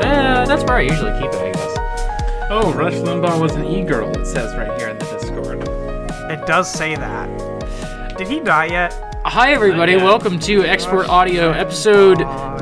Uh, that's where I usually keep it, I guess. Oh, Rush Limbaugh was an e-girl. It says right here in the Discord. It does say that. Did he die yet? Hi, everybody. Again. Welcome to Export Audio episode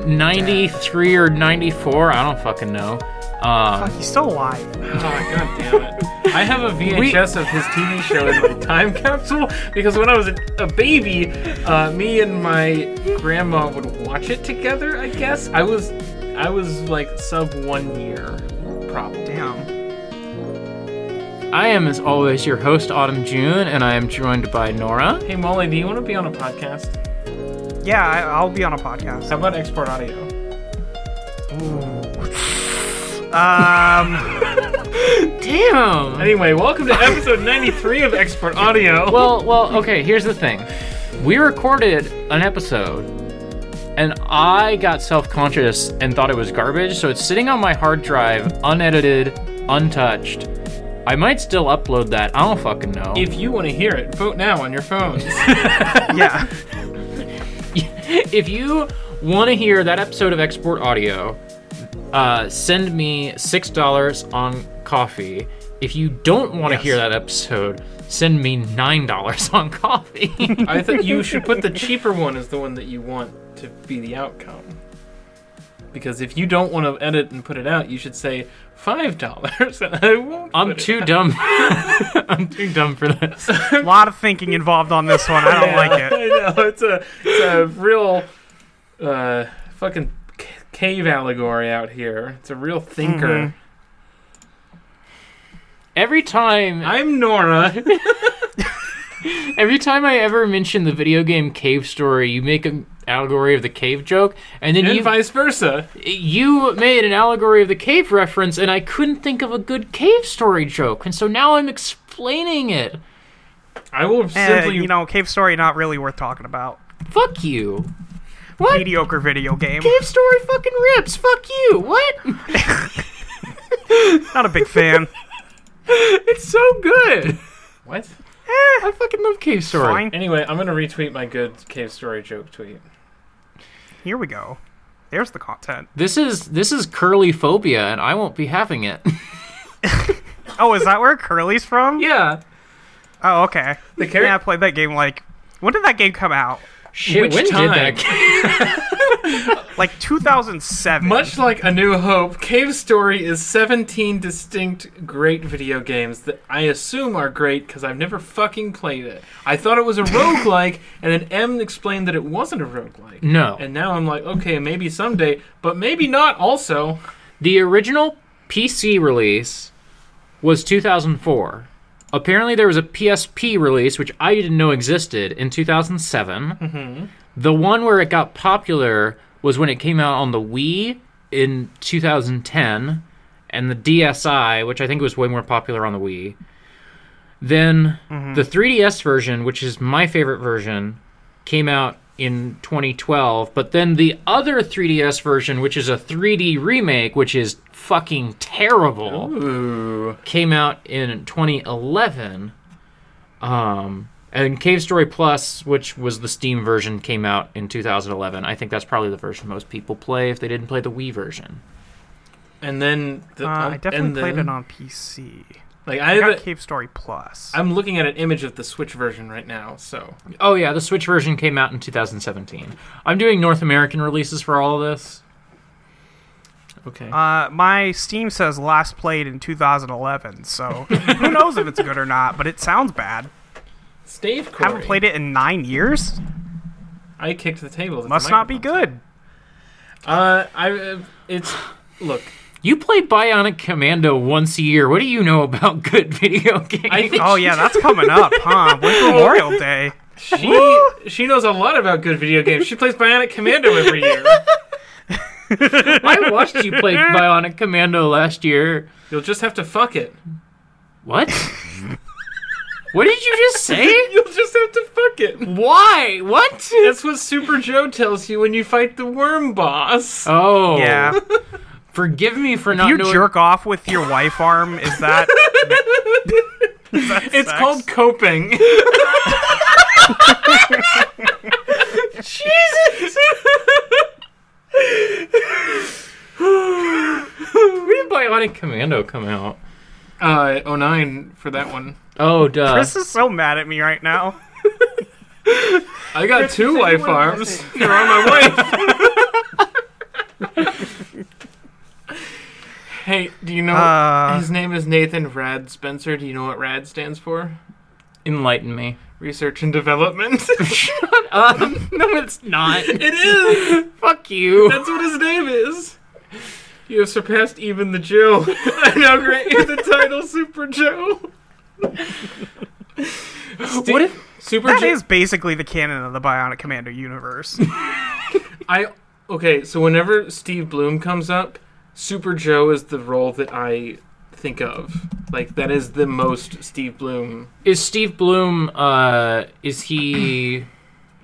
93 or 94. I don't fucking know. Um, Fuck, he's still alive. Oh, god damn it! I have a VHS of his TV show in my time capsule because when I was a, a baby, uh, me and my grandma would watch it together. I guess I was, I was like sub one year, probably. Damn. I am, as always, your host, Autumn June, and I am joined by Nora. Hey Molly, do you want to be on a podcast? Yeah, I, I'll be on a podcast. How about export audio? Um, Damn. Anyway, welcome to episode 93 of Export Audio. well, well, okay. Here's the thing: we recorded an episode, and I got self-conscious and thought it was garbage. So it's sitting on my hard drive, unedited, untouched. I might still upload that. I don't fucking know. if you want to hear it, vote now on your phones. yeah. if you want to hear that episode of Export Audio, uh, send me six dollars on coffee. If you don't want to Yes. hear that episode, send me nine dollars on coffee. I think you should put the cheaper one as the one that you want to be the outcome. Because if you don't want to edit and put it out, you should say five dollars, and I won't. I'm put it too out. dumb. I'm too dumb for this. A lot of thinking involved on this one. I don't like it. I know it's a it's a real uh, fucking c- cave allegory out here. It's a real thinker. Mhm. Every time, I'm Nora. every time I ever mention the video game cave story, you make an allegory of the cave joke, and then and you vice versa. you made an allegory of the cave reference, and I couldn't think of a good cave story joke, and so now I'm explaining it. I will Eh, simply, you know, cave story not really worth talking about. Fuck you. What? Mediocre video game. Cave story fucking rips. Fuck you. What? Not a big fan. it's so good. what? I fucking love cave story. Fine. Anyway, I'm gonna retweet my good cave story joke tweet. Here we go. There's the content. This is this is curly phobia, and I won't be having it. Oh, is that where Curly's from? Yeah. Oh, okay. The char- yeah, I played that game like. When did that game come out? Shit, Which when time? did that? Like 2007. Much like A New Hope, Cave Story is 17 distinct great video games that I assume are great because I've never fucking played it. I thought it was a roguelike, and then M explained that it wasn't a roguelike. No. And now I'm like, okay, maybe someday, but maybe not also. The original PC release was 2004. Apparently, there was a PSP release, which I didn't know existed, in 2007. The one where it got popular was when it came out on the Wii in 2010, and the DSi, which I think was way more popular on the Wii. Then the 3DS version, which is my favorite version, came out in 2012, but then the other 3DS version, which is a 3D remake, which is fucking terrible, Ooh. came out in 2011. Um, and Cave Story Plus, which was the Steam version, came out in 2011. I think that's probably the version most people play if they didn't play the Wii version. And then. The, Uh, I definitely and played then- it on PC. Like, I I have got a, Cave Story Plus. I'm looking at an image of the Switch version right now, so. Oh yeah, the Switch version came out in 2017. I'm doing North American releases for all of this. Okay. Uh, my Steam says last played in 2011, so who knows if it's good or not, but it sounds bad. Stave Corey. Haven't played it in nine years? I kicked the table. with the Must not be microphone. good. Uh, I. uh, It's. Look, You play Bionic Commando once a year. What do you know about good video games? I think Oh, yeah, that's coming up, huh? When's Memorial Day? She she knows a lot about good video games. She plays Bionic Commando every year. I watched you play Bionic Commando last year. You'll just have to fuck it. What? what did you just say? You'll just have to fuck it. Why? What? That's what Super Joe tells you when you fight the worm boss. Oh, Yeah. Forgive me for not You knowing. jerk off with your wife arm, is that. it's sucks. called coping. Jesus. why did Commando come out? Uh, 09 for that one. Oh, duh. Chris is so mad at me right now. I got two you wife wanted arms. to They're on my wife. hey, do you know Uh. his name is Nathan Rad Spencer? Do you know what Rad stands for? Enlighten me. Research and development. Um, no, it's not. it is. Fuck you. That's what his name is. You have surpassed even the Joe. I now grant you the title Super Joe. What if Super That Joe? is basically the canon of the Bionic Commando universe. I okay. So whenever Steve Bloom comes up, Super Joe is the role that I think of. Like that is the most Steve Bloom. is Steve Bloom? Uh, is he?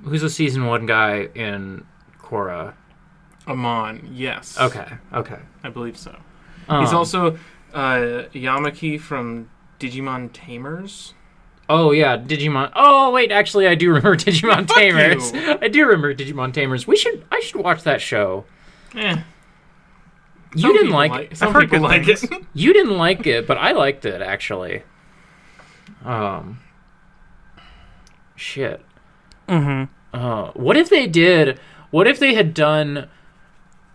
Who's the season one guy in Korra? Amon, yes. Okay, okay. I believe so. Um, He's also uh, Yamaki from Digimon Tamers. Oh yeah, Digimon. Oh wait, actually, I do remember Digimon Tamers. you. I do remember Digimon Tamers. We should. I should watch that show. Eh, You some didn't people like. Some I've heard people good like things. it. You didn't like it, but I liked it actually. Um. Shit. Mm-hmm. Uh, what if they did? What if they had done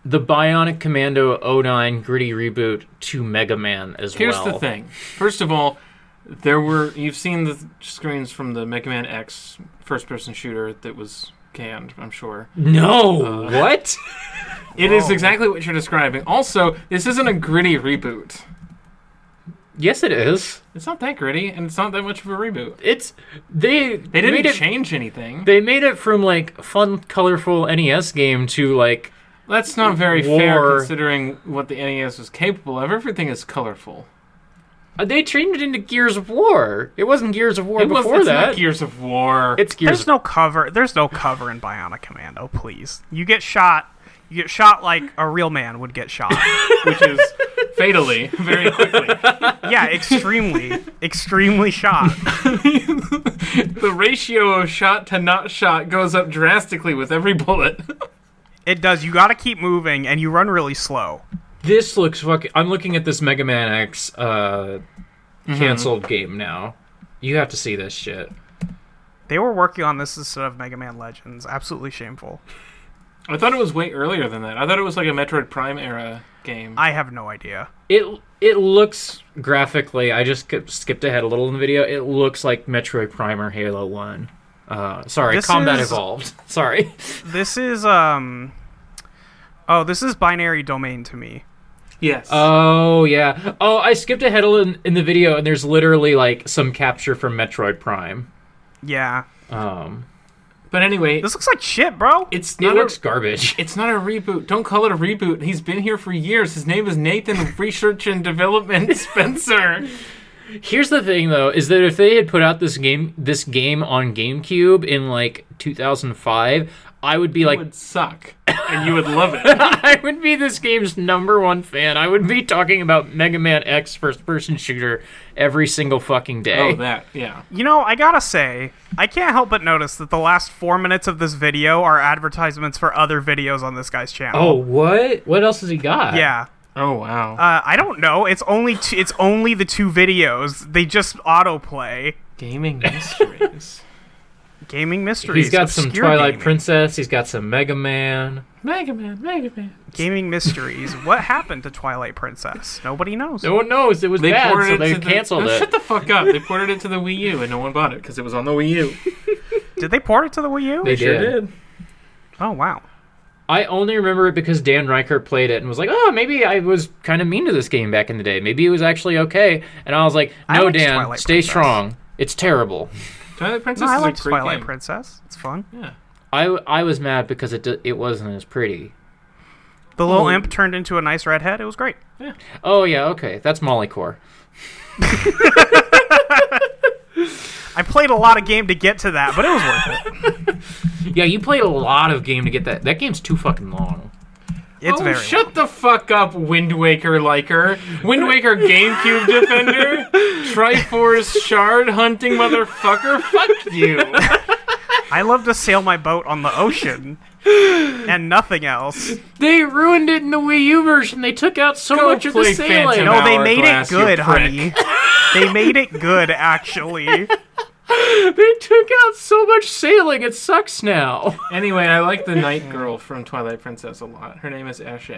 the Bionic Commando 09 gritty reboot to Mega Man as Here's well? the thing. First of all, there were you've seen the screens from the Mega Man X first-person shooter that was canned. I'm sure. No, what? It is exactly what you're describing. Also, this isn't a gritty reboot. yes, it is. It's not that gritty, and it's not that much of a reboot. It's they. They didn't made it, change anything. They made it from like fun, colorful NES game to like That's not very War. fair considering what the NES was capable of. Everything is colorful. uh, they changed it into Gears of War. It wasn't Gears of War It was before it's that. not Gears of War. it's Gears. There's of no cover. There's no cover in Bionic Commando. Please, you get shot. You get shot like a real man would get shot. which is fatally very quickly. yeah, extremely, extremely shot. the ratio of shot to not shot goes up drastically with every bullet. It does. You got to keep moving, and you run really slow. This looks fucking. I'm looking at this Mega Man X uh, canceled game now. You have to see this shit. They were working on this instead of Mega Man Legends. Absolutely shameful. I thought it was way earlier than that. I thought it was like a Metroid Prime era game. I have no idea. It it looks graphically. I just skip- skipped ahead a little in the video. It looks like Metroid Prime or Halo One. Uh, sorry, This Combat is- Evolved. Sorry. This is um. Oh, this is binary domain to me. yes. Oh yeah. Oh, I skipped ahead a little in, in the video, and there's literally like some capture from Metroid Prime. Yeah, Um, but anyway, this looks like shit, bro. it's it not a- looks garbage. It's not a reboot. Don't call it a reboot. He's been here for years. His name is Nathan Research and Development Spencer. Here's the thing though, is that if they had put out this game this game on GameCube in like 2005, I would be It like would suck, and you would love it. I would be this game's number one fan. I would be talking about Mega Man X first person shooter every single fucking day. Oh, that yeah. You know, I gotta say, I can't help but notice that the last four minutes of this video are advertisements for other videos on this guy's channel. Oh, what? What else has he got? Yeah. Oh wow. Uh, I don't know. It's only two, it's only the two videos. They just autoplay. Gaming mysteries. Gaming mysteries. He's got some obscure Twilight gaming. Princess. He's got some Mega Man. Mega Man. Mega Man. Gaming mysteries. what happened to Twilight Princess? Nobody knows. Oh, No one knows. It was They bad, ported so it they to the- canceled Oh, it. Shut the fuck up. They ported it to the Wii U, and no one bought it because it was on the Wii U. Did they port it to the Wii U? They Sure did. did. Oh wow. I only remember it because Dan Reichert played it and was like, "Oh, maybe I was kind of mean to this game back in the day. Maybe it was actually okay." And I was like, I "No, liked Dan, Twilight stay Princess. strong. It's terrible." Twilight Princess No, I is like a great Twilight game. Princess. It's fun. yeah. I, I was mad because it d- it wasn't as pretty. The little Oh. imp turned into a nice redhead. It was great. Oh yeah, okay, that's Molly Core. I played a lot of game to get to that, but it was worth it. Yeah, you played a lot of game to get that. That game's too fucking long. It's oh, very. shut the fuck up, Wind Waker liker. Wind Waker GameCube defender. Triforce shard hunting motherfucker. Fuck you. I love to sail my boat on the ocean. and nothing else. They ruined it in the Wii U version. They took out so Go much of the play sailing. Phantom No, they Hourglass, made it you good, prick. honey. they made it good, actually. They took out so much sailing. It sucks now. Anyway, I like the night girl from Twilight Princess a lot. Her name is Ashe.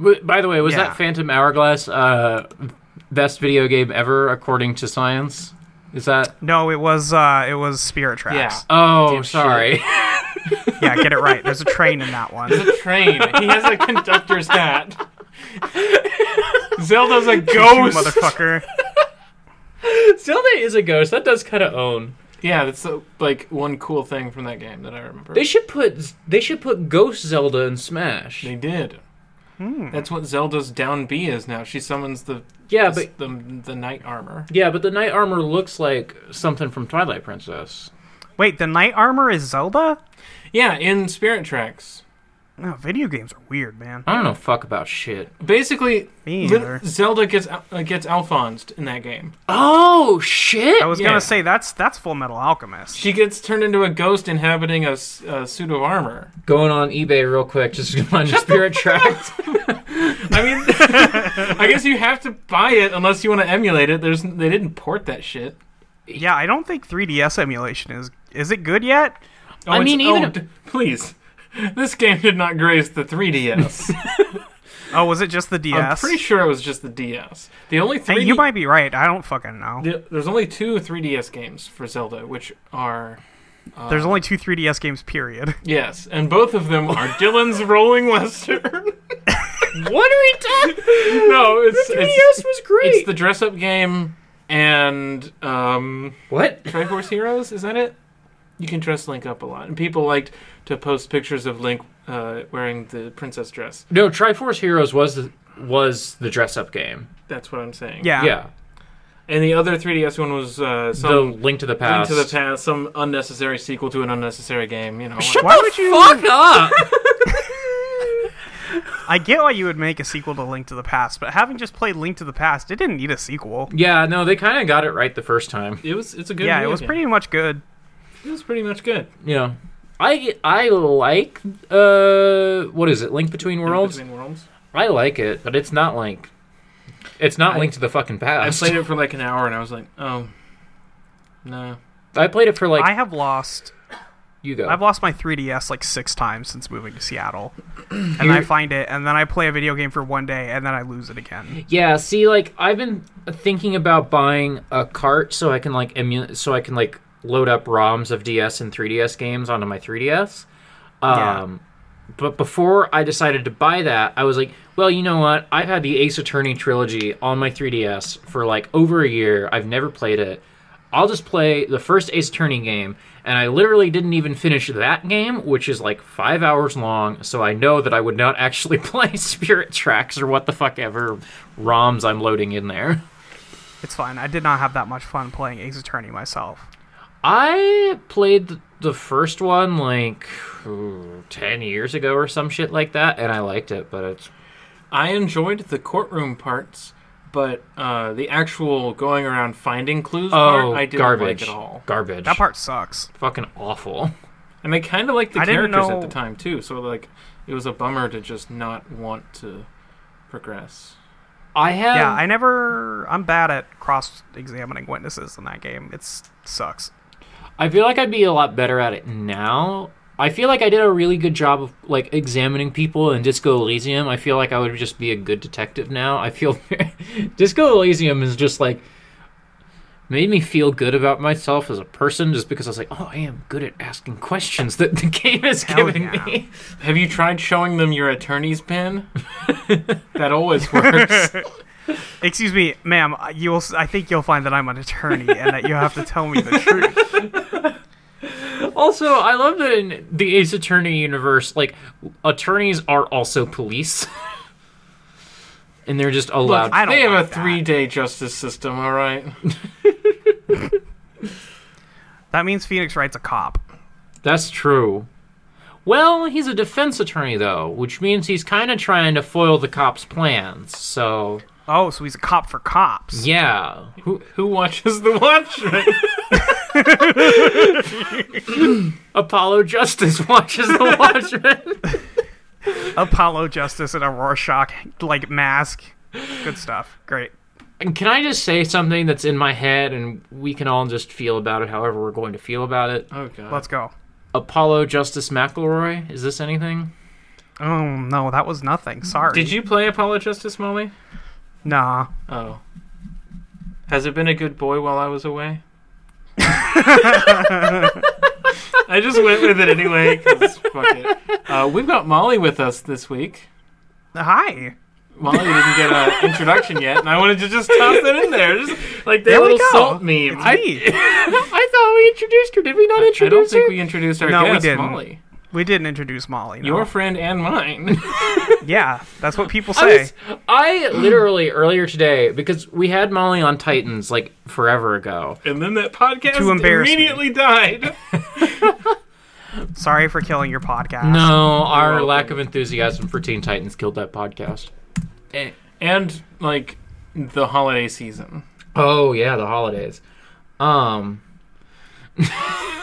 But, By the way, was Yeah. that Phantom Hourglass uh, best video game ever according to science? Is that? No, it was uh, it was Spirit Tracks. Oh, Dipshit. sorry. Yeah. get it right. There's a train in that one. There's a train. he has a conductor's hat. Zelda's a ghost. motherfucker. Zelda is a ghost. That does kind of own. yeah, that's uh, like one cool thing from that game that I remember. They should put they should put Ghost Zelda in Smash. They did. Hmm. That's what Zelda's down B is now. She summons the yeah, the, but the, knight armor. yeah, but the knight armor looks like something from Twilight Princess. Wait, the knight armor is Zelda? Yeah, in Spirit Tracks. No, video games are weird, man. Uh, I don't know fuck about shit. Basically, Me Li- either. Zelda gets al- uh, gets Alphonsed in that game. Oh shit! I was Yeah. gonna say that's that's Full Metal Alchemist. She gets turned into a ghost inhabiting a, s- a suit of armor. Going on eBay real quick just to find your spirit tracks. I mean, I guess you have to buy it unless you want to emulate it. There's they didn't port that shit. Yeah, I don't think 3DS emulation is is it good yet? Oh, I it's- mean, even oh, if- d- please, this game did not grace the 3DS. Oh, was it just the I'm DS? pretty sure it was just the DS. The only Hey, three. you might be right. I don't fucking know. the- there's only two 3DS games for Zelda, which are There's only two 3DS games, period. yes, and both of them are Dylan's Rolling Western. what are we doing? no, it's DS it's, was great. it's the dress up game and um, what? Triforce Heroes. Is that it? You can dress Link up a lot, and people liked to post pictures of Link uh, wearing the princess dress. No, Triforce Heroes was the, was the dress up game. That's what I'm saying. Yeah. Yeah, And the other 3DS one was uh, some the Link to the Link Past. to the Past, some unnecessary sequel to an unnecessary game. You know. Shut Why the would you- fuck up! I get why you would make a sequel to Link to the Past, but having just played Link to the Past, it didn't need a sequel. yeah, no, they kind of got it right the first time. It was. It's a good. Yeah, it video was game. pretty much good. It was pretty much good. Yeah. I I like uh what is it? Link Between Worlds. Between Worlds. I like it, but it's not like it's not linked to the fucking I past. played it for like an hour, and I was like, oh, no. I played it for like I have lost you go. I've lost my 3DS like six times since moving to Seattle, and I find it, and then I play a video game for one day, and then I lose it again. yeah, see, like I've been thinking about buying a cart so I can like emu- so I can like load up ROMs of DS and 3DS games onto my 3DS. Yeah. Um, But before I decided to buy that, I was like, well, you know what? I've had the Ace Attorney trilogy on my 3DS for like over a year. I've never played it. I'll just play the first Ace Attorney game. And I literally didn't even finish that game, which is like five hours long. So I know that I would not actually play Spirit Tracks or what the fuck ever ROMs I'm loading in there. It's fine. I did not have that much fun playing Ace Attorney myself. I played th- the first one like ooh, 10 years ago or some shit like that, and I liked it, but it's I enjoyed the courtroom parts, but uh, the actual going around finding clues Oh, part, I didn't garbage. like at all. Garbage. That part sucks. fucking awful. And I kind of liked the I didn't characters at know- the time too, so like it was a bummer to just not want to progress. I have yeah, I never. I'm bad at cross-examining witnesses in that game. It sucks. I feel like I'd be a lot better at it now. I feel like I did a really good job of like examining people in Disco Elysium. I feel like I would just be a good detective now. I feel Disco Elysium is just like made me feel good about myself as a person just because I was like, "Oh, I am good at asking questions that the game is Hell giving yeah. me." Have you tried showing them your attorney's pin? that always works. Excuse me, ma'am. You will. s- I think you'll find that I'm an attorney, and that you have to tell me the truth. Also, I love that in the Ace Attorney universe, like attorneys are also police. and they're just allowed I don't they have like a that. three-day justice system, all right. That means Phoenix Wright's a cop. That's true. Well, he's a defense attorney, though, which means he's kind of trying to foil the cops' plans. So, Oh, so he's a cop for cops. yeah. Who, Who watches the Watchmen? Apollo Justice watches the Watchmen. Apollo Justice in a Rorschach like mask. Good stuff. Great. And can I just say something that's in my head, and we can all just feel about it however we're going to feel about it? Oh god. Let's go. Apollo Justice McElroy, is this anything? Oh no, that was nothing. Sorry. Did you play Apollo Justice, Molly? Nah. Oh. Has it been a good boy while I was away? I just went with it anyway. 'cause fuck it. Uh, we've got Molly with us this week. Hi. Molly didn't get an introduction yet, and I wanted to just toss that in there, just like that There we little go. salt meme. It's me. I thought we introduced her. Did we not I don't introduce think her? we introduced our No, we guest, didn't. Oh. Molly. We didn't introduce Molly. No. Your friend and mine. yeah, that's what people I, say. was- I literally earlier today because we had Molly on Titans like forever ago. and then that podcast To embarrass me. immediately died. Sorry for killing your podcast. No, our welcome. lack of enthusiasm for Teen Titans killed that podcast. Eh. And like the holiday season. Oh yeah, the holidays. Um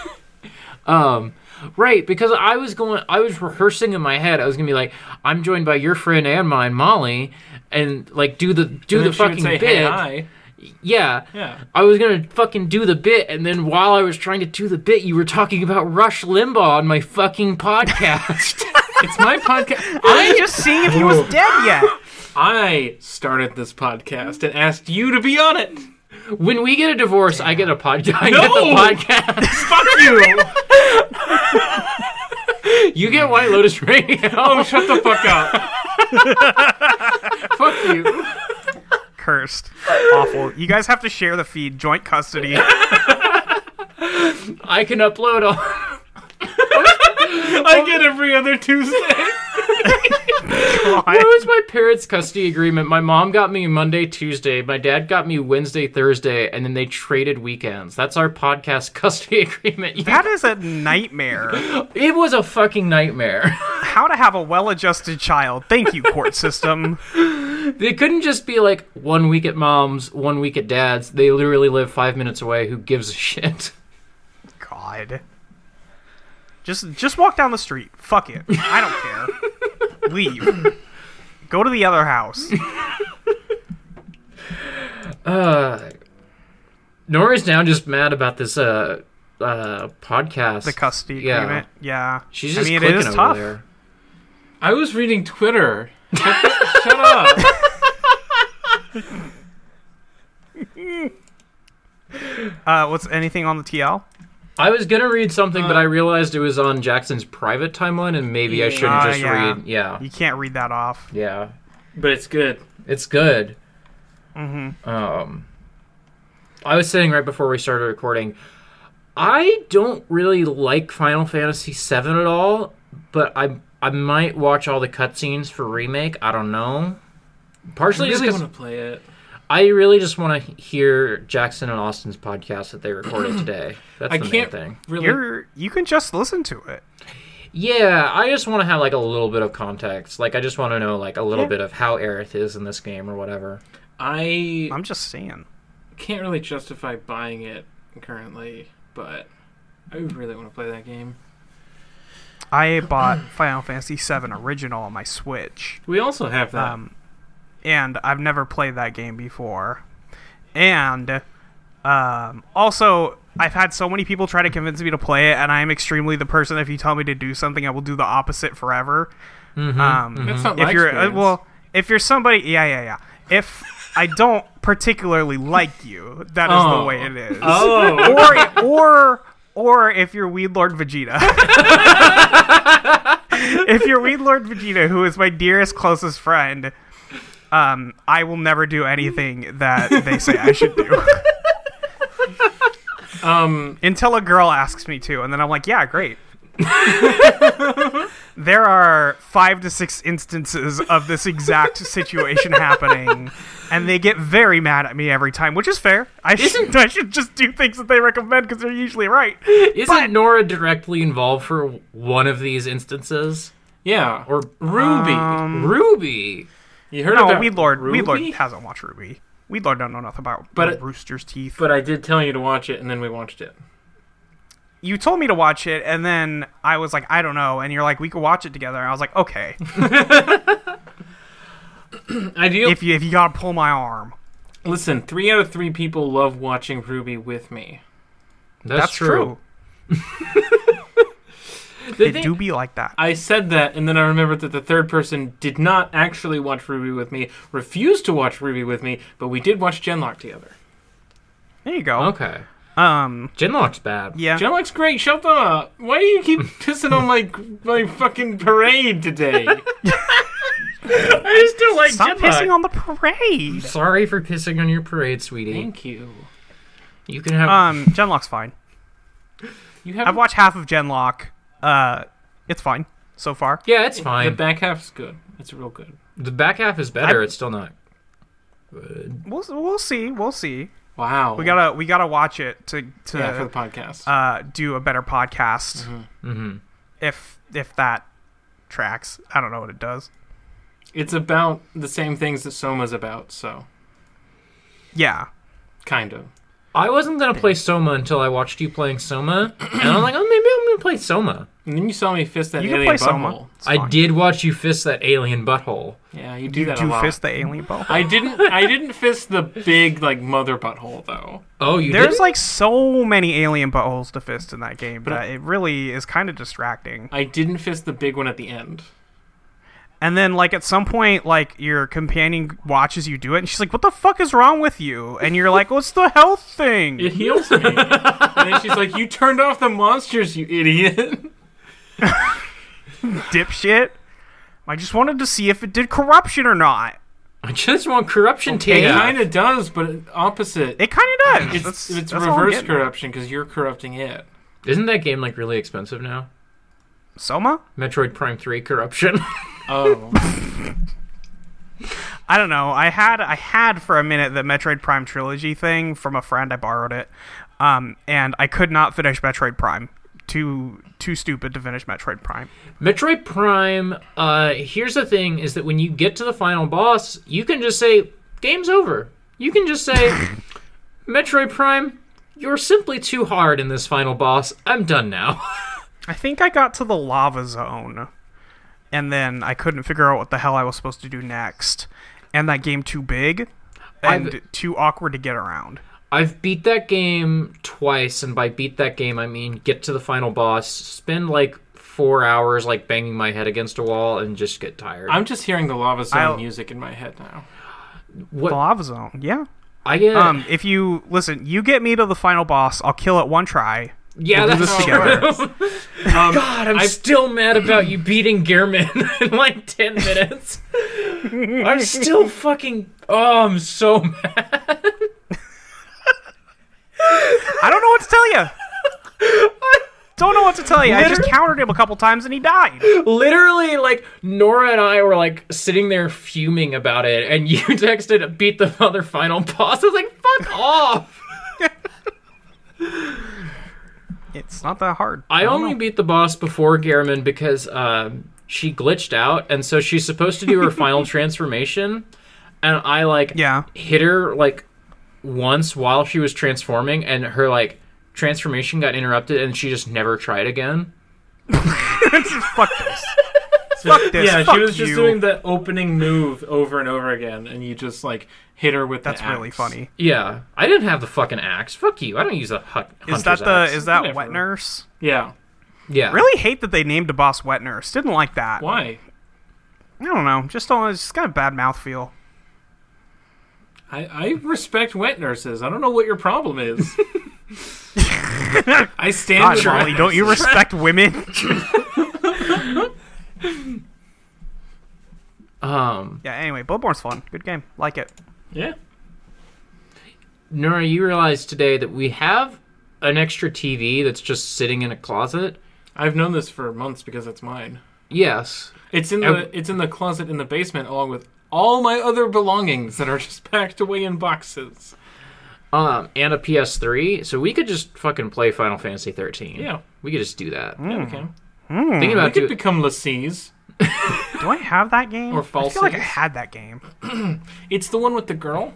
Um Right, because I was going I was rehearsing in my head, I was gonna be like, I'm joined by your friend and mine, Molly, and like do the do And the then she would fucking say, bit. Hey, hi. yeah. Yeah. I was gonna fucking do the bit, and then while I was trying to do the bit, you were talking about Rush Limbaugh on my fucking podcast. It's my podcast. I was just seeing if he was dead yet. I started this podcast and asked you to be on it. when we get a divorce, I get a podcast. I No! get the podcast. Fuck you! You get White Lotus Radio. Oh, shut the fuck up. Fuck you. Cursed. Awful. You guys have to share the feed. Joint custody. I can upload all. I get every other Tuesday. That was my parents' custody agreement. My mom got me Monday, Tuesday. My dad got me Wednesday, Thursday, and then they traded weekends. That's our podcast custody agreement. Yeah. That is a nightmare. It was a fucking nightmare. How to have a well-adjusted child. Thank you, court system. They couldn't just be like one week at mom's, one week at dad's. They literally live five minutes away. Who gives a shit? God. Just just walk down the street. Fuck it. I don't care. Leave. Go to the other house. Uh, Nora's now just mad about this uh, uh, podcast. The custody Yeah. agreement. Yeah. She's I just mean, clicking it is over tough. there. I was reading Twitter. Shut up. Uh, what's anything on the TL? I was gonna read something, Uh, but I realized it was on Jackson's private timeline, and maybe I shouldn't Ah, just yeah. read. Yeah, You can't read that off. yeah, But it's good. it's good. Mm-hmm. Um, I was saying right before we started recording, I don't really like Final Fantasy VII at all, but I I might watch all the cutscenes for remake. I don't know. Partially just 'cause to play it. I really just want to hear Jackson and Austin's podcast that they recorded today. That's I the can't main thing. really. You're you can just listen to it. Yeah, I just want to have like a little bit of context. Like I just want to know like a little Yeah. bit of how Aerith is in this game or whatever. I I'm just saying. can't really justify buying it currently, but I really want to play that game. I bought Final Fantasy VII Original on my Switch, We also have that. um, and I've never played that game before. And um, also, I've had so many people try to convince me to play it, and I am extremely the person. If you tell me to do something, I will do the opposite forever. Um, That's not my if you're uh, experience. well, if you're somebody, yeah, yeah, yeah. If I don't particularly like you, that is Oh. the way it is. oh, or or or if you're Weed Lord Vegeta. if you're Weed Lord Vegeta, who is my dearest closest friend, um, I will never do anything that they say I should do. um, Until a girl asks me to, and then I'm like, yeah, great. there are five to six instances of this exact situation happening, and they get very mad at me every time, which is fair. I, should, I should just do things that they recommend because they're usually right. Isn't Nora directly involved for one of these instances? yeah. Or Or Ruby. Um, Ruby? you heard No, about Weedlord. Ruby? Weedlord hasn't watched Ruby. We Lord don't know nothing about But little it- Rooster's Teeth. But I did tell you to watch it, and then we watched it. you told me to watch it, and then I was like, I don't know, and you're like, we could watch it together. And I was like, okay, I do. if you if you gotta pull my arm, Listen, three out of three people love watching Ruby with me. That's, true. The It thing- do be like that. I said that, and then I remembered that the third person did not actually watch Ruby with me, refused to watch Ruby with me, but we did watch Genlock together. There you go. Okay. Um, Genlock's bad. Oh. yeah. Genlock's great. Shut up. Why do you keep pissing on my my fucking parade today? I just don't like Stop Genlock. pissing on the parade. Sorry for pissing on your parade, sweetie. Thank you. You can have. Um, Genlock's fine. You I've have watched half of Genlock. Uh, it's fine so far. yeah, it's the fine. back half's good. It's real good. The back half is better. I- it's still not good. We'll we'll see. We'll see. Wow. We gotta we gotta watch it to to yeah for the podcast. uh, do a better podcast Mm-hmm. if if that tracks. I don't know what it does. it's about the same things that Soma's about. So Yeah, kind of. I wasn't gonna play Soma until I watched you playing Soma, and I'm like, oh, maybe I'm gonna play Soma. And then you saw me fist that you can play alien Soma. butthole. It's I fine. did watch you fist that alien butthole. Yeah, you do You that a do lot. fist the alien ball. I didn't. I didn't fist the big like mother butthole though. Oh, you There's did? like so many alien buttholes to fist in that game, But I- but it really is kind of distracting. I didn't fist the big one at the end. And then like at some point, like your companion watches you do it, and she's like, "What the fuck is wrong with you?" And you're like, "What's the health thing?" It heals me. and then she's like, "You turned off the monsters, you idiot." dipshit. I just wanted to see if it did corruption or not. I just want corruption It taken. kind of does, but opposite. It kind of does. it's that's, it's that's all I'm reverse getting. corruption because you're corrupting it. Isn't that game like really expensive now? Soma? Metroid Prime Three Corruption. Oh, I don't know. I had I had for a minute the Metroid Prime trilogy thing from a friend. I borrowed it, um, and I could not finish Metroid Prime. Too too stupid to finish Metroid Prime. Metroid Prime. Uh, here's the thing: is that when you get to the final boss, you can just say, "Game's over." You can just say, "Metroid Prime, you're simply too hard in this final boss. I'm done now." I think I got to the lava zone, and then I couldn't figure out what the hell I was supposed to do next, and that game too big and too awkward to get around. I've beat that game twice, and by beat that game, I mean get to the final boss, spend like four hours like banging my head against a wall, and just get tired. I'm just hearing the lava zone I'll- music in my head now. The lava zone, yeah. I get Um, if you listen, you get me to the final boss. I'll kill it one try. yeah, we'll do that's this together. Um, God, I'm I've- still mad about you beating Gearman in like 10 minutes. I'm still fucking. Oh, I'm so mad. I don't know what to tell you. Don't know what to tell you. I just countered him a couple times and he died. Literally, like, Nora and I were like sitting there fuming about it, and you texted, beat the other final boss. I was like, fuck off. It's not that hard. I don't only know. beat the boss before Gearman because um, she glitched out, and so she's supposed to do her final transformation, and I, like, yeah. hit her like once while she was transforming and her like transformation got interrupted and she just never tried again Fuck this. Fuck this. yeah, Fuck she was you. just doing the opening move over and over again, and you just like hit her with. That's the axe. really funny. yeah i didn't have the fucking axe fuck you i don't use a hut Is that the is that Whatever. wet nurse? Yeah. yeah Really hate that they named a boss wet nurse. Didn't like that. Why? I don't know. Just don't. It's just got a bad mouth feel. I, I respect wet nurses. I don't know what your problem is. I stand God, with wet Molly, don't you nurses. respect women? um yeah. Anyway, Bloodborne's fun. Good game. Like it. Yeah. nora you realize today that we have an extra tv that's just sitting in a closet I've known this for months because it's mine. yes It's in Ev- the it's in the closet in the basement along with all my other belongings that are just packed away in boxes. um and a ps3 so we could just fucking play final fantasy 13 Yeah. we could just do that Hmm. Yeah, we can. thinking I about could do- become Lassie's. Do I have that game? Or I feel like I falsies. had that game. It's the one with the girl.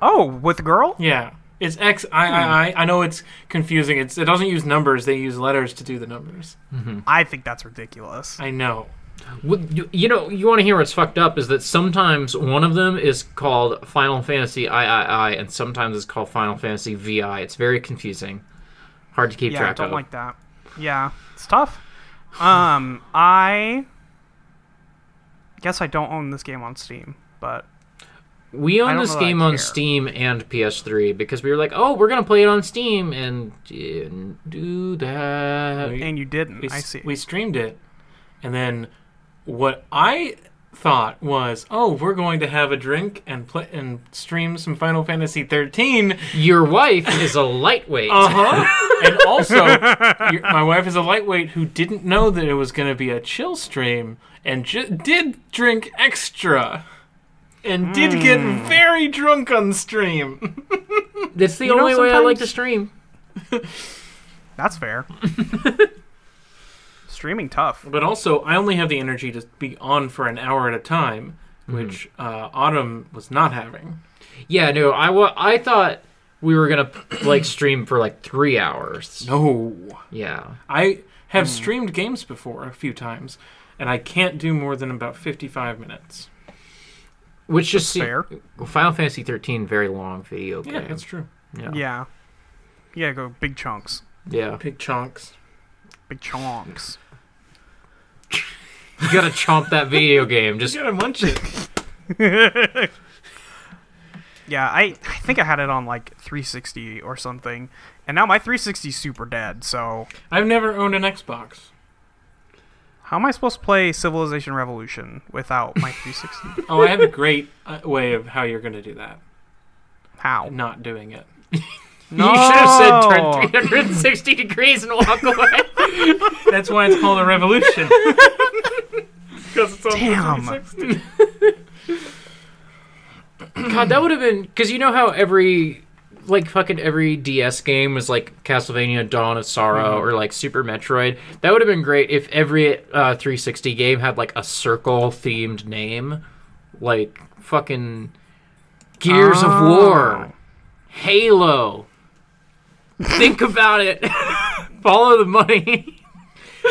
Oh, with girl? Yeah. It's X I I I. I know it's confusing. It's it doesn't use numbers. They use letters to do the numbers. I think that's ridiculous. I know. Well, you- You know, you want to hear what's fucked up is that sometimes one of them is called Final Fantasy III, and sometimes it's called Final Fantasy VI. It's very confusing, hard to keep yeah, I track don't of. like that. Yeah, it's tough. Um, I guess I don't own this game on Steam, but we I own don't this know that I game on care. Steam and PS3 because we were like, oh, we're gonna play it on Steam and didn't do that. We- and you didn't. we, I s- see. we streamed it and then what i thought was oh we're going to have a drink and play and stream some final fantasy 13 Your wife is a lightweight. uh-huh and also your, my wife is a lightweight who didn't know that it was going to be a chill stream and ju- did drink extra and did get very drunk on stream That's the know, only way I sometimes- like to stream. That's fair. Streaming tough. but also i only have the energy to be on for an hour at a time which uh, autumn was not having Yeah, no, I wa- I thought we were gonna like stream for like three hours. no Yeah. I have streamed games before a few times, and I can't do more than about 55 minutes. Which just se- fair. Final Fantasy 13 very long video game. Yeah, that's true. yeah. Yeah. Yeah, go big chunks. Yeah. Big chunks. Big chunks. You gotta chomp that video game. Just You gotta munch it. Yeah, I, I think I had it on like 360 or something, and now my 360 is super dead. So I've never owned an Xbox. how am I supposed to play Civilization Revolution without my 360? Oh, I have a great uh, way of how you're gonna do that. how? Not doing it. you should have said No. turn 360 degrees and walk away. That's why it's called a revolution. Because it's on Damn. 360. God, that would have been because you know how every like fucking every DS game was like Castlevania Dawn of Sorrow Mm-hmm. or like Super Metroid. That would have been great if every uh, 360 game had like a circle themed name, like fucking Gears of Oh. War, Halo. Think about it. Follow the money.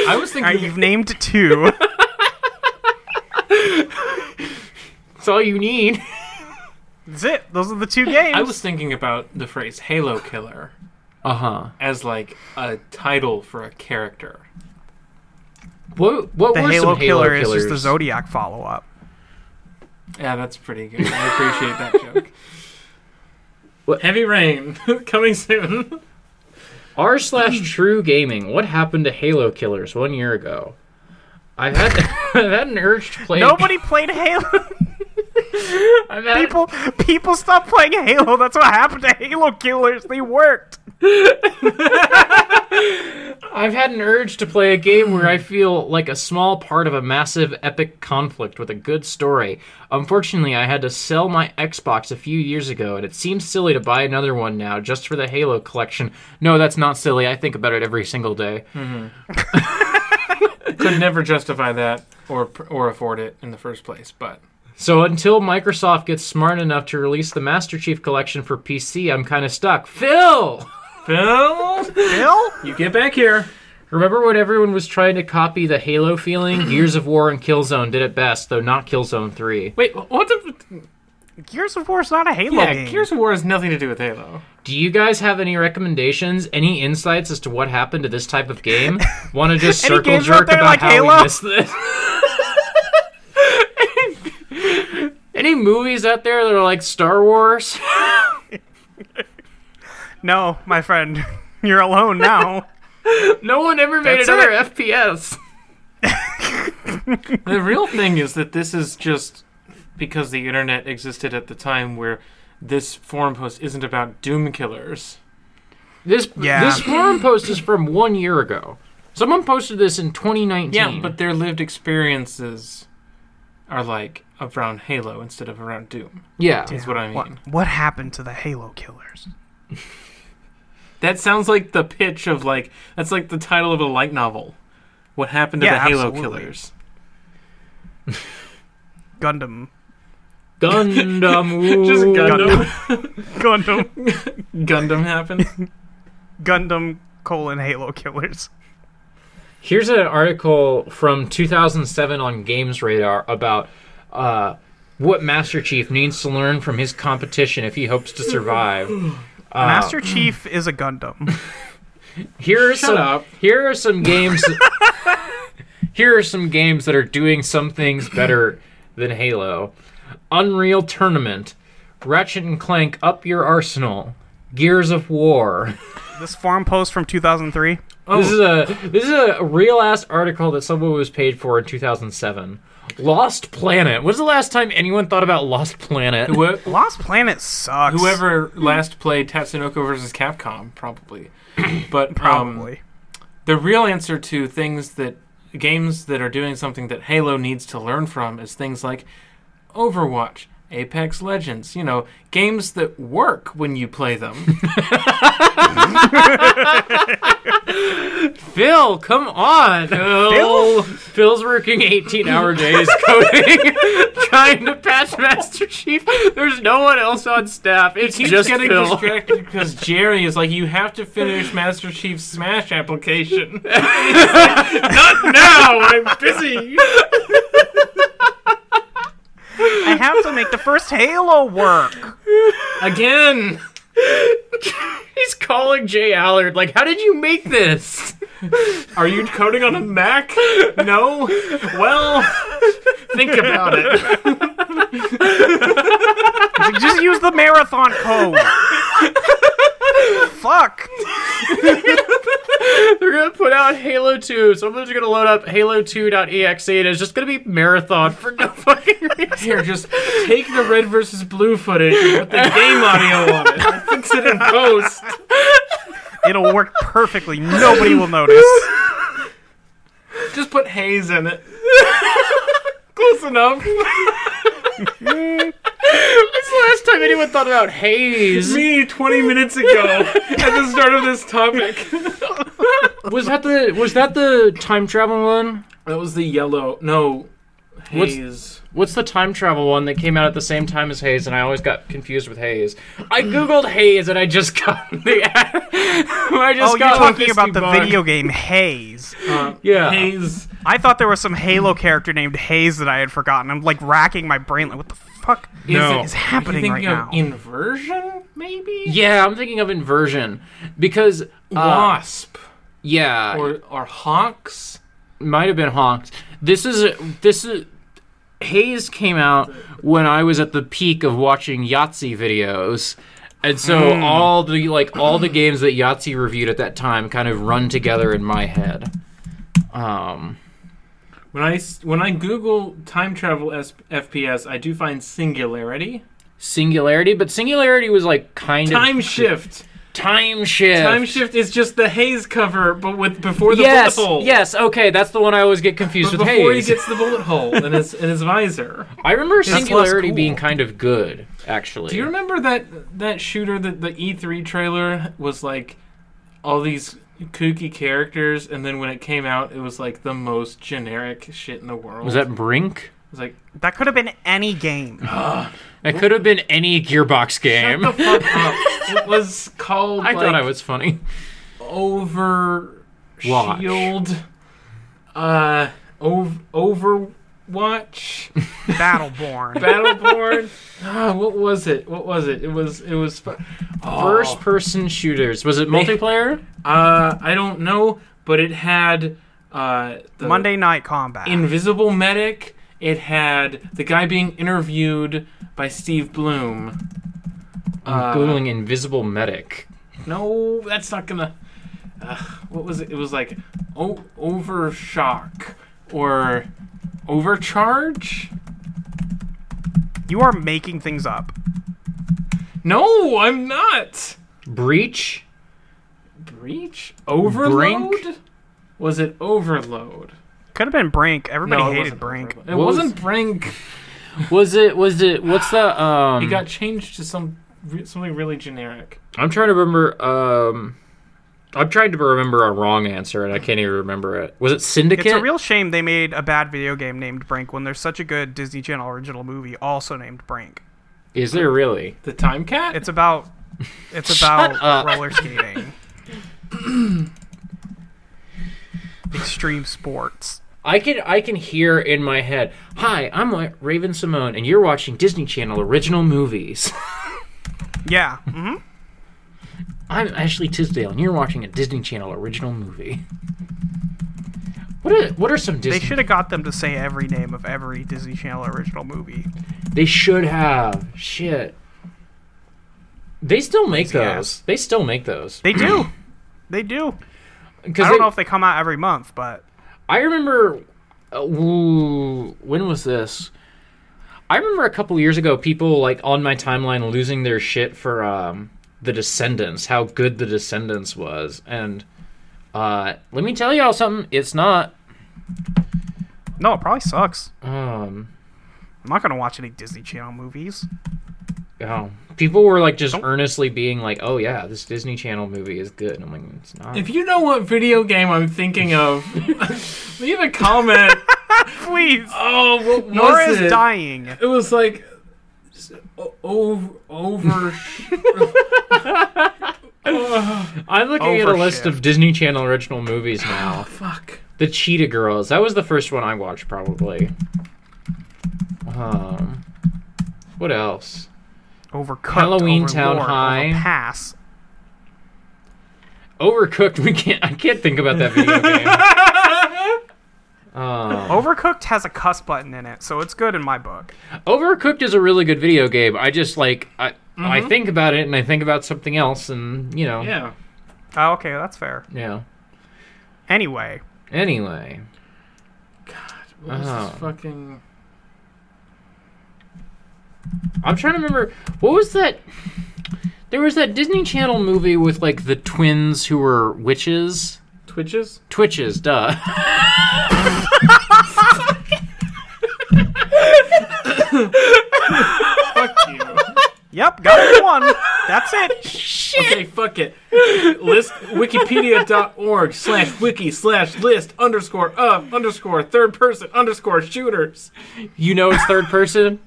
I was All right, thinking. you've named two. It's all you need. That's it. Those are the two games. I was thinking about the phrase "Halo Killer" Uh huh. as like a title for a character. What what the were Halo, some Halo Killer is killers? just the Zodiac follow up. Yeah, that's pretty good. I appreciate that joke. What- Heavy rain coming soon. R Mm. slash True Gaming. What happened to Halo Killers one year ago? I've had I've had an urge to play. Nobody played Halo. I've had, People people stopped playing Halo. That's what happened to Halo Killers. They worked. I've had an urge to play a game where I Mm. feel like a small part of a massive epic conflict with a good story. Unfortunately, I had to sell my Xbox a few years ago, and it seems silly to buy another one now just for the Halo collection. No, that's not silly. I think about it every single day. Hmm. Could never justify that or or afford it in the first place. But So until Microsoft gets smart enough to release the Master Chief Collection for PC, I'm kind of stuck. Phil. Phil, Bill? you get back here. Remember when everyone was trying to copy the Halo feeling? Gears of War and Killzone did it best, though not Killzone 3. Wait, what the? Gears of War is not a Halo Yeah, game. Gears of War has nothing to do with Halo. Do you guys have any recommendations, any insights as to what happened to this type of game? Want to just Any circle games out jerk there about like how Halo? we missed this? any movies out there that are like Star Wars? no, my friend. You're alone now. No one ever made That's another FPS. The real thing is that this is just because the internet existed at the time where this forum post isn't about doom killers. This Yeah. this forum post is from one year ago. Someone posted this in 2019. Yeah, but their lived experiences are like around Halo instead of around Doom. yeah. Is what I mean. What, what happened to the Halo Killers? That sounds like the pitch of like that's like the title of a light novel. What happened to Yeah, the Halo absolutely. killers? Gundam. Gundam. Just ooh. Gundam. Gundam, Gundam happened. Gundam colon Halo killers. Here's an article from 2007 on Games Radar about uh, what Master Chief needs to learn from his competition if he hopes to survive. Uh, Master mm. Chief is a Gundam. here are Shut some, up. Here are some games. here are some games that are doing some things better than Halo. Unreal Tournament, Ratchet and Clank, Up Your Arsenal, Gears of War. This forum post from 2003. Oh. This is a this is a real ass article that someone was paid for in 2007. Lost Planet. When's the last time anyone thought about Lost Planet? Who- Lost Planet sucks. Whoever um, last played Tatsunoko versus Capcom, probably. But um, probably. the real answer to things that games that are doing something that Halo needs to learn from is things like Overwatch, Apex Legends, you know, games that work when you play them. Phil, come on. Phil? Phil's working 18 hour days coding, trying to patch Master Chief. There's no one else on staff. It's Keeps just getting Phil. distracted because Jerry is like, you have to finish Master Chief's Smash application. Not now. I'm busy. I have to make the first Halo work. Again! He's calling Jay Allard. Like, how did you make this? Are you coding on a Mac? No? Well, think about it. Just use the marathon code. Fuck. They're gonna put out Halo 2. Someone's gonna load up Halo 2.exe and it's just gonna be marathon for no fucking reason. Here, just take the red versus blue footage and put the game audio on it. Fix it in post. It'll work perfectly. Nobody will notice. Just put haze in it. Close enough. When's the last time anyone thought about Haze? Me 20 minutes ago at the start of this topic. Was that the was that the time travel one? That was the yellow. No. What's- Haze. What's the time travel one that came out at the same time as Haze, and I always got confused with Haze. I googled Haze, and I just got the. I just Oh, you're got talking Lefty about the Bug. video game Haze. Uh, Yeah. Haze. I thought there was some Halo character named Haze that I had forgotten. I'm like racking my brain. Like, what the fuck No. is Are you happening thinking right now? of inversion, maybe? Yeah, I'm thinking of inversion because uh, Wasp. Yeah, Or, or Hawks. might have been honked. This is this is Hayes came out when I was at the peak of watching Yahtzee videos. And so Hmm. all the like all the games that Yahtzee reviewed at that time kind of run together in my head. Um When I, s- when I Google time travel S- FPS, I do find singularity. Singularity, but Singularity was like kind Time of shift. time shift. Time shift is just the haze cover, but with before the Yes, bullet hole. yes, okay, that's the one I always get confused But with before Hayes. he gets the bullet hole in his in his visor. I remember less Singularity cool. being kind of good, actually. Do you remember that that shooter that the E3 trailer was like all these kooky characters, and then when it came out, it was like the most generic shit in the world. was that Brink? It was like that could have been any game. That could have been any Gearbox game. Shut the fuck up. It was called I like thought I was funny. over Watch. shield uh over overwatch Battleborn. battleborn Ah, what was it what was it it was it was fu- oh. First person shooters. Was it multiplayer? uh i don't know but it had uh the Monday Night Combat. invisible medic it had the guy being interviewed by steve bloom I'm Googling Invisible Medic. No, that's not gonna. Uh, what was it? It was like o- overshock or overcharge. you are making things up. No, I'm not. Breach? Breach overload. Brink? Was it overload? Could have been Brink. Everybody no, it hated wasn't Brink. Overload. It What was- wasn't Brink. Was it was it what's the um It got changed to some re- something really generic. I'm trying to remember um I'm trying to remember a wrong answer and I can't even remember it. Was it Syndicate? It's a real shame they made a bad video game named Brink when there's such a good Disney Channel original movie also named Brink. Is there really? The Time Cat? It's about it's about roller skating. Extreme sports. I can I can hear in my head. Hi, I'm Wa- Raven Simone, and you're watching Disney Channel original movies. Yeah. hmm I'm Ashley Tisdale, and you're watching a Disney Channel original movie. What are what are some Disney? They should have got them to say every name of every Disney Channel original movie. They should have. Shit. They still make those. Yeah. They still make those. They do. they do. I Because don't know if they come out every month, but I remember. Uh, ooh, when was this? I remember a couple years ago, people like on my timeline losing their shit for um, the Descendants, how good the Descendants was, and uh, let me tell y'all something. It's not. no, it probably sucks. Um, I'm not gonna watch any Disney Channel movies. oh, people were like just earnestly being like, "Oh yeah, this Disney Channel movie is good," and I'm like, "It's not." If you know what video game I'm thinking of, leave a comment. Please. oh, what was Nora is it? dying. It was like over over. I'm looking at a list Overshift. of Disney Channel original movies now. Fuck. The Cheetah Girls. That was the first one I watched, probably. Um, what else? Overcooked. Halloween Town Overlord, High. Overpass. Overcooked. We can't. I can't think about that video game. Um, Overcooked has a cuss button in it, so it's good in my book. Overcooked is a really good video game. I just like I I think about it and I think about something else and you know Yeah. Oh, okay, that's fair. yeah. Anyway, Anyway, What was Oh. this fucking? I'm trying to remember what was that. There was that Disney Channel movie with like the twins who were witches. Twitches? Twitches, duh. Fuck you. yep, got one. That's it. Okay, fuck it. List Wikipedia.org slash wiki slash list underscore of underscore third person underscore shooters. You know it's third person.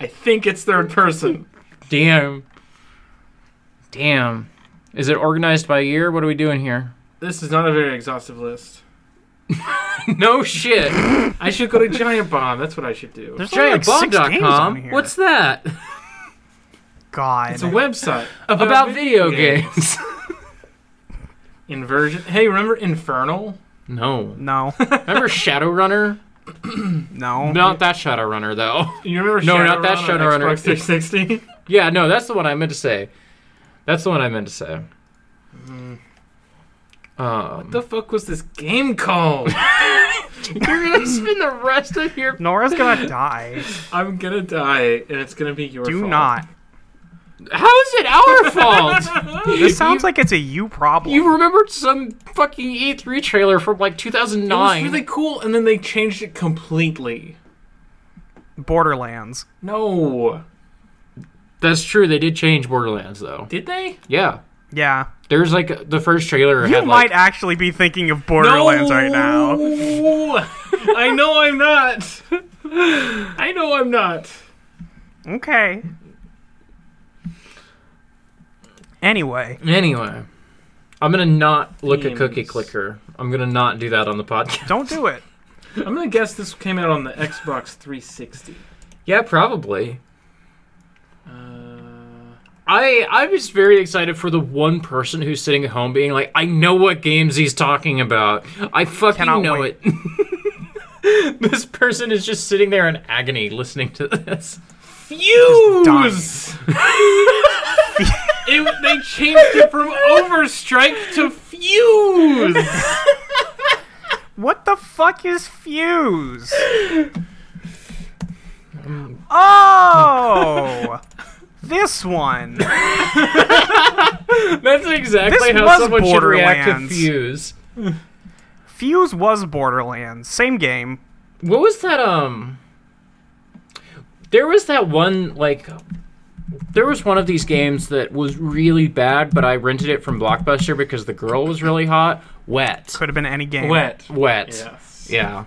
I think it's third person. Damn. Damn. Is it organized by year? What are we doing here? This is not a very exhaustive list. No shit. I should go to Giant Bomb. That's what I should do. There's only, like, six games on GiantBomb.com. here. Uh, What's that? God? It's a website about, About video games. Inversion. Hey, remember Infernal? no. no, Remember Shadowrunner? no. Not that Shadowrunner though. You remember No, Shadowrun not that on Shadowrunner. Xbox 360? Yeah, no, that's the one I meant to say. That's the one I meant to say. Mm. Um, the fuck was this game called? you're gonna spend the rest of your Nora's gonna die. I'm gonna die, and it's gonna be your Do fault. not. How is it our fault? This sounds like it's a you problem. You remembered some fucking E3 trailer from like It was 2009. really cool, and then they changed it completely. Borderlands. No, That's true. They did change Borderlands though. did they? Yeah, Yeah. there's like the first trailer You had might like actually be thinking of Borderlands right now. I know I'm not. I know I'm not. Okay. Anyway, anyway. I'm gonna not look at Cookie Themes. Clicker. I'm gonna not do that on the podcast. don't do it. I'm gonna guess this came out on the Xbox 360. Yeah, probably. Uh, I I was very excited for the one person who's sitting at home being like, I know what games he's talking about. I fucking Cannot know wait." it. this person is just sitting there in agony listening to this. Fuse. it, they changed it from Overstrike to Fuse. What the fuck is Fuse? Um, Oh! this one! That's exactly This how was someone should react to Borderlands. Fuse. Fuse was Borderlands. Same game. What was that? Um, there was that one like there was one of these games that was really bad, but I rented it from Blockbuster because the girl was really hot. Wet. Could have been any game. Wet. Wet. Yes. Yeah.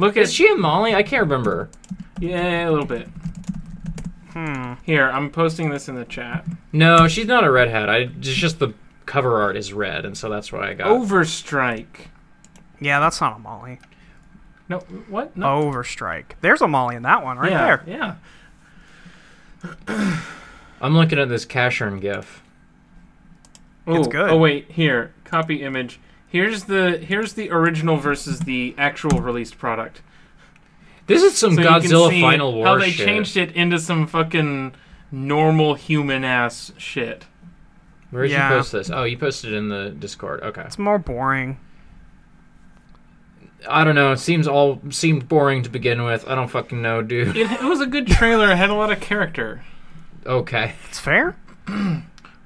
Look Is at she a Molly? I can't remember. yeah, a little bit. Hmm. Here, I'm posting this in the chat. No, she's not a redhead. I it's just the cover art is red, and so that's why I got. Oh. Overstrike. Yeah, that's not a Molly. No, what? No. Overstrike. There's a Molly in that one Oh, right yeah, there. Yeah. I'm looking at this Cashern gif. Oh, It's good. Oh wait, here. Copy image. Here's the here's the original versus the actual released product. This is some So you can Godzilla see Final War How they shit. changed it into some fucking normal human ass shit. Where did Yeah. you post this? Oh, you posted it in the Discord. Okay. It's more boring. I don't know. It seems all seemed boring to begin with. I don't fucking know, dude. It, it was a good trailer. It had a lot of character. Okay. It's fair.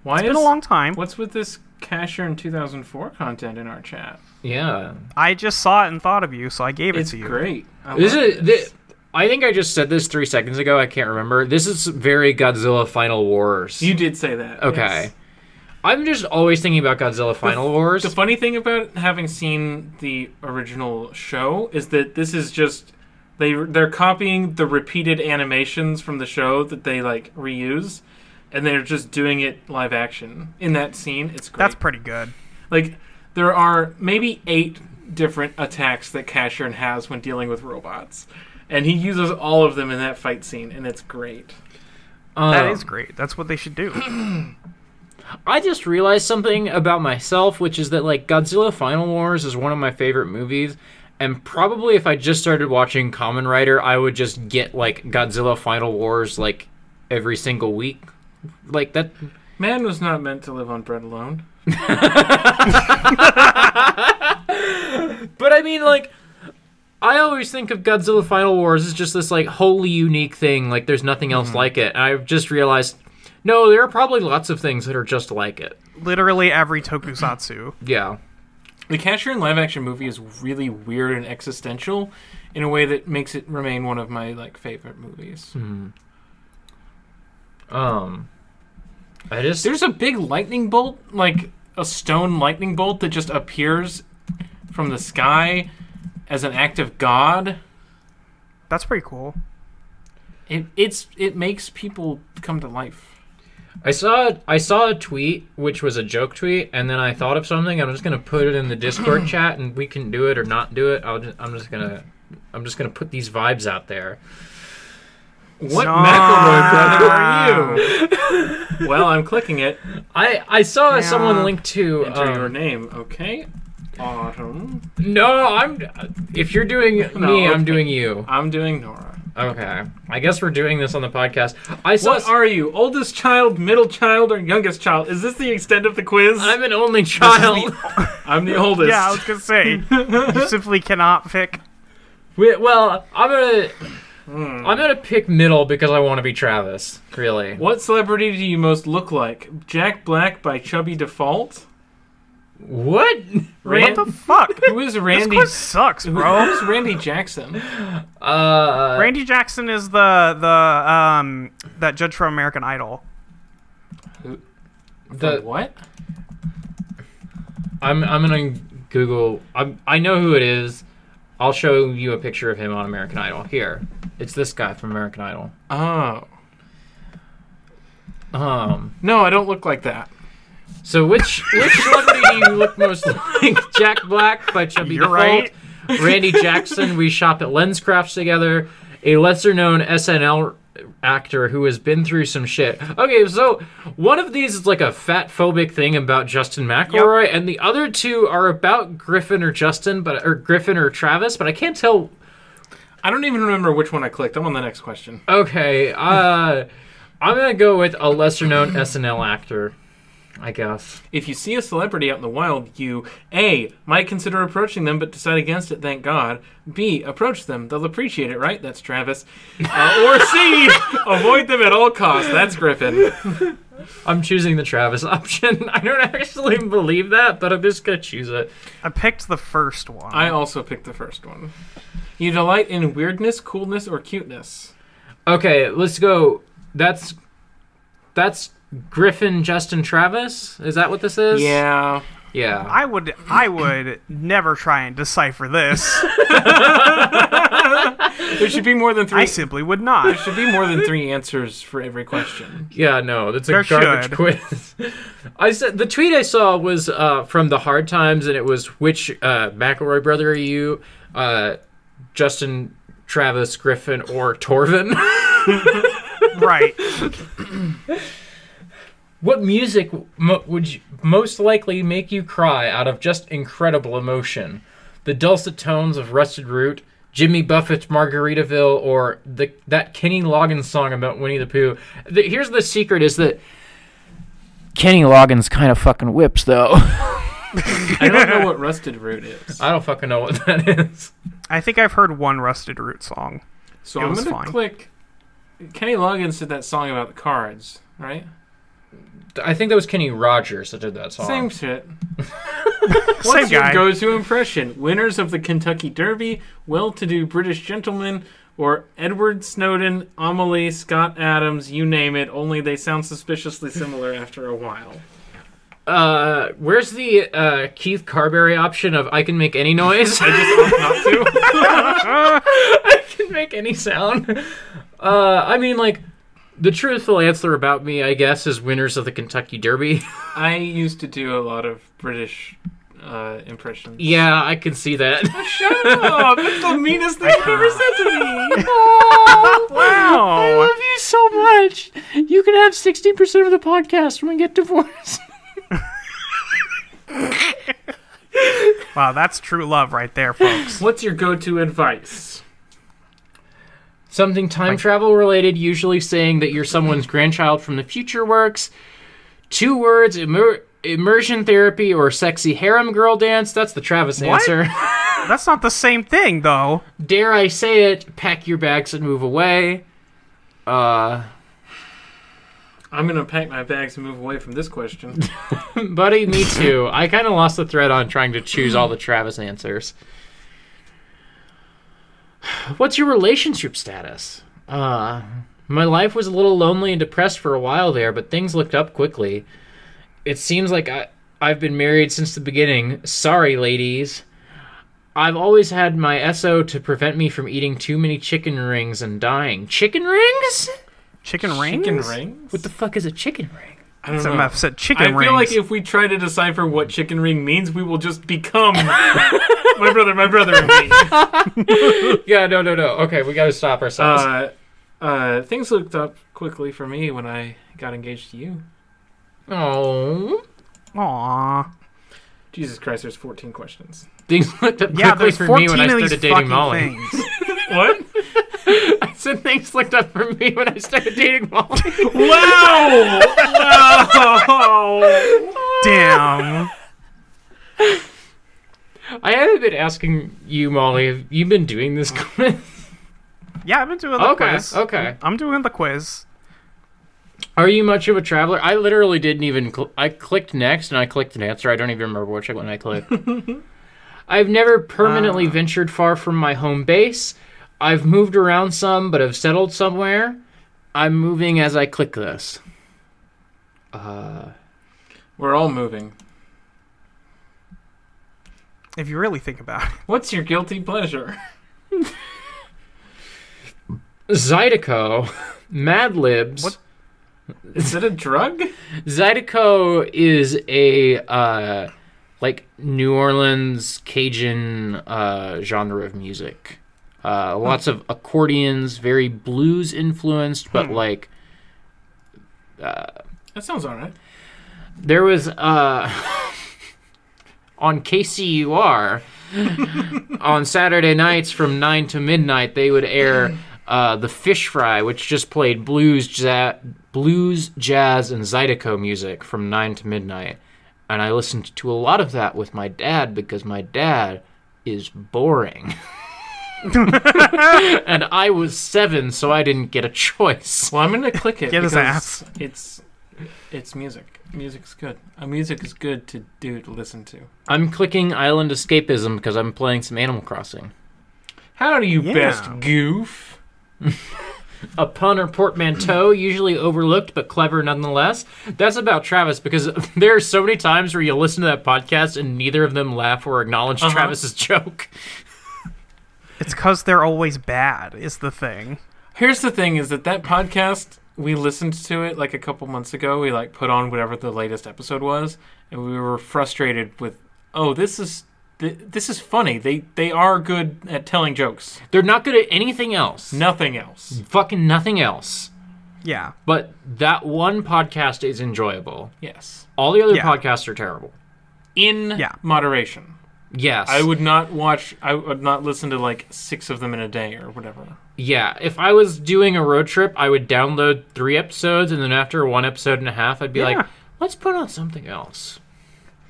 Why It's is been a long time. what's with this Casher in 2004 content in our chat? Yeah. I just saw it and thought of you, so I gave it It's to you. great. I This love is. this. Thi- I think I just said this three seconds ago. I can't remember. This is very Godzilla Final Wars. you did say that. okay. yes. I'm just always thinking about Godzilla Final Wars. The funny thing about having seen the original show is that this is just they they're copying the repeated animations from the show that they like reuse, and they're just doing it live action in that scene. It's great. That's pretty good. like there are maybe eight different attacks that Cashern has when dealing with robots, and he uses all of them in that fight scene, and it's great. That Uh, Um, is great. That's what they should do. I just realized something about myself, which is that like Godzilla Final Wars is one of my favorite movies. And probably if I just started watching Common Rider, I would just get like Godzilla Final Wars like every single week. Like that Man was not meant to live on bread alone. But I mean, like, I always think of Godzilla Final Wars as just this, like, wholly unique thing. Like, there's nothing Mm-hmm. else like it. And I've just realized, no, there are probably lots of things that are just like it. Literally every tokusatsu. Yeah. The Catcher in live action movie is really weird and existential in a way that makes it remain one of my like favorite movies. Um, I just. There's a big lightning bolt, like a stone lightning bolt that just appears from the sky as an act of God. That's pretty cool. It it's it makes people come to life. I saw I saw a tweet which was a joke tweet, and then I thought of something. I'm just gonna put it in the Discord chat, and we can do it or not do it. I'll just, I'm just gonna I'm just gonna put these vibes out there. What Stop. McElroy brother are you? well, I'm clicking it. I I saw someone Yeah. link to Enter um, your name, okay? Autumn. No, I'm. If you're doing me, okay. I'm doing you. I'm doing Nora. Okay. I guess we're doing this on the podcast. I saw. what are you? Oldest child, middle child, or youngest child? Is this the extent of the quiz? I'm an only child. I'm the oldest. Yeah, I was gonna say you simply cannot pick. We- well, I'm gonna. I'm gonna pick middle because I want to be Travis. Really. What celebrity do you most look like? Jack Black by Chubby Default? What? Ran- What the fuck? who is This Randy? quiz sucks, who- bro. Who's Randy Jackson? Uh. Randy Jackson is the the um that judge from American Idol. The- what? I'm. I'm gonna Google. I'm. I know who it is. I'll show you a picture of him on American Idol. Here, it's this guy from American Idol. Oh Um. no, I don't look like that. So which which celebrity do you look most like? Jack Black by Chubby You're Default. right. Randy Jackson. We shop at Lenscrafts together. A lesser known SNL actor who has been through some shit. Okay, so one of these is like a fat phobic thing about Justin McElroy, and the other two are about Griffin or Justin, but or Griffin or Travis, but I can't tell. I don't even remember which one I clicked. I'm on the next question. Okay, uh, I'm gonna go with a lesser known SNL actor, I guess. If you see a celebrity out in the wild, you A. Might consider approaching them but decide against it, thank God. B. Approach them. They'll appreciate it, right? That's Travis. Uh, or C. Avoid them at all costs. That's Griffin. I'm choosing the Travis option. I don't actually believe that, but I'm just gonna choose it. I picked the first one. I also picked the first one. You delight in weirdness, coolness, or cuteness. Okay, let's go. That's that's Griffin Justin Travis. Is that what this is? Yeah. Yeah. I would I would never try and decipher this. There should be more than three. I simply would not. There should be more than three answers for every question. Yeah, no, that's a There garbage should. quiz. I said the tweet I saw was uh, from the Hard Times, and it was which uh, McElroy brother are you, uh, Justin Travis Griffin or Torvin? Right. what music mo- would you most likely make you cry out of just incredible emotion? The dulcet tones of Rusted Root, Jimmy Buffett's Margaritaville, or the that Kenny Loggins song about Winnie the Pooh. The, here's the secret: is that Kenny Loggins kind of fucking whips though. I don't know what rusted root is, I don't fucking know what that is. I think I've heard one Rusted Root song. so It I'm was gonna fine. click. Kenny Loggins did that song about the cards, right? I think that was Kenny Rogers that did that song. Same shit. Oh. Same What's your guy. go-to impression? Winners of the Kentucky Derby, well-to-do British gentlemen, or Edward Snowden, Amelie, Scott Adams, you name it, only they sound suspiciously similar after a while. Uh, where's the uh, Keith Carberry option of I can make any noise? Not to? can make any sound. Uh, I mean, like, the truthful answer about me, I guess, is winners of the Kentucky Derby. I used to do a lot of British uh, impressions. yeah, I can see that. Shut up! That's the meanest thing you've ever said to me! Wow. Oh, you so much. You can have 60% of the podcast when we get divorced. Wow, that's true love right there, folks. What's your go-to advice? Something time travel related, usually saying that you're someone's grandchild from the future works. Two words, immer- immersion therapy or sexy harem girl dance. That's the Travis answer. That's not the same thing though. dare I say it, pack your bags and move away. Uh, I'm gonna pack my bags and move away from this question. buddy, me too. I kind of lost the thread on trying to choose all the Travis answers. What's your relationship status? Uh, my life was a little lonely and depressed for a while there, but things looked up quickly. It seems like I, I've been married since the beginning. Sorry, ladies. I've always had my SO to prevent me from eating too many chicken rings and dying. Chicken rings? Chicken rings? Chicken rings? What the fuck is a chicken ring? I don't Some know. F said chicken I rings. feel like if we try to decipher what chicken ring means, we will just become my brother, my brother, and me. Yeah, no, no, no. Okay, we gotta stop ourselves. Uh, uh, things looked up quickly for me when I got engaged to you. oh, Aw. Jesus Christ, there's 14 questions. things looked up Yeah, quickly there's for 14 me when I of these started fucking dating Molly. things. What? I said things looked up for me when I started dating Molly. wow! Wow! Damn. I haven't been asking you, Molly. Have you been doing this quiz? Yeah, I've been doing the okay, quiz. okay. I'm doing the quiz. Are you much of a traveler? I literally didn't even. Cl- I clicked next and I clicked an answer. I don't even remember which one I clicked. I've never Ah. permanently ventured far from my home base. I've moved around some, but have settled somewhere. I'm moving as I click this. Uh, We're all moving. If you really think about it. What's your guilty pleasure? Zydeco, Mad Libs. What? Is it a drug? Zydeco is a uh, like New Orleans Cajun uh, genre of music. Uh, lots of accordions, very blues influenced, but like That sounds alright. there was uh, on KCUR on Saturday nights from nine to midnight they would air uh, the Fish Fry, which just played blues, ja- blues, jazz, and zydeco music from nine to midnight, and I listened to a lot of that with my dad because my dad is boring. and I was seven, so I didn't get a choice. Well, I'm gonna click it. Get his because It's, it's music. Music's good. Uh, music is good to do to listen to. I'm clicking Island Escapism because I'm playing some Animal Crossing. How do you Yeah. best goof? a pun or portmanteau, usually overlooked but clever nonetheless. That's about Travis because there are so many times where you listen to that podcast and neither of them laugh or acknowledge Uh-huh. Travis's joke. It's because they're always bad, is the thing. Here's the thing: is that that podcast we listened to it like a couple months ago. We like put on whatever the latest episode was, and we were frustrated with, oh, this is th- this is funny. They they are good at telling jokes. They're not good at anything else. Nothing else. Fucking nothing else. Yeah. But that one podcast is enjoyable. Yes. All the other Yeah. podcasts are terrible. In Yeah. moderation. Yes. I would not watch. I would not listen to like six of them in a day or whatever. Yeah, if I was doing a road trip, I would download three episodes, and then after one episode and a half, I'd be like, Yeah. let's put on something else.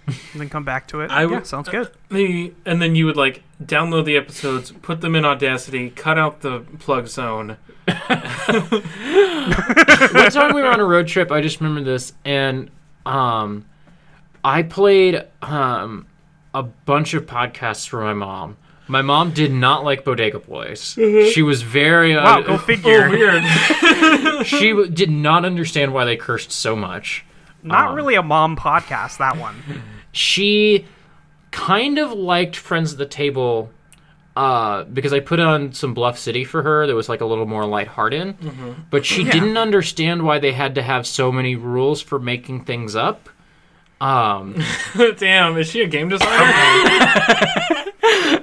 And then come back to it. I yeah, would- sounds good. The and then you would like download the episodes, put them in Audacity, cut out the plug zone. One time we were on a road trip, I just remember this, and um, I played um, a bunch of podcasts for my mom. My mom did not like Bodega Boys. She was very uh, Mm-hmm. Wow, go figure. Weird. she w- did not understand why they cursed so much. Not oh. really a mom podcast, that one. she kind of liked Friends of the Table uh, because I put on some Bluff City for her that was like a little more lighthearted. Mm-hmm. But she didn't understand why they had to have so many rules for making things up. Um, Damn, is she a game designer?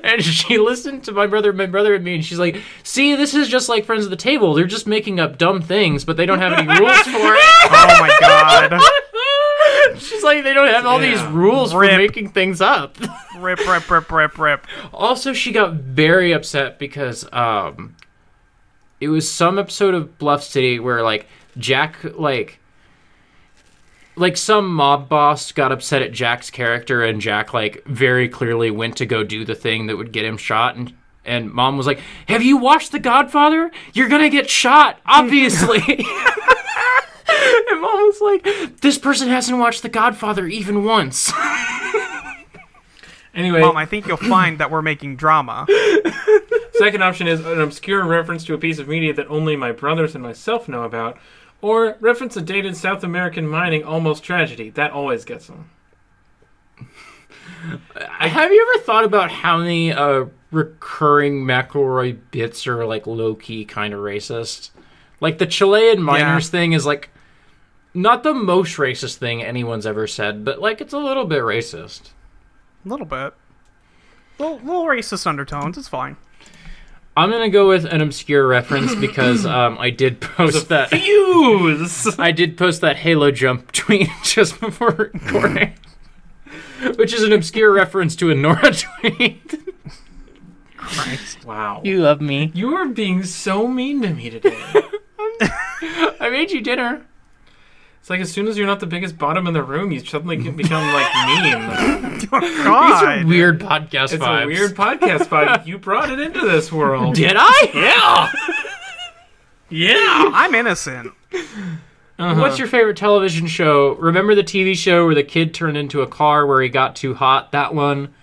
and she listened to my brother, my brother and me, and she's like, "See, this is just like Friends of the Table. They're just making up dumb things, but they don't have any rules for it." Oh my god. she's like, "They don't have all these Yeah. rules for Rip. making things up." Rip, rip, rip, rip, rip. Also, she got very upset because um, it was some episode of Bluff City where like Jack like like some mob boss got upset at Jack's character and Jack like very clearly went to go do the thing that would get him shot and and mom was like, "Have you watched The Godfather? You're going to get shot, obviously." and mom was like, "This person hasn't watched The Godfather even once." anyway, Mom, Um, I think you'll find that we're making drama. second option is an obscure reference to a piece of media that only my brothers and myself know about, or reference a dated South American mining almost tragedy. That always gets them. Have you ever thought about how many uh, recurring McElroy bits are like low key kind of racist? Like the Chilean miners thing is like not the most racist thing anyone's ever said, but like it's a little bit racist. A little bit. Little, little racist undertones. It's fine. I'm gonna go with an obscure reference because um, I did post that Fuse. I did post that Halo jump tweet just before recording, which is an obscure reference to a Nora tweet. Wow. You love me. You are being so mean to me today. I made you dinner. It's like as soon as you're not the biggest bottom in the room, you suddenly get- become like mean. These are God. weird podcast It's vibes. a weird podcast vibe. You brought it into this world. Did I? Yeah. Yeah. I'm innocent. What's your favorite television show? Remember the TV show where the kid turned into a car where he got too hot? That one.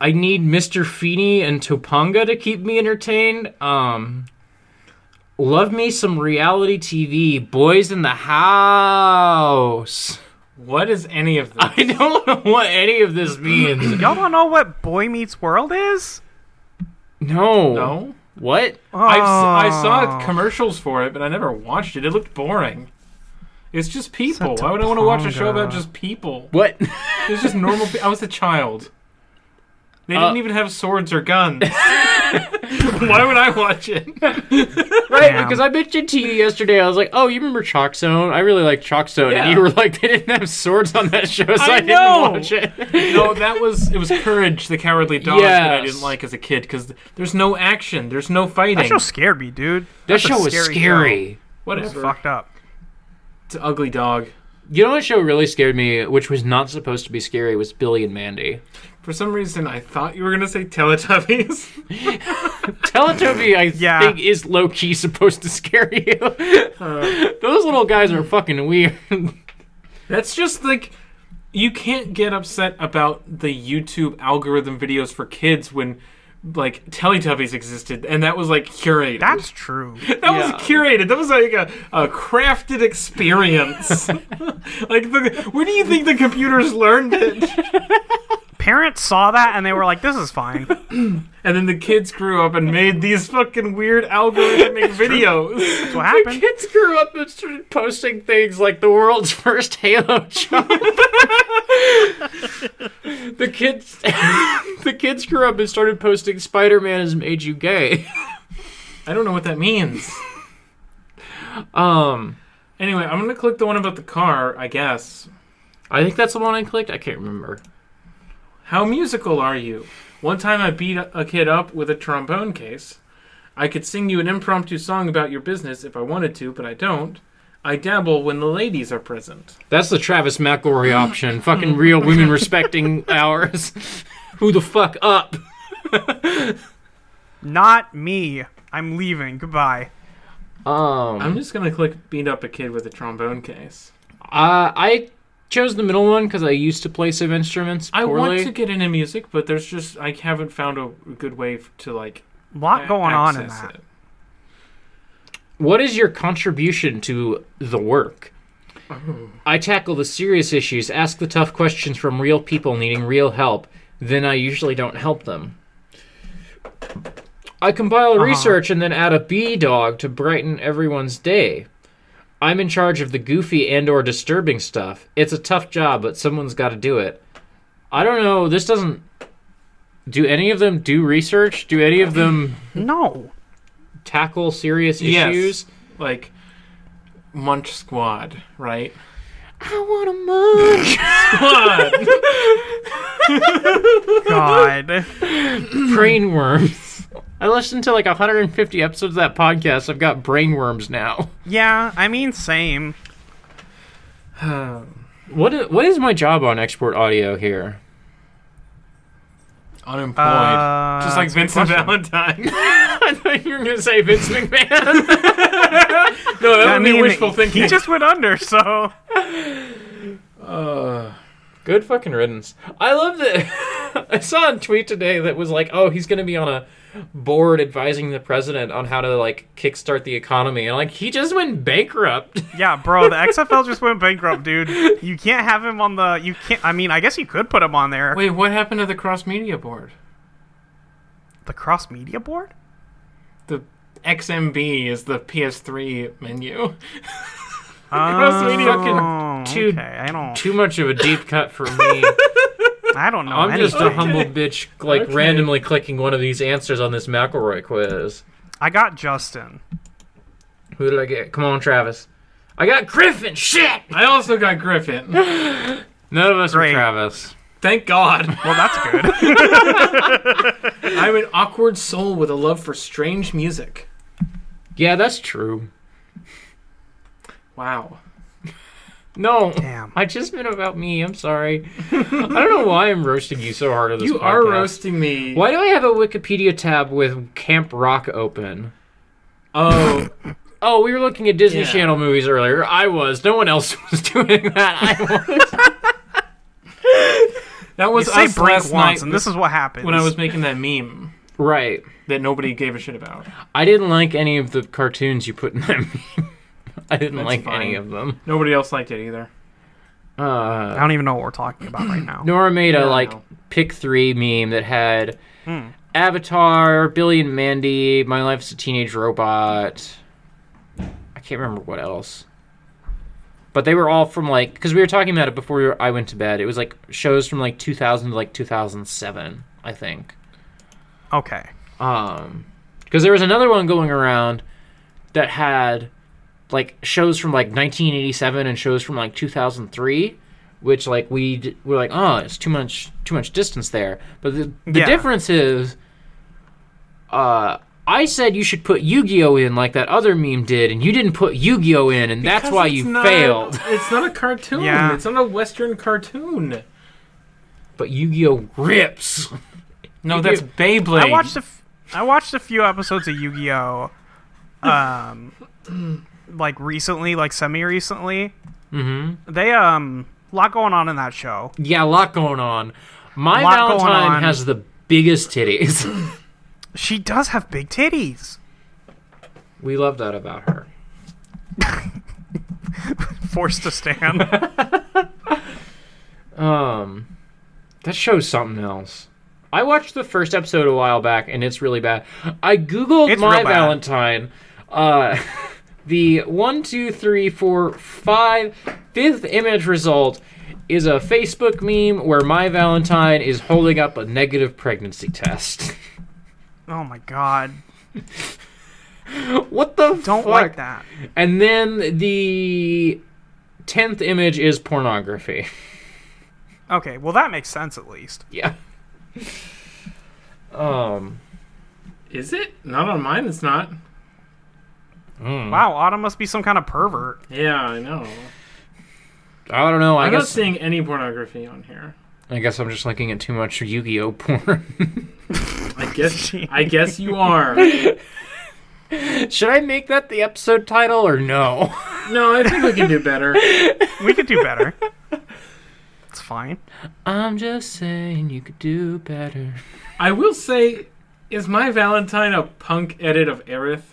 I need Mr. Feeney and Topanga to keep me entertained. Um, love me some reality TV. Boys in the house. What is any of this? I don't know what any of this means. Y'all don't know what Boy Meets World is? No. No. What? I've, si saw Oh. commercials for it, but I never watched it. It looked boring. It's just people. Such a Why would I want to watch a show ponga. about just people? What? It's just normal. Pe- I was a child. They Uh, didn't even have swords or guns. Why would I watch it? Right, Damn. because I mentioned to you yesterday, I was like, "Oh, you remember Chalk Zone? I really like Chalk Zone," and Yeah. you were like, "They didn't have swords on that show, so I, I didn't know. watch it." No, that was it was Courage the Cowardly Dog that I Yes. didn't like as a kid because there's no action, there's no That fighting. show scared me, dude. that That's a show was scary scary. show. It's Whatever. fucked up. It's an ugly dog. You know what show really scared me, which was not supposed to be scary, was Billy and Mandy. For some reason, I thought you were gonna say Teletubbies. Teletubby, I Yeah. think, is low key supposed to scare you. Those little guys are fucking weird. That's just like you can't get upset about the YouTube algorithm videos for kids when like Teletubbies existed, and that was like curated. That's true. That was Yeah. curated. That was like a, a crafted experience. like, the, where do you think the computers learned it? Parents saw that and they were like, "This is fine." And then the kids grew up and made these fucking weird algorithmic videos. That's what happened. Kids grew up and started posting things like the world's first Halo jump. the kids, the kids grew up and started posting Spider-Man has made you gay. I don't know what that means. Um, Anyway, I'm gonna click the one about the car, I guess. I think that's the one I clicked. I can't remember. How musical are you? One time I beat a a kid up with a trombone case. I could sing you an impromptu song about your business if I wanted to, but I don't. I dabble when the ladies are present. That's the Travis McElroy option. Fucking real women respecting ours. Who the fuck up? Not me. I'm leaving. Goodbye. Um, I'm just gonna click beat up a kid with a trombone case. Uh, I chose the middle one because I used to play some instruments I poorly. want to get into music, but there's just I haven't found a good way f- to like A lot a- going on in access that. it. What is your contribution to the work? I tackle the serious issues, ask the tough questions from real people needing real help, then I usually don't help them. I compile research and then add a bee dog to brighten everyone's day. I'm in charge of the goofy and or disturbing stuff. It's a tough job, but someone's got to do it. I don't know, this doesn't do any of them do research? Do any of them No. tackle serious Yes. issues? Like Munch Squad, right? I want a munch. Squad. God. brain worms. I listened to like 150 episodes of that podcast. I've got brain worms now. yeah. I mean, same. Um, What is, what is my job on Export Audio here? Unemployed, Uh, just like Vincent Valentine. I thought you were going to say Vince McMahon. No, that I would be mean, wishful thinking. he just went under. So Good fucking riddance. I love that. I saw a tweet today that was like, "Oh, he's going to be on a board advising the president on how to like kickstart the economy," and like he just went bankrupt. yeah, bro. The XFL just went bankrupt, dude. You can't have him on the. You can't. I mean, I guess you could put him on there. Wait, what happened to the cross media board? The cross media board. The XMB is the PS3 menu. Cross media- too- Oh, Okay, I don't. Too much of a deep cut for me. I don't know. I'm just a anything. humble bitch, like randomly clicking one of these answers on this McElroy quiz. I got Justin. Who did I get? Come on, Travis. I got Griffin. Shit. I also got Griffin. None of us Great. are Travis. Thank God. Well, that's good. I'm an awkward soul with a love for strange music. Yeah, that's true. Wow. No, Damn. I just been about me. I'm sorry. I don't know why I'm roasting you so hard on this. You are podcast. roasting me. Why do I have a Wikipedia tab with Camp Rock open? Oh, Oh, we were looking at Disney Yeah. Channel movies earlier. I was. No one else was doing that. I was. that was Say us brink last night once, and this is what happens. when I was making that meme right. that nobody gave a shit about. I didn't like any of the cartoons you put in that meme. I didn't That's like fine. any of them. Nobody else liked it either. Uh, I don't even know what we're talking about right now. Nora made Yeah, Hmm. a I like know. pick three meme that had Avatar, Billy and Mandy, My Life's a Teenage Robot. I can't remember what else. But they were all from like because we were talking about it before we were- I went to bed. It was like shows from like 2000 to like 2007, I think. Okay. Um, because there was another one going around that had like shows from like 1987 and shows from like 2003, which like we d- were like, oh, it's too much too much distance there. But the, the Yeah. difference is, uh. I said you should put Yu-Gi-Oh in like that other meme did, and you didn't put Yu-Gi-Oh in, and that's why Because you it's not- failed. It's not a cartoon. Yeah. It's not a Western cartoon. But Yu-Gi-Oh rips. No, You that's do- Beyblade. I watched a f- I watched a few episodes of Yu-Gi-Oh, um, like recently, like semi-recently. Mm-hmm. They um, lot going on in that show. Yeah, a lot going on. My Lot going Valentine on. has the biggest titties. She does have big titties. We love that about her. Forced to stand. Um, that show's something else. I watched the first episode a while back, and it's really bad. I googled It's my real bad. Valentine. Uh, the one, two, three, four, five, fifth image result is a Facebook meme where my Valentine is holding up a negative pregnancy test. oh my god. what the Don't fuck? like that. And then the tenth image is pornography. Okay, well that makes sense at least. yeah. Um. Is it? Not on mine, it's not. mm. Wow, Autumn must be some kind of pervert. Yeah, I know. I don't know. I I'm not guess seeing any pornography on here. I guess I'm just looking at too much Yu-Gi-Oh porn. I guess I guess you are. Should I make that the episode title or no? No, I think we can do better. We could do better. it's fine. I'm just saying you could do better. I will say, is my Valentine a punk edit of Aerith?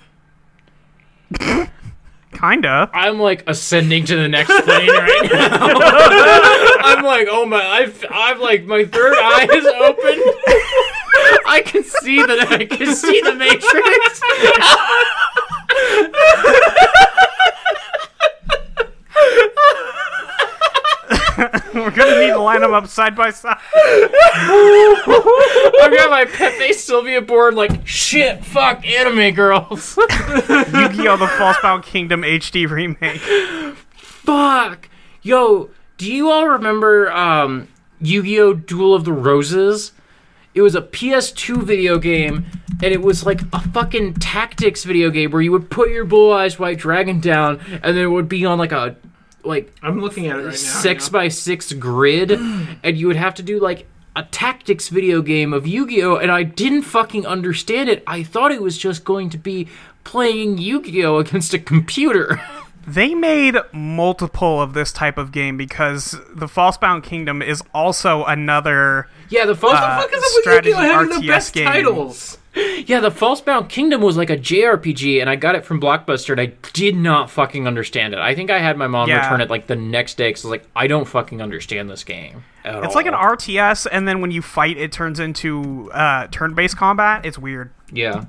Kinda. I'm like ascending to the next plane right now. I'm like, oh my, I've, I've like my third eye is open. I can see the, I can see the Matrix. We're gonna need to line them up side by side. I've got my Pepe Sylvia board. Like shit, fuck anime girls. Yu-Gi-Oh! The Falsebound Kingdom HD remake. Fuck! Yo, do you all remember um, Yu Gi Oh! Duel of the Roses? It was a PS2 video game, and it was like a fucking tactics video game where you would put your blue eyes white dragon down, and then it would be on like a like I'm looking at it right now. six by six grid, and you would have to do like a tactics video game of Yu Gi Oh! And I didn't fucking understand it. I thought it was just going to be playing Yu Gi Oh! against a computer. They made multiple of this type of game because the Falsebound Kingdom is also another. yeah, the phone. Uh, What the fuck is up with strategy Yu-Gi-Oh having the RTS best game. titles? Yeah, the Falsebound Kingdom was like a JRPG, and I got it from Blockbuster, and I did not fucking understand it. I think I had my mom Yeah. return it like the next day because I was like, I don't fucking understand this game. at It's like an all. RTS, and then when you fight, it turns into uh, turn-based combat. It's weird. Yeah.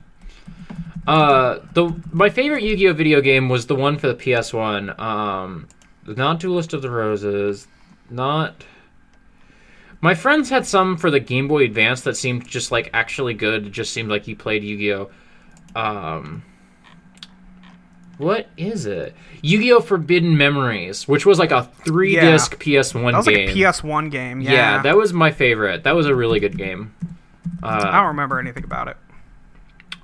Uh, the my favorite Yu-Gi-Oh video game was the one for the PS1. Um, not Duelist of the Roses, not. My friends had some for the Game Boy Advance that seemed just like actually good. It just seemed like you played Yu-Gi-Oh. Um, what is it? Yu-Gi-Oh Forbidden Memories, which was like a three disc PS1 That was game. like a PS1 game. Yeah, yeah. that was my favorite. That was a really good game. I don't remember anything about it.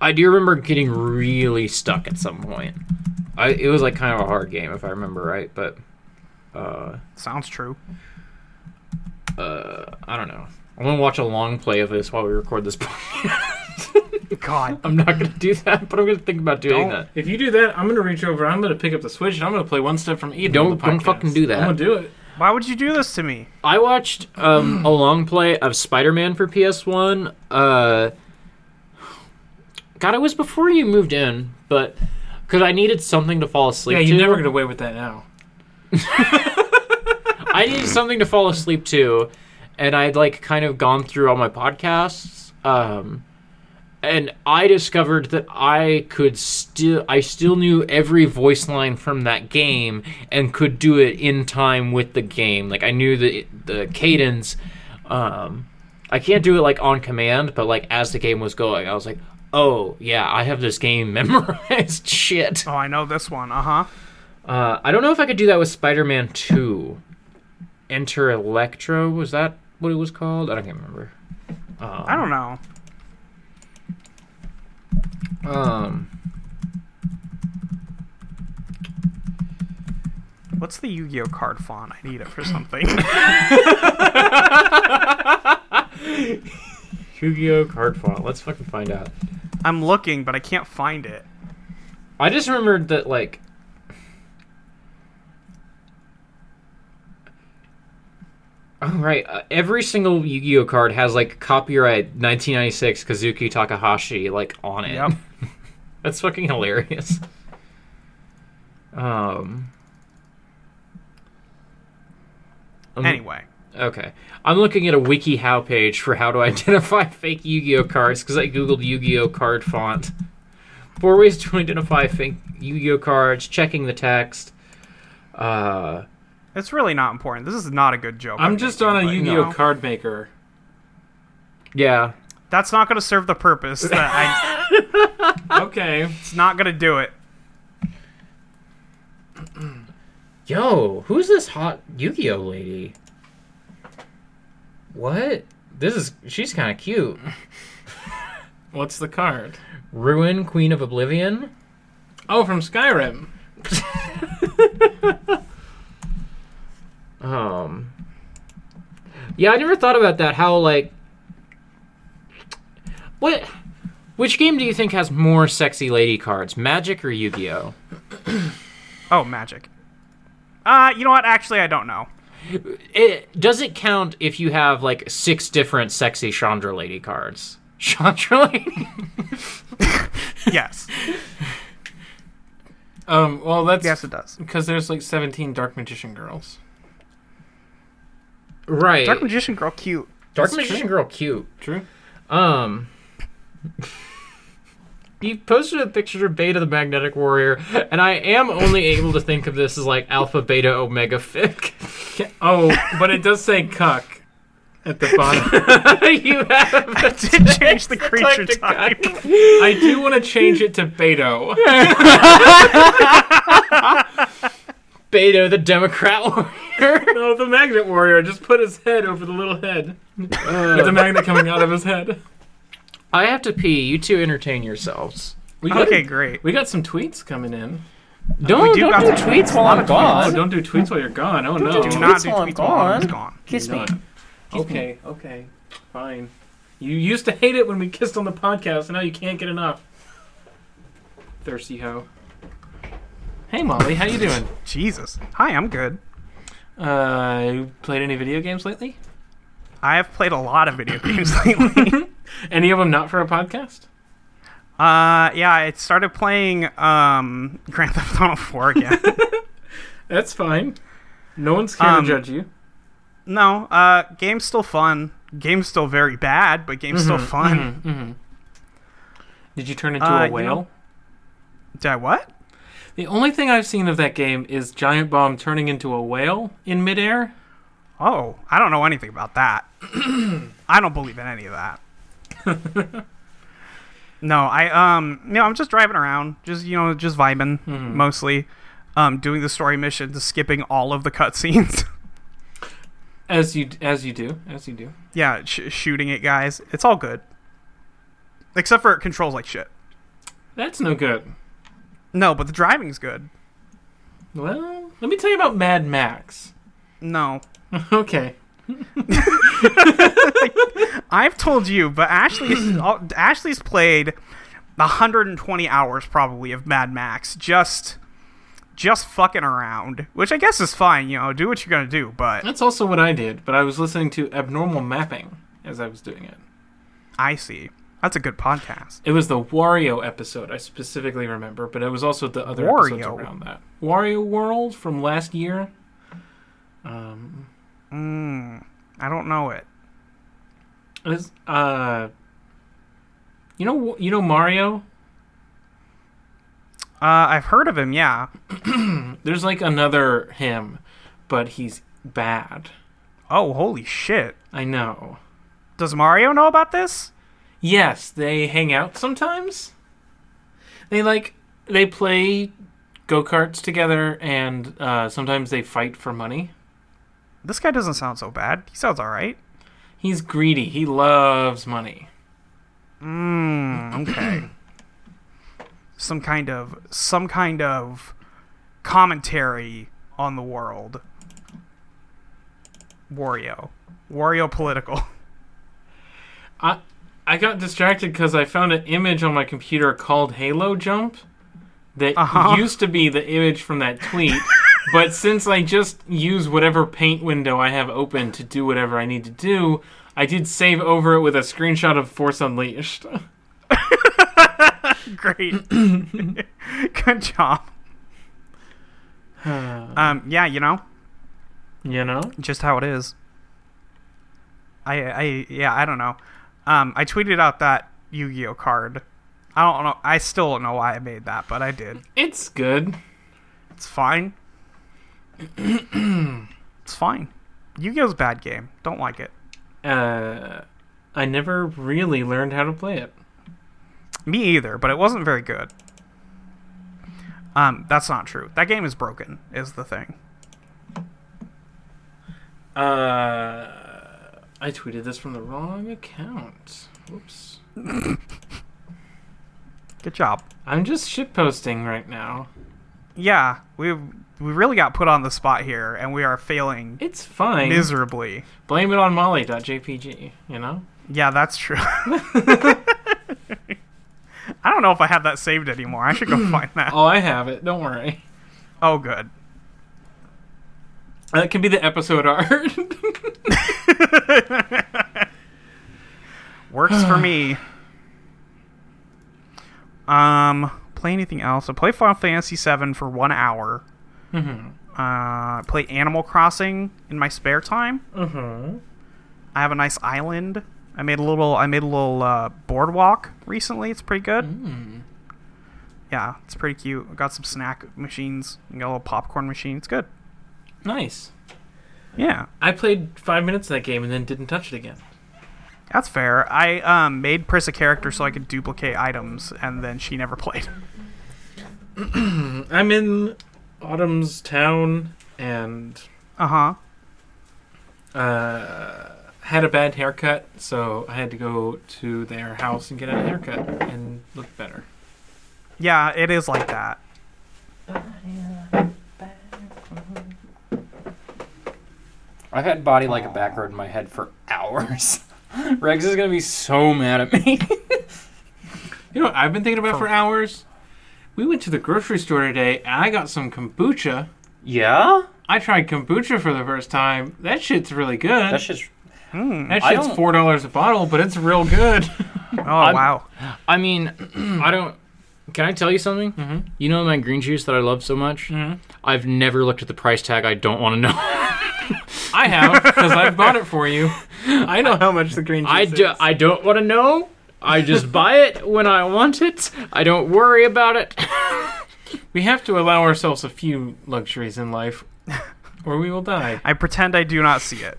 I do remember getting really stuck at some point. I it was like kind of a hard game if I remember right, but uh, Sounds true. uh, I don't know. I'm gonna watch a long play of this while we record this podcast. God, I'm not gonna do that, but I'm gonna think about doing Don't. that. If you do that, I'm gonna reach over. I'm gonna pick up the Switch and I'm gonna play One Step from Eden. Don't- on the don't podcast. fucking do that. I'm gonna do it. why would you do this to me? I watched um, a long play of Spider-Man for PS1. Uh, God, it was before you moved in, but because I needed something to fall asleep Yeah, to. you're never gonna get away with that now. I needed something to fall asleep to, and I'd like kind of gone through all my podcasts, um, and I discovered that I could still I still knew every voice line from that game and could do it in time with the game. Like I knew the the cadence. Um, I can't do it like on command, but like as the game was going, I was like, oh yeah, I have this game memorized. Shit. Oh, I know this one. Uh huh. Uh, I don't know if I could do that with Spider-Man Two. Enter Electro was that what it was called? I don't even remember. I don't know. Um, What's the Yu-Gi-Oh card font? I need it for something. Yu-Gi-Oh card font. Let's fucking find out. I'm looking, but I can't find it. I just remembered that like. Oh, right. Uh, every single Yu Gi Oh card has like copyright 1996 Kazuki Takahashi like on it. Yep. Mm-hmm. That's fucking hilarious. Um. I'm- Anyway, Okay. I'm looking at a WikiHow page for how to identify fake Yu Gi Oh cards because I Googled Yu Gi Oh card font. Four ways to identify fake Yu Gi Oh cards, checking the text. Uh, it's really not important. This is not a good joke. I'm just on a making, Yu but, Gi you Oh know, card maker. yeah. That's not going to serve the purpose. That I, Ah. Okay. it's not going to do it. Yo, who's this hot Yu Gi Oh lady? What? This is. She's kind of cute. What's the card? Ruin, Queen of Oblivion? Oh, from Skyrim. Um. Yeah, I never thought about that. How like, what? Which game do you think has more sexy lady cards, Magic or Yu-Gi-Oh? Oh, magic. Uh, you know what? Actually, I don't know. It does it count if you have like six different sexy Chandra lady cards? Chandra lady. Yes. Um, well, that's yes, it does. because there's like 17 Dark Magician girls. right. Dark Magician Girl, cute. Dark Magician Girl, cute. True. Um. You posted a picture of Beta the Magnetic Warrior, and I am only able to think of this as like Alpha Beta Omega Fic. Oh, but it does say cuck at the bottom. you have Did change the creature to type. I do want to change it to Beto. Beto the Democrat Warrior. No, the magnet warrior just put his head over the little head. Uh, With the magnet coming out of his head. I have to pee. You two entertain yourselves. We got, Okay, great. We got some tweets coming in. Don't do do not got do some tweets while I'm Oh, gone. don't do tweets while you're gone. Oh no. Do Tweets not do while I'm tweets while I'm gone. gone. Kiss Not. Okay, okay, fine. You used to hate it when we kissed on the podcast, and now you can't get enough. Thirsty hoe. Hey Molly, how you doing? Jesus. Hi, I'm good. Uh, you played any video games lately? I have played a lot of video games lately. Any of them not for a podcast? Uh, yeah, I started playing um Grand Theft Auto 4 again. That's fine. No one's here Um, to judge you. no, uh, game's still fun. Game's still very bad, but game's still fun. Mm-hmm. Did you turn into Uh, a you whale? know- Did I what? The only thing I've seen of that game is Giant Bomb turning into a whale in midair. Oh, I don't know anything about that. I don't believe in any of that. no, I um, you know, I'm just driving around, just you know, just vibing mostly, um, doing the story missions, skipping all of the cutscenes. As you as you do, as you do. yeah, sh- shooting at guys. It's all good, except for it controls like shit. That's no good. No, but the driving's good. Well, let me tell you about Mad Max. No, Okay. I've told you, but Ashley's all- Ashley's played 120 hours probably of Mad Max just just fucking around, which I guess is fine, you know, do what you're going to do, but That's also what I did, but I was listening to Abnormal Mapping as I was doing it. I see. That's a good podcast. It was the Wario episode I specifically remember, but it was also the other episodes Wario? around that. Wario World from last year. Um, Mm, I don't know it. is uh, you know you know Mario. Uh, I've heard of him, yeah. There's like another him, but he's bad. Oh, holy shit. I know. Does Mario know about this? Yes, they hang out sometimes. They like they play go karts together, and uh, sometimes they fight for money. This guy doesn't sound so bad. He sounds all right. He's greedy. He loves money. Mm, okay. some kind of some kind of commentary on the world. Wario. Wario political. I I got distracted because I found an image on my computer called Halo Jump that Uh-huh. used to be the image from that tweet, but since I just use whatever paint window I have open to do whatever I need to do, I did save over it with a screenshot of Force Unleashed. Great. Good job. um, yeah, you know, You know? just how it is. I, I, yeah, I don't know. Um, I tweeted out that Yu-Gi-Oh card. I don't know. I still don't know why I made that, but I did. It's good. It's fine. it's fine. Yu-Gi-Oh's a bad game. Don't like it. Uh, I never really learned how to play it. Me either, but it wasn't very good. Um, that's not true. That game is broken. Is the thing. Uh, I tweeted this from the wrong account. Whoops. Good job. I'm just shitposting right now. Yeah, we we really got put on the spot here, and we are failing It's fine. miserably. Blame it on Molly.jpg, you know? Yeah, that's true. I don't know if I have that saved anymore. I should go find that. Oh, I have it. Don't worry. Oh, good. That could be the episode art. Works for me. Um, play anything else? I play Final Fantasy VII for one hour. Uh, I play Animal Crossing in my spare time. Mhm. I have a nice island. I made a little. I made a little uh, boardwalk recently. It's pretty good. Yeah, it's pretty cute. I got some snack machines. I got a little popcorn machine. It's good. Nice. Yeah. I played five minutes of that game and then didn't touch it again. That's fair. I um, made Pris a character so I could duplicate items, and then she never played. I'm in Autumn's town and Uh huh. uh, had a bad haircut, so I had to go to their house and get a haircut and look better. Yeah, it is like that. I've had body like a back road in my head for hours. Rex is gonna be so mad at me. You know what I've been thinking about for hours? We went to the grocery store today and I got some kombucha. yeah, I tried kombucha for the first time. That shit's really good. that's just. That I shit's don't- four dollars a bottle, but it's real good. Oh wow. I mean, I don't. Can I tell you something? Mm-hmm. You know my green juice that I love so much. Mm-hmm. I've never looked at the price tag. I don't want to know. I have because I've bought it for you. I know how much the green juice I is. do, I don't want to know. I just buy it when I want it. I don't worry about it. we have to allow ourselves a few luxuries in life, or we will die. I pretend I do not see it.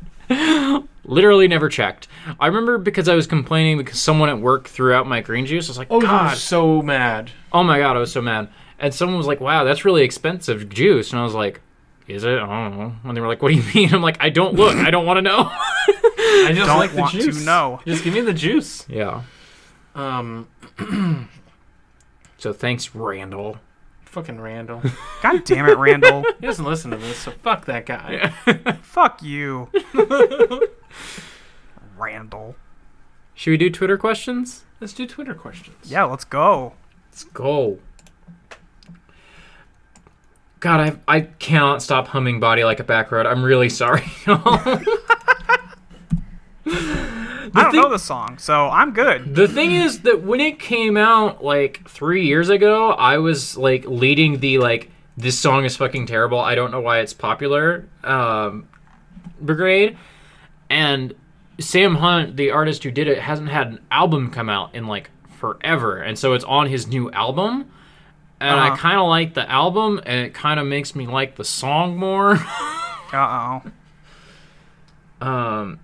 Literally never checked. I remember because I was complaining because someone at work threw out my green juice. I was like, Oh, God, God, so mad. oh my God, I was so mad. And someone was like, wow, that's really expensive juice. And I was like, is it? I don't know. And they were like, what do you mean? I'm like, I don't look. I don't want to know. I just Don't like the want to juice. know. Just give me the juice. yeah. Um, So thanks, Randall. fucking Randall. God damn it, Randall. He doesn't listen to this, so fuck that guy. Fuck you. Randall. Should we do Twitter questions? Let's do Twitter questions. Yeah, let's go. Let's go. God, I I cannot stop humming "Body Like a Back Road." I'm really sorry. I don't thing- know the song, so I'm good. the thing is that when it came out like three years ago, I was like leading the like this song is fucking terrible. I don't know why it's popular. Um, brigade and Sam Hunt, the artist who did it, hasn't had an album come out in like forever, and so it's on his new album. And I Uh-huh. kind of like the album, and it kind of makes me like the song more. Uh oh. um,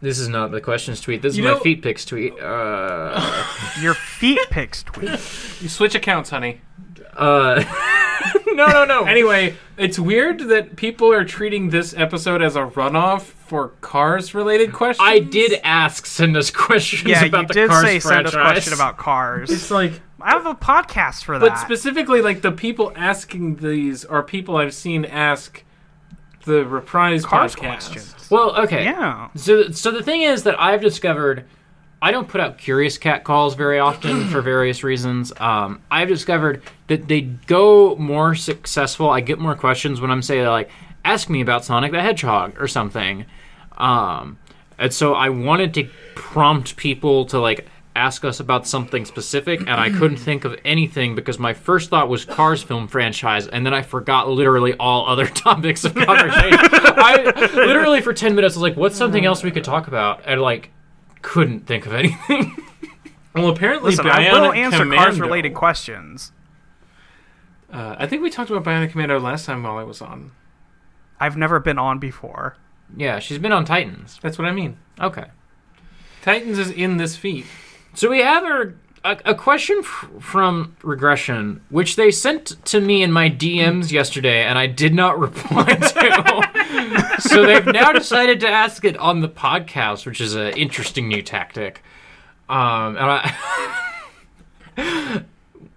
this is not the questions tweet. This is You my know- feet picks tweet. Uh, Your feet picks tweet. You switch accounts, honey. uh, No, no, no. anyway, it's weird that people are treating this episode as a runoff for cars-related questions. I did ask send us questions Yeah, about you the did Cars say send us a franchise. question about cars. It's like, I have a podcast for that. but specifically, like the people asking these are people I've seen ask the reprise cars podcast. questions. Well, okay. Yeah. So, so the thing is that I've discovered I don't put out curious cat calls very often for various reasons. Um, I've discovered that they go more successful. I get more questions when I'm saying like, "Ask me about Sonic the Hedgehog" or something. Um, and so I wanted to prompt people to like ask us about something specific, and I couldn't think of anything because my first thought was Cars film franchise, and then I forgot literally all other topics of conversation. I literally for ten minutes I was like, "What's something else we could talk about?" and like couldn't think of anything. Well, apparently, Listen, I Bionic will answer Commando. cars related questions. Uh, I think we talked about Bionic Commando last time while I was on. I've never been on before. yeah, she's been on Titans. That's what I mean. Okay. Titans is in this feat. So we have a, a, a question f- from Regression, which they sent to me in my DMs yesterday, and I did not reply to. so they've now decided to ask it on the podcast, which is an interesting new tactic. Um, and I.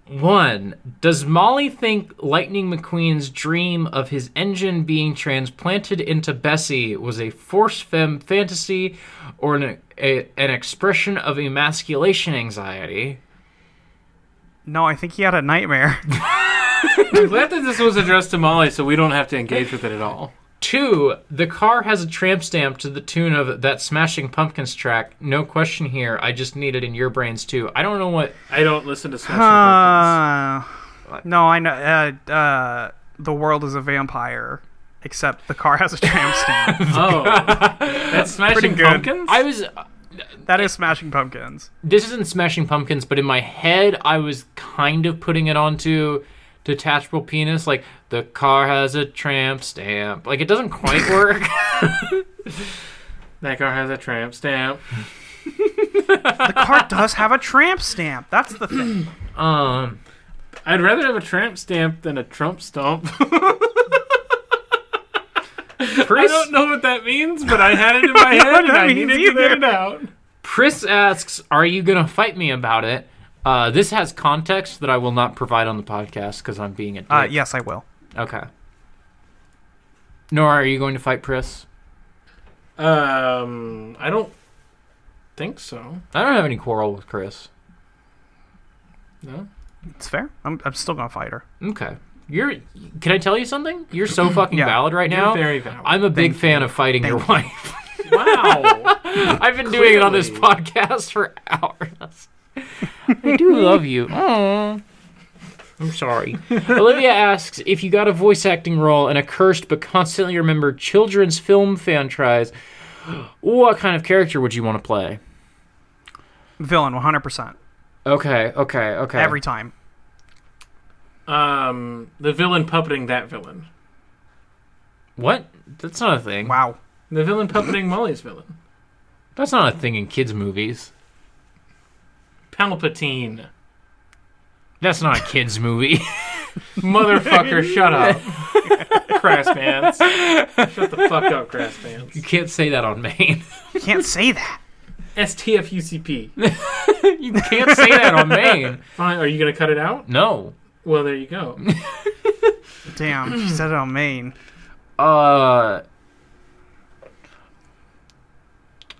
One, does Molly think Lightning McQueen's dream of his engine being transplanted into Bessie was a force femme fantasy or an, a, an expression of emasculation anxiety? No, I think he had a nightmare. I'm glad that this was addressed to Molly, so we don't have to engage with it at all. Two, the car has a tramp stamp to the tune of that Smashing Pumpkins track. No question here. I just need it in your brains too. I don't know what. I don't listen to Smashing Pumpkins. Uh, no, I know. Uh, uh, the world is a vampire, except the car has a tram stamp. Oh, that's Smashing good. Pumpkins. I was. that is Smashing Pumpkins. This isn't Smashing Pumpkins, but in my head, I was kind of putting it onto detachable penis. Like the car has a tramp stamp. Like it doesn't quite work. that car has a tramp stamp. The car does have a tramp stamp. That's the thing. um. I'd rather have a tramp stamp than a Trump stump. I Chris, don't know what that means, but I had it in my I don't know head what and that I means needed to get either. it out. Chris asks, "Are you gonna fight me about it?" Uh, this has context that I will not provide on the podcast because I'm being a dick. Uh, yes, I will. Okay. Nora, are you going to fight Pris? Um, I don't think so. I don't have any quarrel with Chris. No. It's fair. I'm, I'm still gonna fight her. Okay. You're. Can I tell you something? You're so fucking Yeah. valid right now. You're very valid. I'm a big Thank fan of fighting your Thank wife. wow. I've been doing it on this Clearly. podcast for hours. I do love you. Aw. I'm sorry. Olivia asks if you got a voice acting role in a cursed but constantly remembered children's film franchise. What kind of character would you want to play? Villain, 100 percent Okay, okay, okay. every time. um, the villain puppeting that villain. What? That's not a thing. Wow. The villain puppeting Molly's villain. That's not a thing in kids' movies. Palpatine. That's not a kids' movie. Motherfucker, shut up. Crass pants. Shut the fuck up, crass pants. you can't say that on Maine. You can't say that. STFUCP. you can't say that on Maine. Fine, are you gonna cut it out? No. Well, there you go. Damn, she said it on Maine. Uh.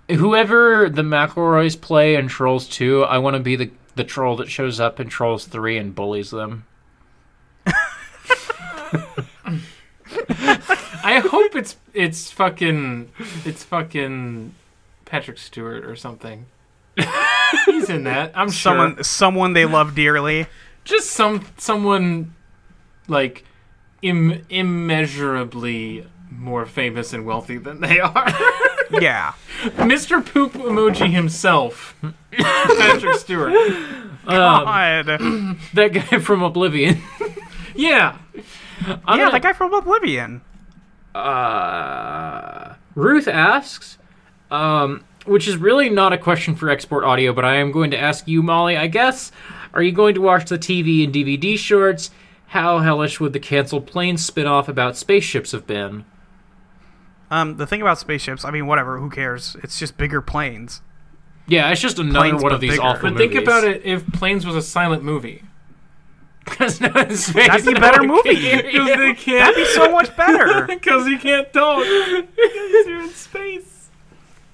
Whoever the McElroys play in Trolls 2, I want to be the, the troll that shows up in Trolls 3 and bullies them. I hope it's it's fucking it's fucking Patrick Stewart or something. He's in that. I'm sure. Someone, someone they love dearly. just some someone like Im- immeasurably more famous and wealthy than they are. Yeah. Mr. Poop Emoji himself, Patrick Stewart. Um, God. that guy from Oblivion. Yeah, I'm yeah, gonna- the guy from Oblivion. Uh, Ruth asks, um, which is really not a question for export audio, but I am going to ask you, Molly, I guess. Are you going to watch the TV and DVD shorts? How hellish would the canceled plane spin off about spaceships have been? Um, the thing about spaceships, I mean, whatever, who cares? It's just bigger planes. Yeah, it's just another Planes, one but of these bigger. awful but movies. think about it. If Planes was a silent movie, That's not in space. That'd be a No better one movie. can hear you. because they That'd be can't, so much better. because you can't talk. Because you're in space.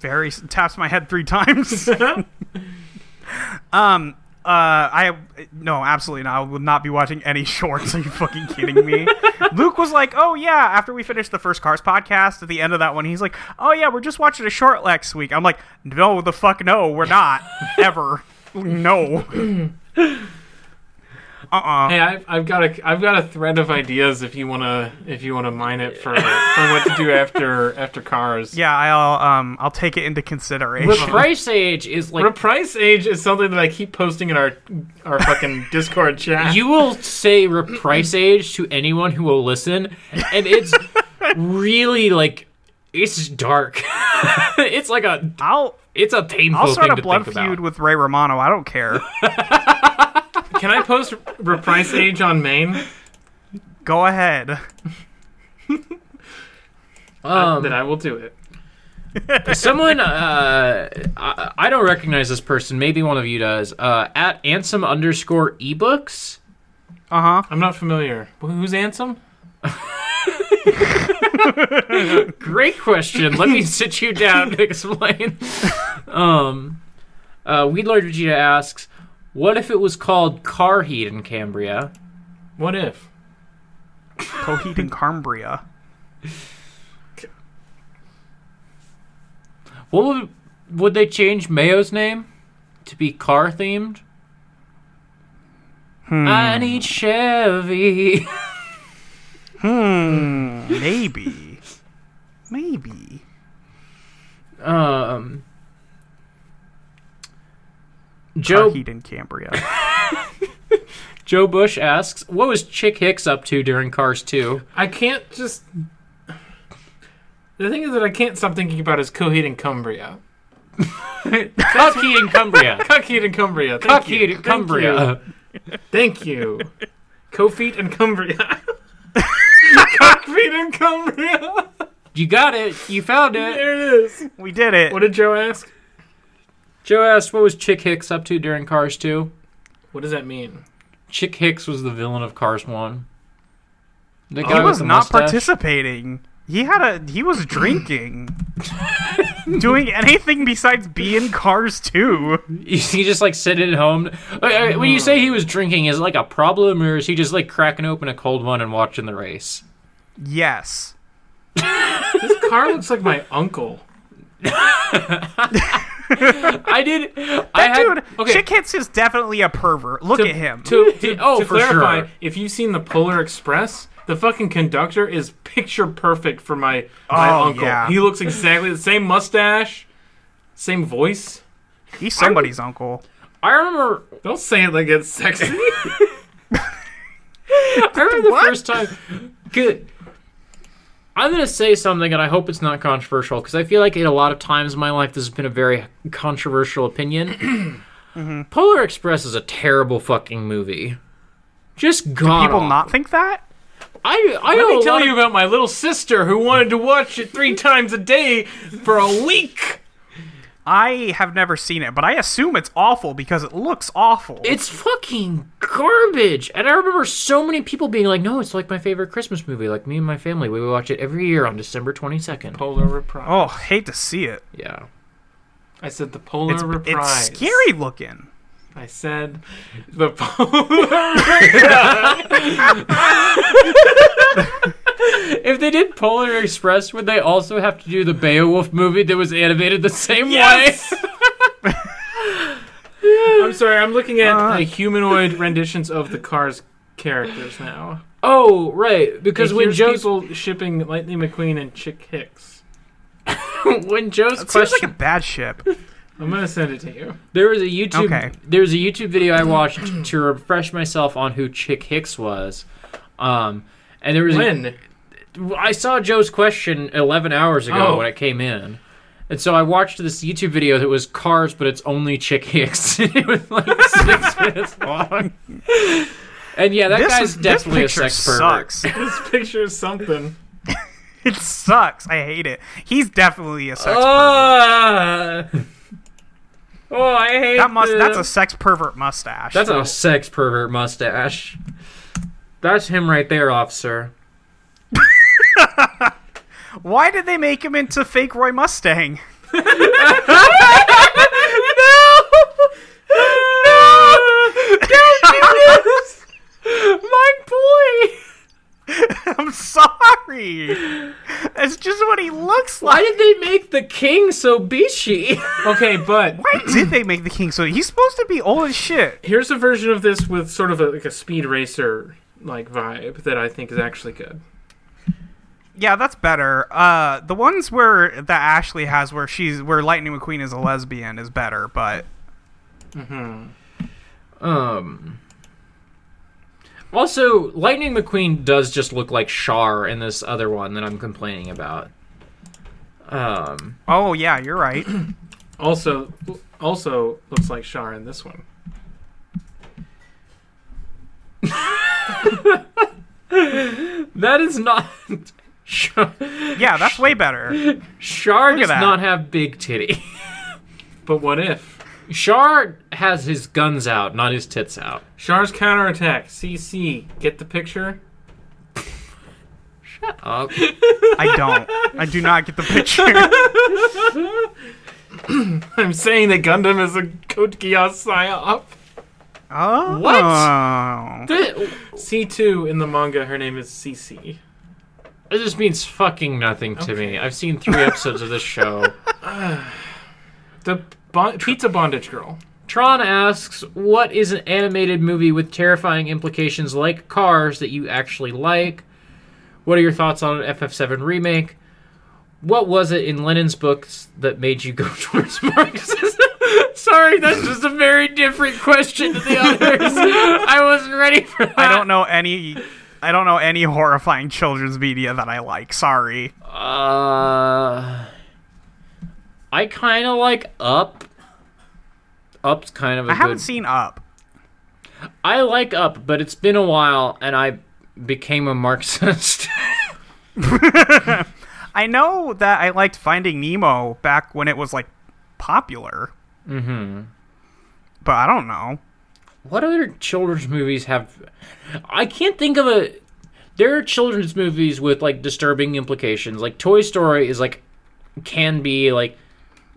Very taps my head three times. Um. Uh. I no, absolutely not. I will not be watching any shorts. Are you fucking kidding me? Luke was like, "Oh yeah." After we finished the first Cars podcast, at the end of that one, he's like, "Oh yeah, we're just watching a short next week." I'm like, "No, the fuck no, we're not ever. No." Uh uh Hey, I've, I've got a I've got a thread of ideas if you wanna if you wanna mine it for, for what to do after after cars. Yeah, I'll um I'll take it into consideration. But Price Age is like Reprise age is something that I keep posting in our our fucking Discord chat. you will say reprise age to anyone who will listen and it's really like it's dark it's like a I'll it's a painful I'll start thing a to blood think feud about with Ray Romano. I don't care. Can I post reprise age on main? Go ahead. um, then I will do it. someone uh I, I don't recognize this person maybe one of you does uh at ansem underscore ebooks Uh huh. I'm not familiar. Wh- Who's Ansem? great question let me sit you down to explain um uh weed lord vegeta asks what if it was called car heat in cambria What if? Coheed and Cambria. What would would they change Mayo's name to be car themed? Hmm. I need Chevy. Hmm. Maybe. Maybe. Um, Joe Coheed and Cambria. Joe Bush asks, "What was Chick Hicks up to during Cars 2?" I can't just. The thing is that I can't stop thinking about is Coheed and Cumbria. Cocky in Cumbria. Coheed and Cumbria. Thank you. Cocky in Thank Cumbria. Thank you. Coffeet and Cumbria. Cockfeet and Cumbria. You got it. You found it. There it is. we did it. What did Joe ask? Joe asked, "What was Chick Hicks up to during Cars 2?" What does that mean? Chick Hicks was the villain of Cars 1. The guy he with was the not mustache. participating. He had a. He was drinking. Doing anything besides be in Cars 2. He just like sitting at home. Like, uh, When you say he was drinking, is it like a problem, or is he just like cracking open a cold one and watching the race? Yes. This car looks like my uncle. I did. I had. Dude, okay. Chick Hits is definitely a pervert. Look at him. To, to, Oh, to for sure. clarify, if you've seen the Polar Express, the fucking conductor is picture perfect for my, my Oh, uncle. yeah. He looks exactly the same mustache, same voice. He's somebody's uncle. I remember. Don't say it like it's sexy. I remember the first time. Good. I'm gonna say something, and I hope it's not controversial because I feel like in a lot of times in my life this has been a very controversial opinion. Polar Express is a terrible fucking movie. Just god. People awful. not think that? I I Let know me a lot tell of you about my little sister who wanted to watch it three times a day for a week. I have never seen it, but I assume it's awful because it looks awful. It's fucking garbage. And I remember so many people being like, no, it's like my favorite Christmas movie. Like me and my family, we would watch it every year on December 22nd. Polar Reprise. oh, hate to see it. Yeah. I said the Polar It's, it's Reprise. scary looking. I said the Polar. If they did Polar Express, would they also have to do the Beowulf movie that was animated the same way? I'm sorry. I'm looking at uh, humanoid renditions of the Cars characters now. Oh, right. Because Because when when Joe's, people shipping Lightning McQueen and Chick Hicks, when Joe's Seems question. like a bad ship. I'm gonna send it to you. There was a YouTube Okay. there was a YouTube video I watched to refresh myself on who Chick Hicks was. Um and there was a- When I saw Joe's question 11 hours ago Oh. when it came in. And so I watched this YouTube video that was cars, but it's only Chick Hicks. it was like six minutes long. And yeah, that this guy's is, this definitely a picture sex pervert. sucks. this picture is something. it sucks. I hate it. He's definitely a Oh, sex pervert. Ah. oh, I hate That must, this. that's a sex pervert mustache. That's a sex pervert mustache. That's him right there, officer. Why did they make him into fake Roy Mustang? no! sorry. That's just what he looks Why like. did they make the king so bitchy? Okay, but Why did they make the king so? He's supposed to be old as shit. here's a version of this with sort of a, like a speed racer like vibe that I think is actually good. Yeah, that's better. Uh, the ones where that Ashley has, where she's where Lightning McQueen is a lesbian, is better. But um. Also, Lightning McQueen does just look like Char in this other one that I'm complaining about. Um, oh yeah, you're right. Also, also looks like Shar in this one. that is not. Char, Yeah, that's way better. Char at does that. not have big titty. But what if Char has his guns out, not his tits out. Shar's counterattack? CC, get the picture. Uh, I don't. I do not get the picture. I'm saying that Gundam is a Code Geass psyop. Oh. What? C2 in the manga, her name is CC. this means fucking nothing to me. I've seen three episodes of this show. The bon- pizza bondage girl. Tron asks, "What is an animated movie with terrifying implications like Cars that you actually like? What are your thoughts on an FF7 remake? What was it in Lennon's books that made you go towards Marxism?" Sorry, that's just a very different question to the others. I wasn't ready for that. I don't know any. I don't know any horrifying children's media that I like. Sorry. Uh, I kind of like Up. Up's kind of a I haven't good. seen Up. I like Up, but it's been a while, and I became a Marxist. I know that I liked Finding Nemo back when it was like popular. Mm-hmm. But I don't know. what other children's movies have? I can't think of a. There are children's movies with like disturbing implications. Like Toy Story is like can be like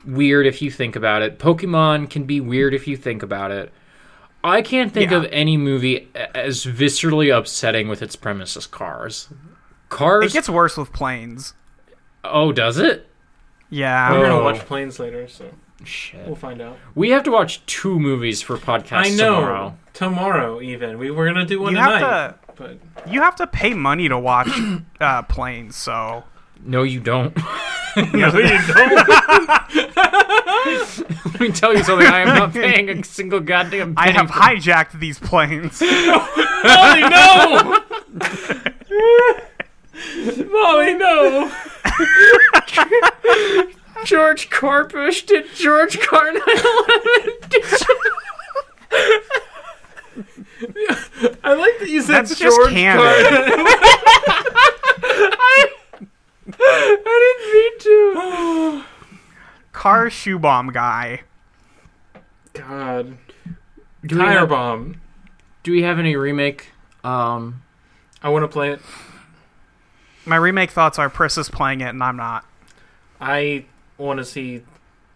weird if you think about it. Pokemon can be weird if you think about it. I can't think Yeah. of any movie a- as viscerally upsetting with its premise as Cars. Cars. It gets worse with planes. oh, does it? We're Yeah. Oh. gonna watch planes later, so we'll Shit. find out. We have to watch two movies for podcast I know. tomorrow. Tomorrow, even we were gonna do one You have tonight, to but you have to pay money to watch uh, planes, so No, you don't. no, you don't. Let me tell you something. I am not paying a single goddamn. I penny have for hijacked these planes. Molly, no! Molly, no! George Corpush did George Carnell. did you- I like that you said That's just George canon. Carlin. I didn't mean to. Car shoe bomb guy. God, Do we, tire have, bomb. do we have any remake? Um, I want to play it. My remake thoughts are Pris is playing it and I'm not. I want to see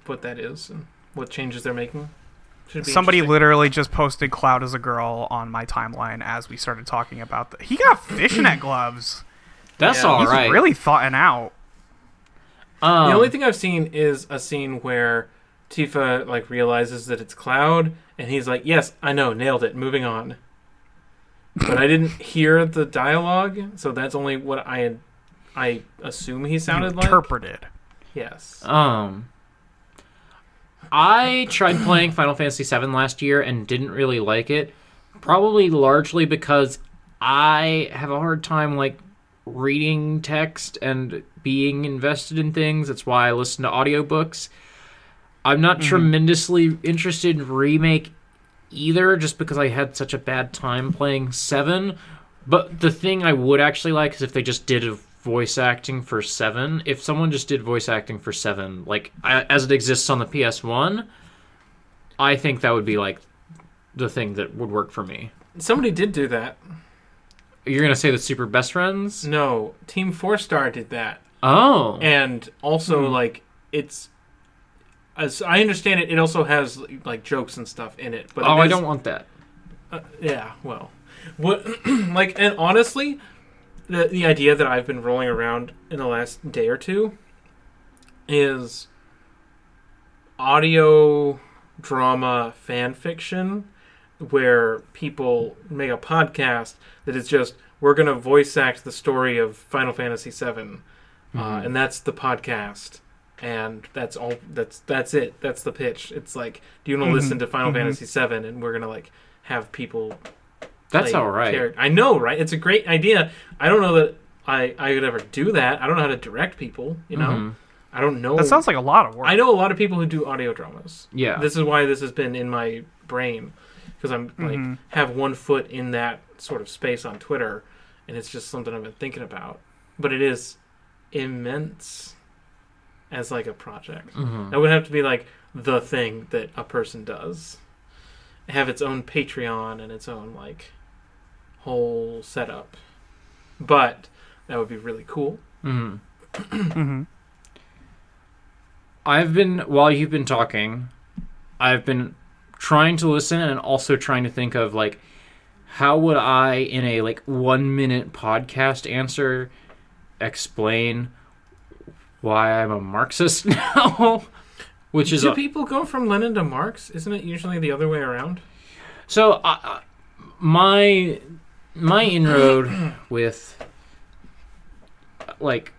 what that is and what changes they're making. Should be Somebody interesting. literally just posted Cloud as a girl on my timeline as we started talking about the He got fishnet gloves. that's Yeah. all He's right. really thoughting out. Um, the only thing I've seen is a scene where Tifa like realizes that it's Cloud, and he's like, "Yes, I know, nailed it. Moving on." But I didn't hear the dialogue, so that's only what I I assume he sounded like. interpreted. Yes. Um, I tried playing Final Fantasy VII last year and didn't really like it, probably largely because I have a hard time like reading text and being invested in things. That's why I listen to audiobooks. I'm not tremendously interested in remake either, just because I had such a bad time playing Seven. But the thing I would actually like is if they just did a voice acting for Seven. If someone just did voice acting for Seven, like I, as it exists on the PS1, I think that would be like the thing that would work for me. Somebody did do that. You're gonna say the Super Best Friends? No, Team Four Star did that, Oh, Mm. and also like it's. As I understand it, it also has like jokes and stuff in it. But oh, it I is- don't want that. Yeah, well, what like, and honestly, the the idea that I've been rolling around in the last day or two is audio drama fan fiction where people make a podcast that is just we're going to voice act the story of Final Fantasy VII, uh, and that's the podcast, and that's all. That's that's it. That's the pitch. It's like, do you want to listen to Final Fantasy VII, and we're going to like have people. That's play all right. character- I know, right? It's a great idea. I don't know that I I could ever do that. I don't know how to direct people. You know, Mm-hmm. I don't know. That sounds like a lot of work. I know a lot of people who do audio dramas. Yeah. This is why this has been in my brain because I'm like Mm-hmm. have one foot in that sort of space on Twitter and it's just something I've been thinking about. But it is immense as like a project. Mm-hmm. That would have to be like the thing that a person does. Have its own Patreon and its own like whole setup. But that would be really cool. I've been while you've been talking, I've been trying to listen and also trying to think of like how would I in a like 1 minute podcast answer explain why I'm a Marxist now? Which is Do a- people go from Lenin to Marx? Isn't it usually the other way around? So uh, uh, my my inroad with like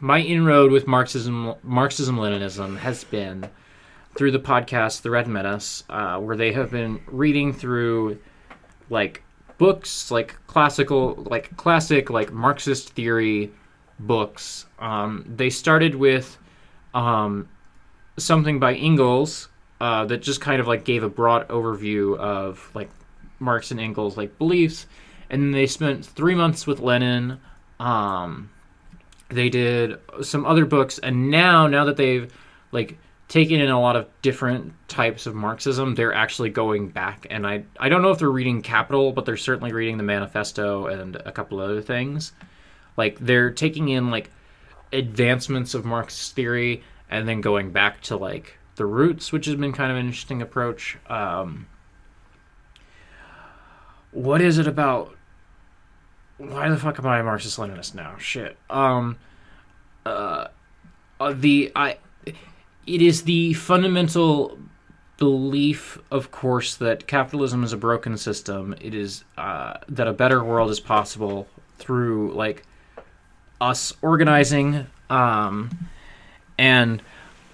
my inroad with Marxism Marxism Leninism has been through the podcast The Red Menace, uh, where they have been reading through like books like classical like classic like Marxist theory books. Um, they started with um, something by Ingalls uh, that just kind of like gave a broad overview of like Marx and Ingalls like beliefs, and then they spent three months with Lenin. Um, they did some other books, and now now that they've like taken in a lot of different types of Marxism, they're actually going back, and I I don't know if they're reading Capital, but they're certainly reading the Manifesto and a couple other things. Like they're taking in like advancements of Marxist theory and then going back to like the roots, which has been kind of an interesting approach. Um, what is it about? Why the fuck am I a Marxist Leninist now? Shit. Um, uh, uh, the I, it is the fundamental belief, of course, that capitalism is a broken system. It is uh, that a better world is possible through like us organizing um and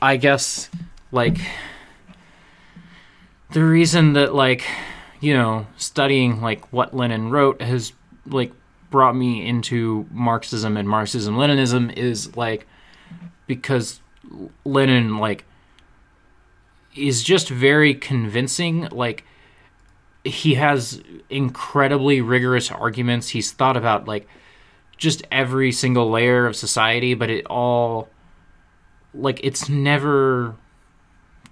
i guess like the reason that like you know studying like what lenin wrote has like brought me into marxism and marxism leninism is like because lenin like is just very convincing like he has incredibly rigorous arguments he's thought about like just every single layer of society, but it all like it's never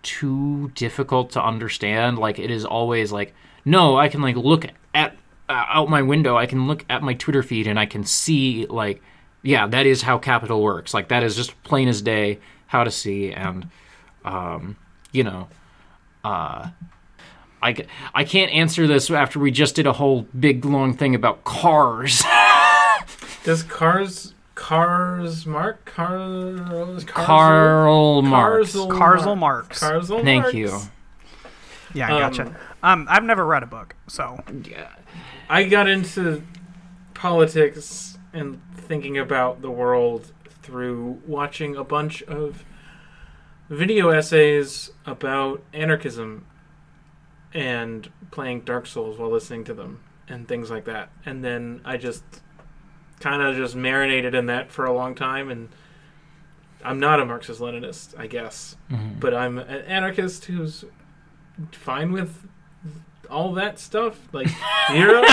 too difficult to understand. Like it is always like, no, I can like look at uh, out my window, I can look at my Twitter feed and I can see like yeah, that is how capital works. Like that is just plain as day how to see and um you know uh, I, c- I can't answer this after we just did a whole big long thing about cars. Does Cars Cars Mark Cars Karl Marx. Karzel Marx. Carsel Thank Marx? you. yeah, gotcha. Um, I've never read a book, so I got into politics and thinking about the world through watching a bunch of video essays about anarchism and playing Dark Souls while listening to them and things like that. And then I just kind of just marinated in that for a long time and I'm not a Marxist Leninist, I guess, but I'm an anarchist who's fine with all that stuff. Like Europe,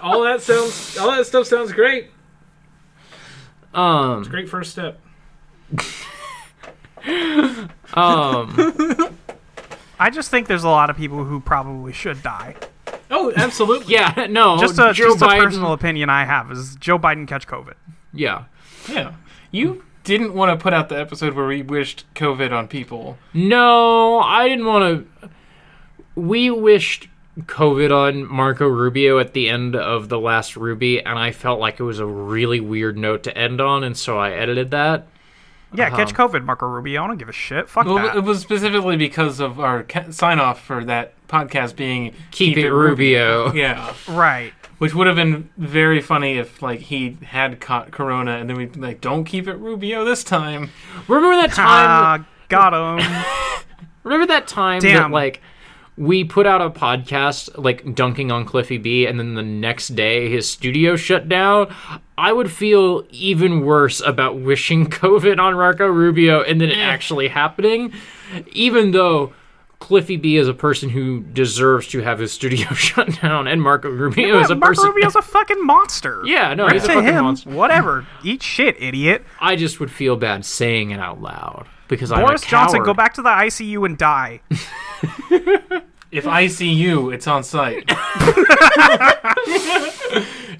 all that sounds, all that stuff sounds great. Um Great first step. Um, I just think there's a lot of people who probably should die. Oh, absolutely. yeah, no. Just a, Joe just a Biden- personal opinion I have is Joe Biden catch COVID. Yeah. yeah. You didn't want to put out the episode where we wished COVID on people. No, I didn't want to. We wished COVID on Marco Rubio at the end of the last Ruby, and I felt like it was a really weird note to end on, and so I edited that. Yeah, Uh-huh. catch COVID, Marco Rubio. I don't give a shit. Fuck Well, that. it was specifically because of our ca- sign off for that podcast being Keep, it, Rubio. Yeah, uh, right. which would have been very funny if like he had caught corona and then we'd be like, "Don't keep it Rubio this time." Remember that Ah, time? got him. remember that time that Damn. like we put out a podcast like dunking on Cliffy B, and then the next day his studio shut down. I would feel even worse about wishing COVID on Marco Rubio Eh. and then it actually happening, even though. Cliffy B is a person who deserves to have his studio shut down, and Marco Rubio is a Marco person. Rubio's a fucking monster. yeah, no, he's a to fucking him, monster. whatever. Eat shit, idiot. I just would feel bad saying it out loud because I'm Boris a Johnson, coward. go back to the ICU and die. If I see you, it's on site.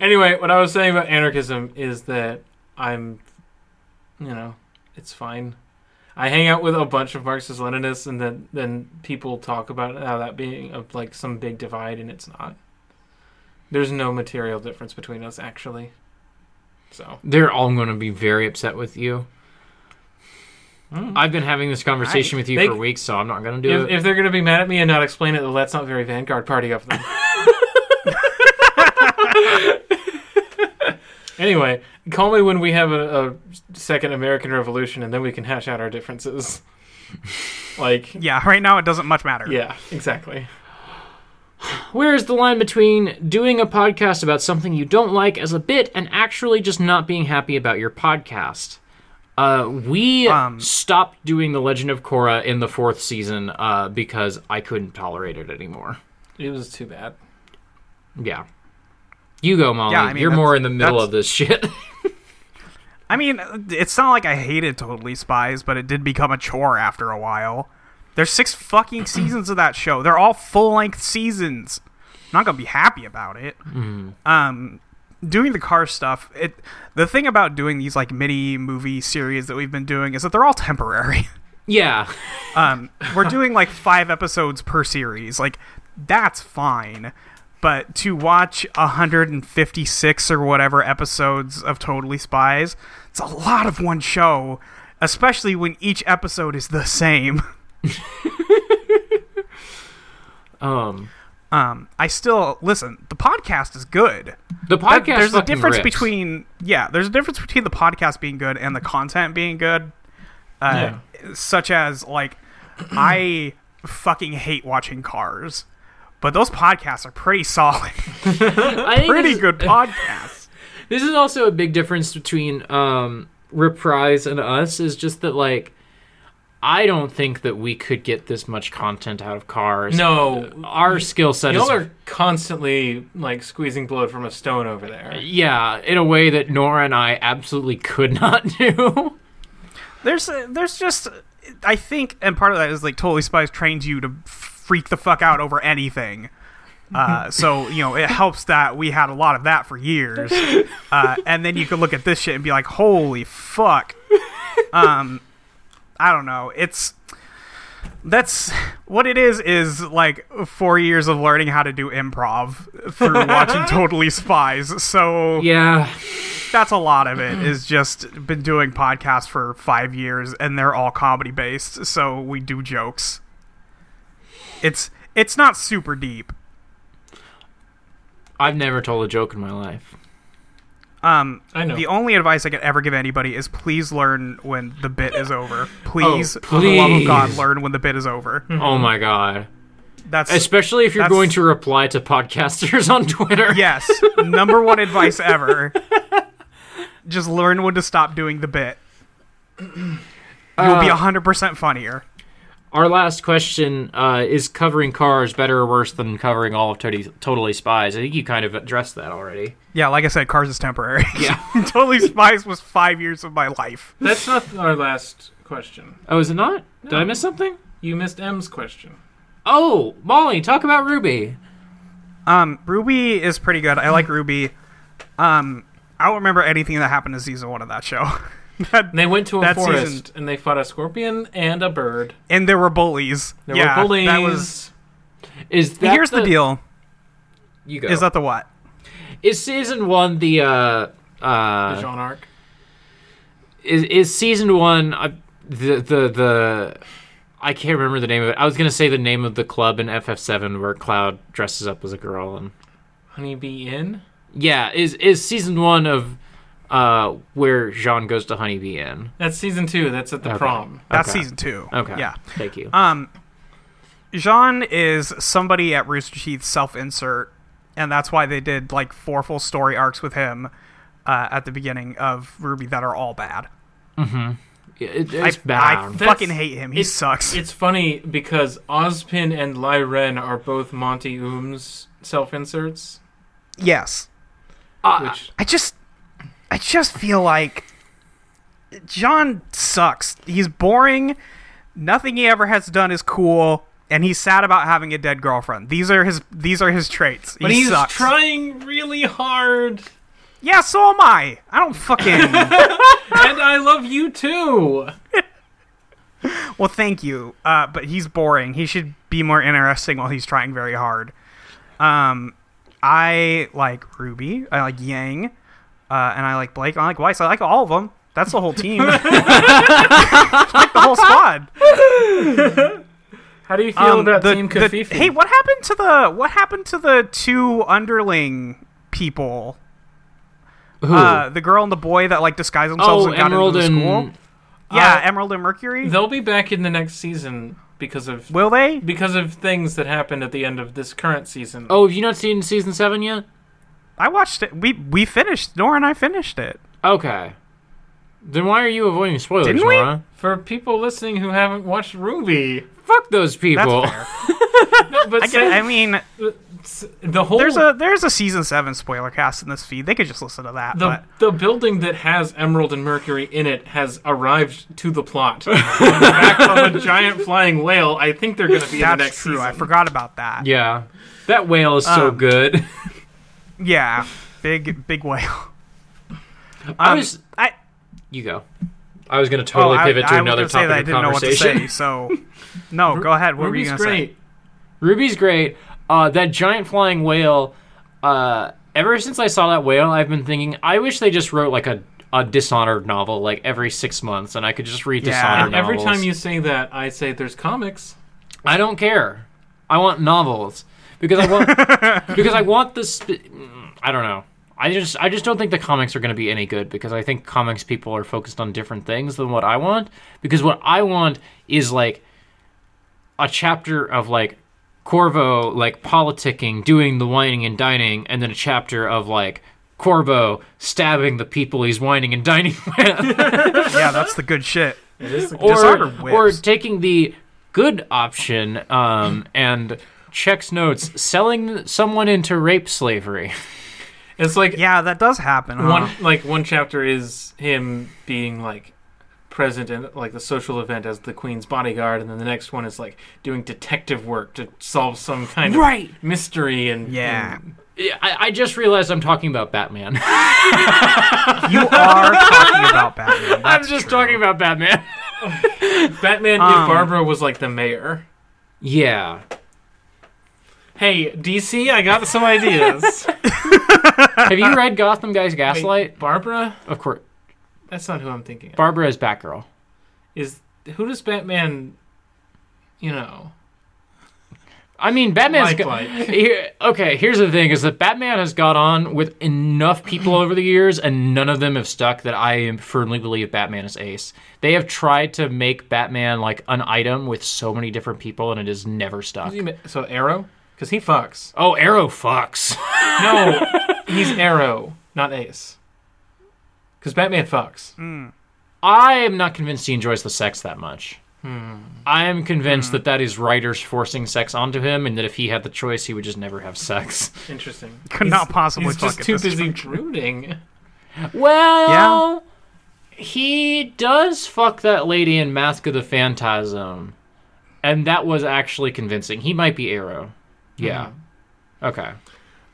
anyway, what I was saying about anarchism is that I'm, you know, it's fine. I hang out with a bunch of Marxist Leninists, and then then people talk about how that being of like some big divide, and it's not. There's no material difference between us, actually. So They're all going to be very upset with you. I've been having this conversation with you They- for weeks, so I'm not going to do if, it. if they're gonna be mad at me and not explain it, then that's not very Vanguard party of them. anyway, call me when we have a, a second American Revolution, and then we can hash out our differences. like, Yeah, right now it doesn't much matter. yeah, exactly. Where is the line between doing a podcast about something you don't like as a bit and actually just not being happy about your podcast? Uh, we Um, stopped doing The Legend of Korra in the fourth season uh, because I couldn't tolerate it anymore. It was too bad. Yeah. You go, Molly. Yeah, I mean, You're more that's- in the middle that's- of this shit. I mean, it's not like I hated Totally Spies, but it did become a chore after a while. There's six fucking seasons of that show. They're all full length seasons. I'm not gonna be happy about it. Um, doing the car stuff. It the thing about doing these like mini movie series that we've been doing is that they're all temporary. yeah. Um, we're doing like five episodes per series. Like that's fine. But to watch 156 or whatever episodes of Totally Spies, it's a lot of one show, especially when each episode is the same. Um, Um, I still listen. The podcast is good. the podcast. there's a fucking difference rips. between yeah. There's a difference between the podcast being good and the content being good. Uh, Such as like, I fucking hate watching Cars, but those podcasts are pretty solid, I think pretty it's- good podcasts. This is also a big difference between um, Reprise and us is just that like I don't think that we could get this much content out of cars. No, our skill set is y'all are constantly like squeezing blood from a stone over there. yeah, in a way that Nora and I absolutely could not do. There's uh, there's just I think, and part of that is like Totally Spies trains you to freak the fuck out over anything. Uh, so you know it helps that we had a lot of that for years, uh, and then you could look at this shit and be like, "Holy fuck!" Um, I don't know. It's that's what it is. Is like four years of learning how to do improv through watching Totally Spies. So yeah. that's a lot of it is just been doing podcasts for five years and they're all comedy based so we do jokes it's it's not super deep I've never told a joke in my life. um I know. the only advice i could ever give anybody is please learn when the bit is over please, Oh, for the love of god please. learn when the bit is over Mm-hmm. Oh my god. that's Especially if you're That's- going to reply to podcasters on Twitter. yes number one advice ever just learn when to stop doing the bit you'll be Uh, 100% funnier Our last question uh, is covering cars better or worse than covering all of Totally, totally Spies? I think you kind of addressed that already. yeah like i said cars is temporary Yeah. totally spies was five years of my life That's not our last question. Oh, is it not? Did I miss something? You missed M's question. Oh, Molly, talk about Ruby. um ruby is pretty good i like ruby um i don't remember anything that happened in season one of that show That- And they went to a That forest season- and they fought a scorpion and a bird. and there were bullies There yeah were bullies. that was Is that here's the, deal you go. Is that the what? Is season one the uh the uh Jean arc. is is season one uh, the the the I can't remember the name of it. I was gonna say the name of the club in FF seven where Cloud dresses up as a girl and Honeybee Inn. yeah is is season one of uh where Jean goes to Honeybee Inn. That's season two. That's at the Okay. prom. That's Okay. season two. Okay. Yeah. Thank you. Um, Jean is somebody at Rooster Teeth self-insert, and that's why they did like four full story arcs with him uh, at the beginning of Ruby that are all bad. It- I, it's I bad. That's- fucking hate him. He it's- sucks. It's funny because Ozpin and Lyren are both Monty Ooms self inserts, yes. Ah, Uh, which I just I just feel like John sucks. He's boring. Nothing he ever has done is cool, and he's sad about having a dead girlfriend. These are his these are his traits. but he he's sucks. trying really hard. yeah, so am I. I don't fucking and I love you too. Well, thank you. Uh, but he's boring. He should be more interesting while he's trying very hard. Um I like Ruby. I like Yang. Uh, and I like Blake. I like Weiss. I like all of them. That's the whole team. I like the whole squad. How do you feel Um, about the- Team the- Kafifi? Hey, what happened to the what happened to the two underling people? who? Uh, the girl and the boy that like disguised themselves oh, and got Emerald into the and school. Yeah, Uh, Emerald and Mercury. They'll be back in the next season because of Will they? because of things that happened at the end of this current season. oh, have you not seen season seven yet? I watched it. We we finished. Nora and I finished it. Okay. Then why are you avoiding spoilers, Didn't we? Nora? For people listening who haven't watched Ruby, Fuck those That's people. fair. but I, get- I mean, s- the whole there's a there's a season seven spoiler cast in this feed. They could just listen to that. the but the building that has Emerald and Mercury in it has arrived to the plot on the back of a giant flying whale. I think they're going to be in the that's next true. season. I forgot about that. Yeah. That whale is so Um, good. Yeah. Big big whale. I Um, was I you go. I was going to totally oh, I- pivot to I was another gonna say topic that I of didn't know what to conversation. say. So, no, go ahead. What Ruby's were you gonna say? great. Ruby's great. Uh, that giant flying whale. Uh, ever since I saw that whale, I've been thinking I wish they just wrote like a a Dishonored novel like every six months, and I could just read Yeah. Dishonored And every novels. time you say that, I say there's comics. I don't care. I want novels because I want because I want this. I don't know. I just I just don't think the comics are going to be any good because I think comics people are focused on different things than what I want. Because what I want is like a chapter of like Corvo like politicking, doing the whining and dining, and then a chapter of like Corvo stabbing the people he's whining and dining with Yeah, that's the good shit. Dishonored or, whips. or taking the good option um, and checks notes selling someone into rape slavery It's like Yeah, that does happen. Huh? one like one chapter is him being like present in like the social event as the queen's bodyguard and then the next one is like doing detective work to solve some kind of right mystery and yeah, I, I just realized i'm talking about batman you are talking about Batman. i'm That's just true. talking about batman and batman Um, if barbara was like the mayor yeah hey dc i got some ideas have you read gotham guys gaslight Wait, barbara of course that's not who i'm thinking of barbara is batgirl is who does batman you know I mean, Batman's Like, go- like. Here- okay. Here's the thing: is that Batman has got on with enough people over the years, and none of them have stuck. That I am- firmly believe Batman is ace. They have tried to make Batman like an item with so many different people, and it has never stuck. so arrow because he fucks Oh, Arrow fucks. No, he's Arrow, not Ace. Because Batman fucks. Mm. I am not convinced he enjoys the sex that much. I am convinced that that is writers forcing sex onto him, and that if he had the choice, he would just never have sex. Interesting. Could not possibly He's fuck just at too this busy brooding. Well, he does fuck that lady in Mask of the Phantasm, and that was actually convincing. He might be Arrow. Yeah. Okay.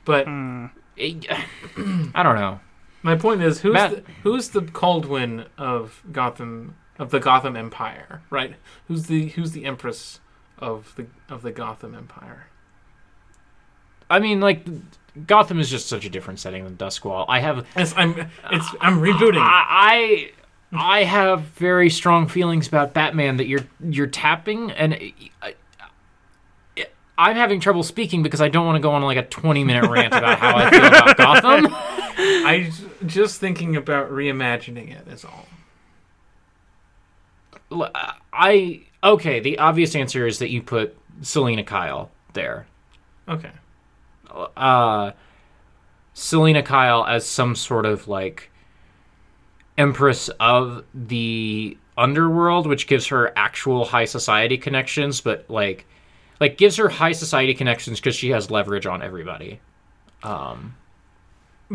But I I don't know. my point is, who's Matt- the, who's the Caldwin of Gotham of the Gotham Empire? Right? Who's the who's the Empress of the of the Gotham Empire? I mean, like, Gotham is just such a different setting than Duskwall. I have It's, I'm it's I'm rebooting. I I I have very strong feelings about Batman that you're you're tapping and I, I, am having trouble speaking because I don't want to go on like a 20 minute rant about how I feel about Gotham. I j- just thinking about reimagining it is all. L- I okay, the obvious answer is that you put Selena Kyle there. Okay. Uh Selena Kyle as some sort of like empress of the underworld which gives her actual high society connections but like like gives her high society connections because she has leverage on everybody But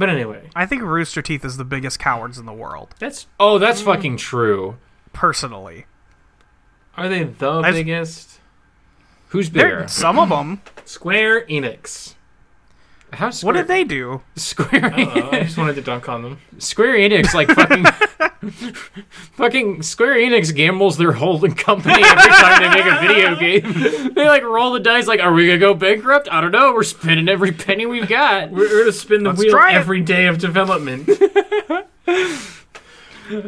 anyway, I think Rooster Teeth is the biggest cowards in the world, that's oh that's fucking true personally. are they the I've- biggest? who's There, bigger some of them. Square Enix. how What square, did they do? square Uh, I just wanted to dunk on them. Square Enix like fucking fucking Square Enix gambles their whole company every time they make a video game. They like roll the dice like are we going to go bankrupt? I don't know. We're spending every penny we've got. We're, we're gonna spin the Let's wheel try it. every day of development.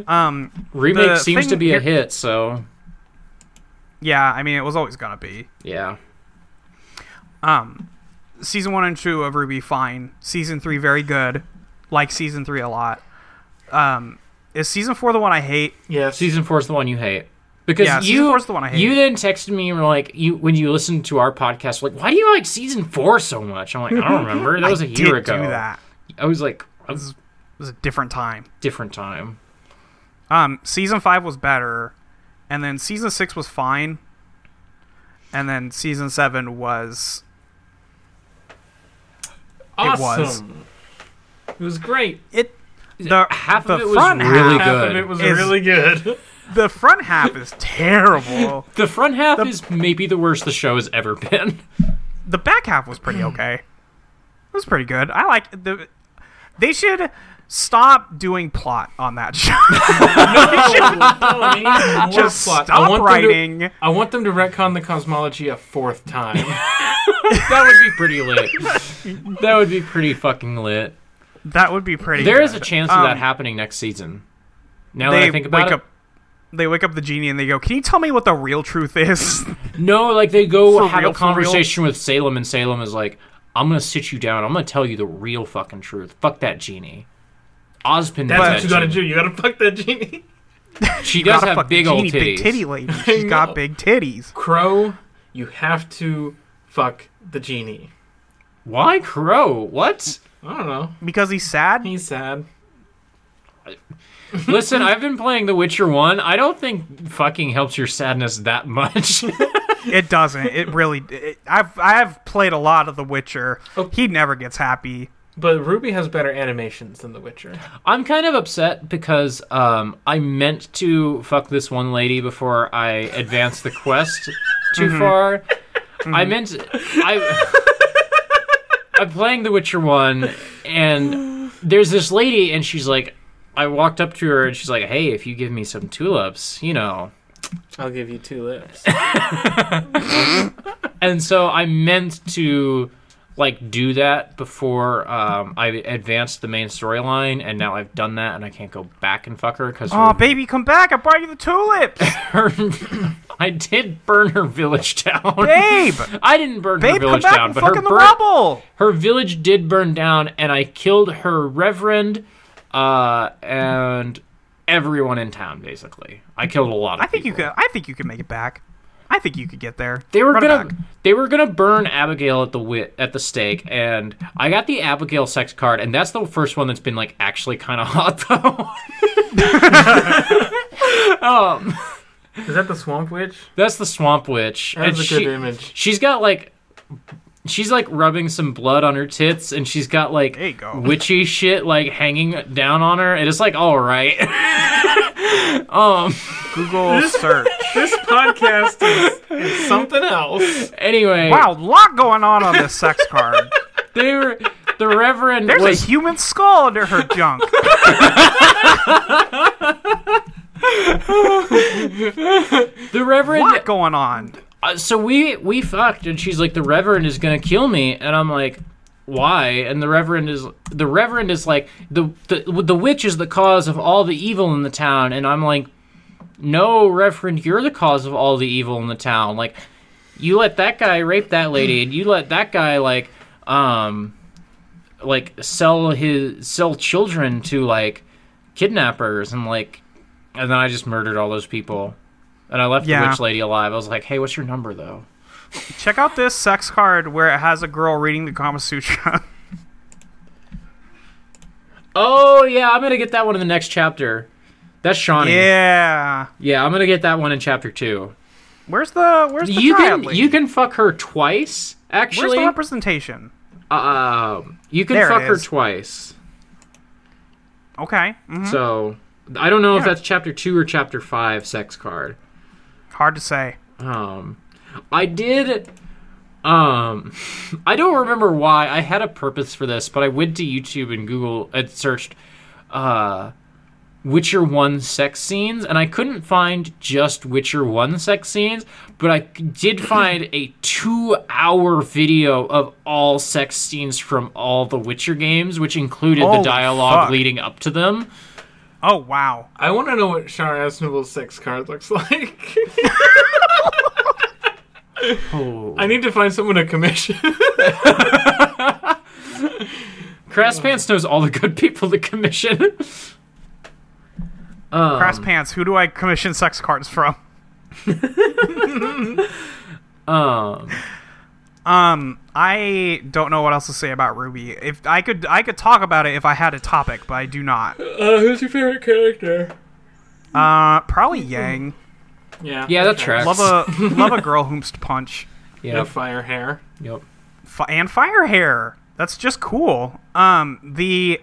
Um, Remake The seems thing to be a here- hit, so yeah, I mean it was always gonna be. yeah. Um, season one and two of Ruby fine. Season three very good. Like season three a lot. Um, is season four the one I hate? yes. Season 4 is the one you hate. Because Yeah, season you four's the one I hate. you then texted me and were like you when you listened to our podcast like why do you like season 4 so much? I'm like I don't remember. That was a I year did ago. do that. I was like a It was a different time. different time. Um, season five was better, and then season six was fine, and then season seven was awesome. It was. great. it. The Half the of it was front half, really good. Half of it was Is- really good. The front half is terrible. The front half is maybe the worst the show has ever been. the back half was pretty okay. It was pretty good. I like the. They should stop doing plot on that show. Just plot. I stop want them to- writing. I want them to retcon the cosmology a fourth time. that would be pretty lit. That would be pretty fucking lit. That would be pretty. There is a good. chance of Um, that happening next season. Now that They I think about wake it, up. They wake up the genie and they go, "Can you tell me what the real truth is?" no, like they go For have real, a for conversation with Salem, and Salem is like, "I'm gonna sit you down. I'm gonna tell you the real fucking truth. Fuck that genie." That's Ozpin, does what you that gotta genie. do. You gotta fuck that genie. She does Gotta have fuck the big old genie, titties. Big titty lady. She's know. got big titties. Crow, you have to fuck the genie. Why crow? What? I don't know. Because he's sad. He's sad. Listen, I've been playing The Witcher One. I don't think fucking helps your sadness that much. It doesn't. It really. It, I've I've played a lot of The Witcher. Oh. He never gets happy. But Ruby has better animations than The Witcher. I'm kind of upset because um, I meant to fuck this one lady before I advanced the quest too far. I meant I. I'm playing The Witcher One, and there's this lady, and she's like, I walked up to her, and she's like, "Hey, if you give me some tulips, you know." I'll give you two lips. And so I meant to like do that before um, I advanced the main storyline, and now I've done that, and I can't go back and fuck her because Oh, baby, come back! I brought you the tulips, her. I did burn her village down. babe. I didn't burn her Babe, come village back down, and but her, fucking the bur- rubble. her village did burn down, and I killed her reverend uh, and everyone in town. Basically, I killed a lot of. I think you people. could. I think you could make it back. I think you could get there. They were Run it gonna back. they were gonna burn Abigail at the wit at the stake, and I got the Abigail sex card, and that's the first one that's been like actually kind of hot though. Is that the Swamp Witch? That's the Swamp Witch. That and was a she- good image. She's got like she's like rubbing some blood on her tits and she's got like There you go. witchy shit like hanging down on her and it's like all right. Google search. This podcast is, is something else. anyway, Wow, lot going on on this sex card. they were the reverend There's was a human skull under her junk. the reverend lot going on. uh, so we we fucked and she's like the reverend is going to kill me and I'm like why and the reverend is the reverend is like the the the witch is the cause of all the evil in the town and i'm like no reverend you're the cause of all the evil in the town like you let that guy rape that lady and you let that guy like um like sell his sell children to like kidnappers and like and then i just murdered all those people and i left the Yeah. witch lady alive i was like hey what's your number though Check out this sex card where it has a girl reading the Kama Sutra. oh yeah i'm gonna get that one in the next chapter that's shawnee yeah. Yeah, I'm gonna get that one in chapter two. Where's the where's the You triad can lead? you can fuck her twice. where's Actually, the representation? um, you can There it fuck her is. twice. Okay. mhm. So I don't know if Yeah. that's chapter two or chapter five sex card. Hard to say. Um, I did. Um, I don't remember why I had a purpose for this, but I went to YouTube and Google and searched, uh, Witcher One sex scenes, and I couldn't find just Witcher One sex scenes, but I did find a two-hour video of all sex scenes from all the Witcher games, which included the Holy dialogue Oh, fuck. leading up to them. Oh wow. I want to know what Sean Asnable's sex card looks like. Oh. I need to find someone to commission. Crass Pants knows all the good people to commission. Crass pants. Who do I commission sex cards from? Um. Um, I don't know what else to say about Ruby. If I could, I could talk about it if I had a topic, but I do not. uh, who's your favorite character? Uh, probably Yang. Yeah. Yeah, that tracks. Love a love a girl whom's to punch Yeah, Yep. fire hair. Yep. F- and fire hair. That's just cool. Um, the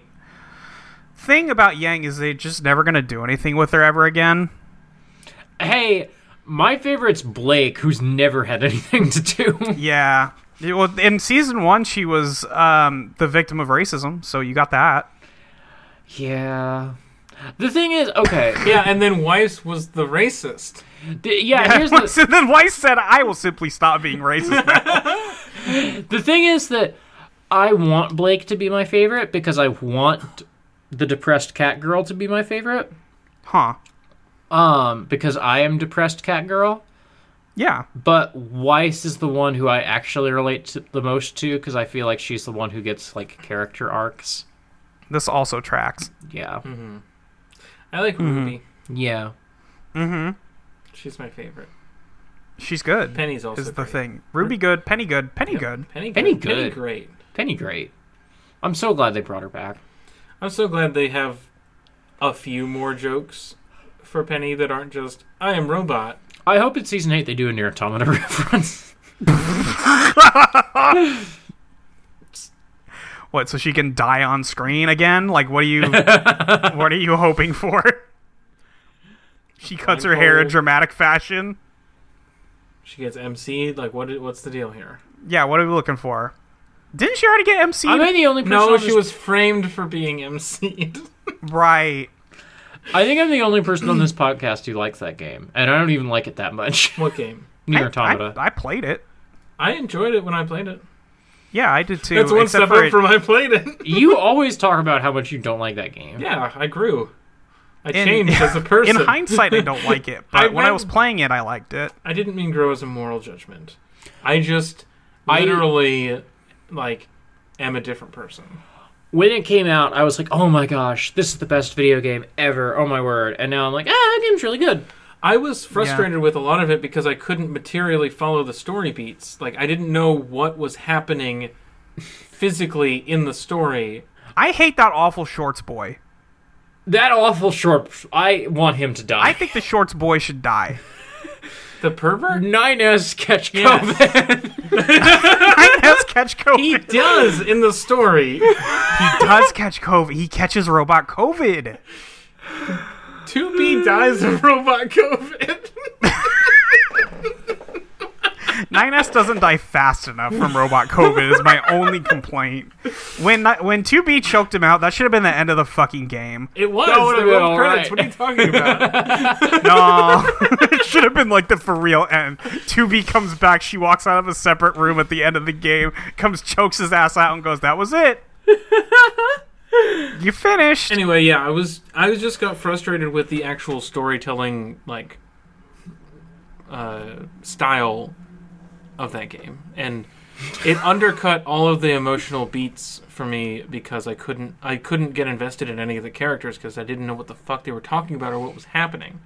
thing about Yang is they're just never gonna do anything with her ever again. Hey, my favorite's Blake, who's never had anything to do. Yeah. Yeah, Well, in season one, she was um, the victim of racism, so you got that. yeah. The thing is, okay, Yeah, and then Weiss was the racist. th- yeah. Here's the so then Weiss said, "I will simply stop being racist." Now. the thing is that I want Blake to be my favorite because I want the depressed cat girl to be my favorite. huh? Um, because I am depressed cat girl. Yeah. But Weiss is the one who I actually relate to the most to because I feel like she's the one who gets like character arcs. This also tracks. Yeah. I like Ruby. Yeah. She's my favorite. She's good. Penny's also is the great. thing. Ruby good, Penny good, Penny good. Penny, Penny good. Penny good. great. Penny great. I'm so glad they brought her back. I'm so glad they have a few more jokes for Penny that aren't just "I am robot." I hope in season eight they do a near automata reference. What? So she can die on screen again? Like, what are you? what are you hoping for? She cuts her hair in Blindfold. dramatic fashion. She gets MC'd. Like, what? What's the deal here? Yeah. What are we looking for? Didn't she already get MC? Am I the only person? No, on she this- was framed for being MC'd. right. I think I'm the only person on this podcast who likes that game, and I don't even like it that much. what game? near I, automata. I played it. I enjoyed it when I played it. Yeah, I did too. That's one except step for up it- from I played it. you always talk about how much you don't like that game. Yeah, I grew. I in, changed as a person. In hindsight, I don't like it, but I when I read- was playing it, I liked it. I didn't mean grow as a moral judgment. I just I- literally like am a different person. When it came out, I was like, "Oh my gosh, this is the best video game ever!" Oh my word! And now I'm like, "Ah, that game's really good." I was frustrated with a lot of it because I couldn't materially follow the story beats. Like I didn't know what was happening physically in the story. I hate that awful shorts boy. That awful short. I want him to die. I think the shorts boy should die. The pervert? Nine S catch Yeah. COVID. I does catch COVID. He does in the story. He does catch COVID. He catches robot COVID. To be dies of robot COVID. 9S doesn't die fast enough from robot COVID is my only complaint. When Ni- when 2B choked him out, that should have been the end of the fucking game. It was. That would've there been were all credits. right. What are you talking about? No, it should have been like the for real end. 2B comes back, she walks out of a separate room at the end of the game, comes, chokes his ass out, and goes, "That was it. you finished." anyway, yeah, I was I was just got frustrated with the actual storytelling like uh, style of that game, and it undercut all of the emotional beats for me because I couldn't I couldn't get invested in any of the characters because I didn't know what the fuck they were talking about or what was happening.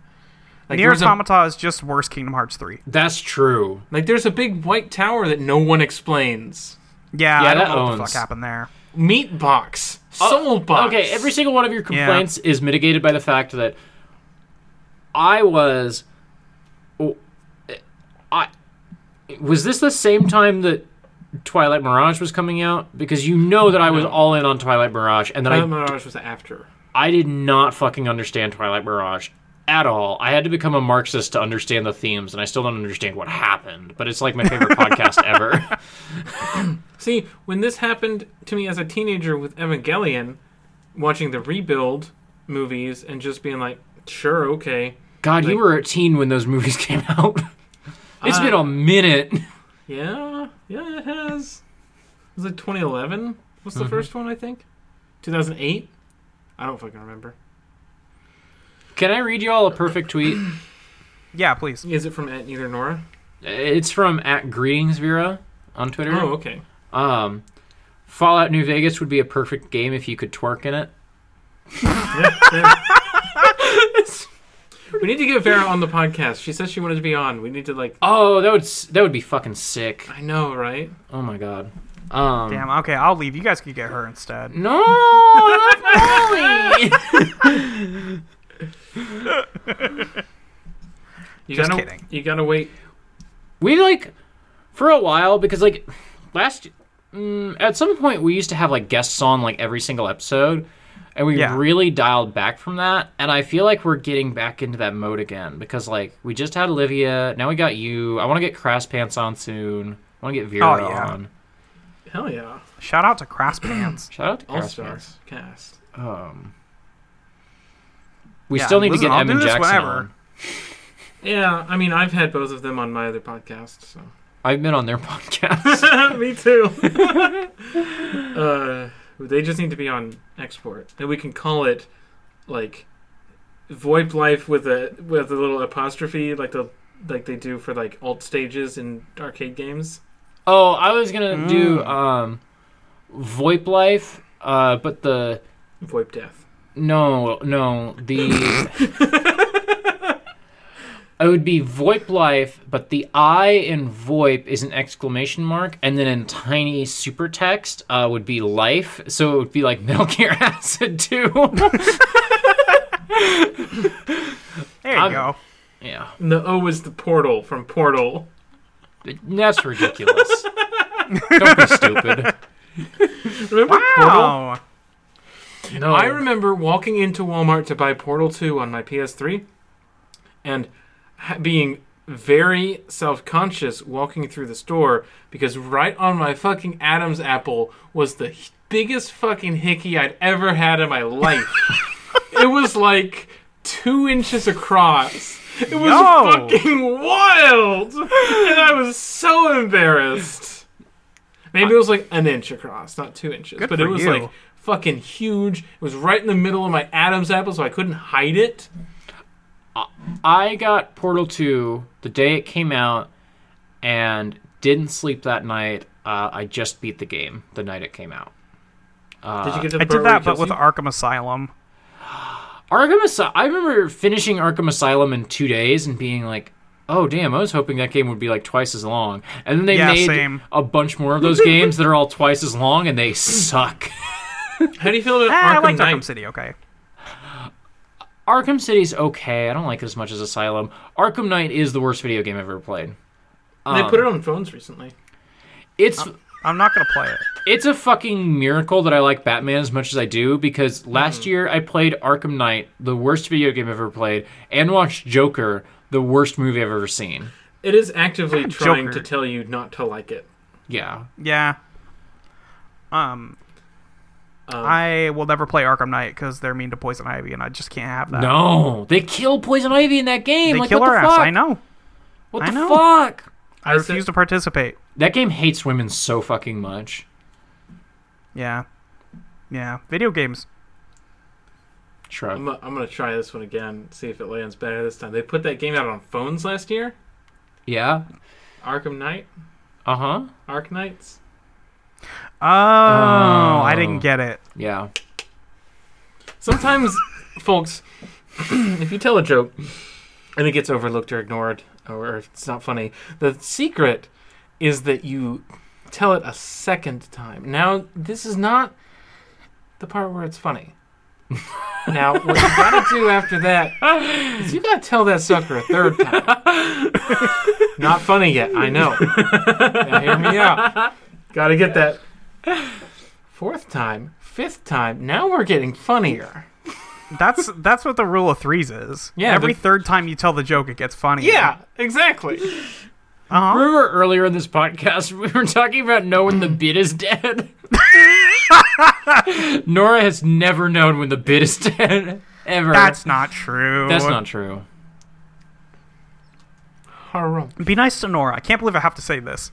Like Near there's a Automata is just worse Kingdom Hearts 3. That's true. like there's a big white tower that no one explains. Yeah, Yeah, I don't that know what the owns. fuck happened there. Meat box, soul box. Uh, Okay, every single one of your complaints is mitigated by the fact that I was. oh, I was this the same time that Twilight Mirage was coming out because you know that I was all in on Twilight Mirage and that Twilight I Mirage was after. I did not fucking understand Twilight Mirage at all. I had to become a Marxist to understand the themes, and I still don't understand what happened. But it's like my favorite podcast ever. See, when this happened to me as a teenager with Evangelion, watching the rebuild movies and just being like, sure, okay. God, you Like- Uh, were a teen when those movies came out. It's been a minute. Yeah, yeah, it has. Was it 2011? Was Mm-hmm. the first one, I think? 2008? I don't fucking remember. Can I read you all a perfect tweet? Yeah, please. Is it from at neither Nora? It's from at Greetings Vera on Twitter. Oh, okay. Um, Fallout New Vegas would be a perfect game if you could twerk in it. We need to get Vera on the podcast. She says she wanted to be on. We need to like. Oh, that would s- that would be fucking sick. I know, right? Oh my god. Um, Damn, okay, I'll leave. You guys can get her instead. No, I love Molly. You Just gotta, kidding. You gotta wait. we like for a while because like last mm, at some point we used to have like guests on like every single episode and we Yeah. really dialed back from that and i feel like we're getting back into that mode again because like we just had olivia now we got you i want to get crass pants on soon i want to get vera Oh, yeah. on Hell yeah. Shout out to Crass Pants. shout out to All crass pants stars cast. um we Yeah, still need listen, to get I'll em do and this jackson whenever. on. Yeah, I mean, I've had both of them on my other podcast, so. i've been on their podcast Me too. uh, they just need to be on export, and we can call it like VoIP life with a with a little apostrophe, like the like they do for like alt stages in arcade games. Oh, I was gonna do Mm. um, VoIP Life, uh, but the VoIP death. no, no, the it would be VoIP Life, but the I in VoIP is an exclamation mark, and then in tiny super text uh, would be life, so it would be like Metal Gear Acid too. There you I'm- go. yeah, And the O is the portal from Portal. that's ridiculous. Don't be stupid. Remember Oh, Portal? No, I remember walking into Walmart to buy Portal 2 on my PS3 and ha- being very self conscious walking through the store because right on my fucking Adam's apple was the h- biggest fucking hickey I'd ever had in my life. it was like two inches across. It was Yo. fucking wild! And I was so embarrassed. Maybe it was like an inch across, not two inches. Good but it for was you. like fucking huge. It was right in the middle of my Adam's apple, so I couldn't hide it. I got Portal 2 the day it came out and didn't sleep that night. Uh, I just beat the game the night it came out. Did you get to the I did part where he that, but kills with you? Arkham Asylum. Arkham Asylum. I remember finishing Arkham Asylum in two days and being like, oh, damn, I was hoping that game would be like twice as long. And then they Yeah, made same. a bunch more of those games that are all twice as long and they suck. How do you feel about Ah, I Arkham liked Arkham Knight? City, okay. Arkham City's okay. I don't like it as much as Asylum. Arkham Knight is the worst video game I've ever played. they put it on phones recently. Uh. It's. I'm not going to play it. it's a fucking miracle that I like Batman as much as I do because last year I played Arkham Knight, the worst video game I've ever played, and watched Joker, the worst movie I've ever seen. It is actively trying Joker. to tell you not to like it. Yeah. Yeah. Um, Um, I will never play Arkham Knight because they're mean to Poison Ivy, and I just can't have that. No, they kill Poison Ivy in that game. they like, kill what her the ass. fuck? I know. What I the know. fuck? I, I said- refuse to participate. That game hates women so fucking much. Yeah, yeah. Video games. Shrug. I'm, gonna- I'm gonna try this one again, see if it lands better this time. They put that game out on phones last year, yeah. Arkham Knight, Uh huh. Ark Knights. Oh, I Oh. didn't get it. Yeah. Sometimes, folks, if you tell a joke and it gets overlooked or ignored or if it's not funny, the secret is that you tell it a second time. Now, this is not the part where it's funny. now, what you gotta do after that is you gotta tell that sucker a third time. not funny yet, I know. Now, hear me out. Gotta get that fourth time, fifth time. Now we're getting funnier. That's that's what the rule of threes is. Yeah, Every but- third time you tell the joke, it gets funnier. Yeah, exactly. Uh-huh. Remember earlier in this podcast, we were talking about knowing when the bit is dead? Nora has never known when the bit is dead, ever. That's not true. That's not true. Harum. Be nice to Nora. I can't believe I have to say this.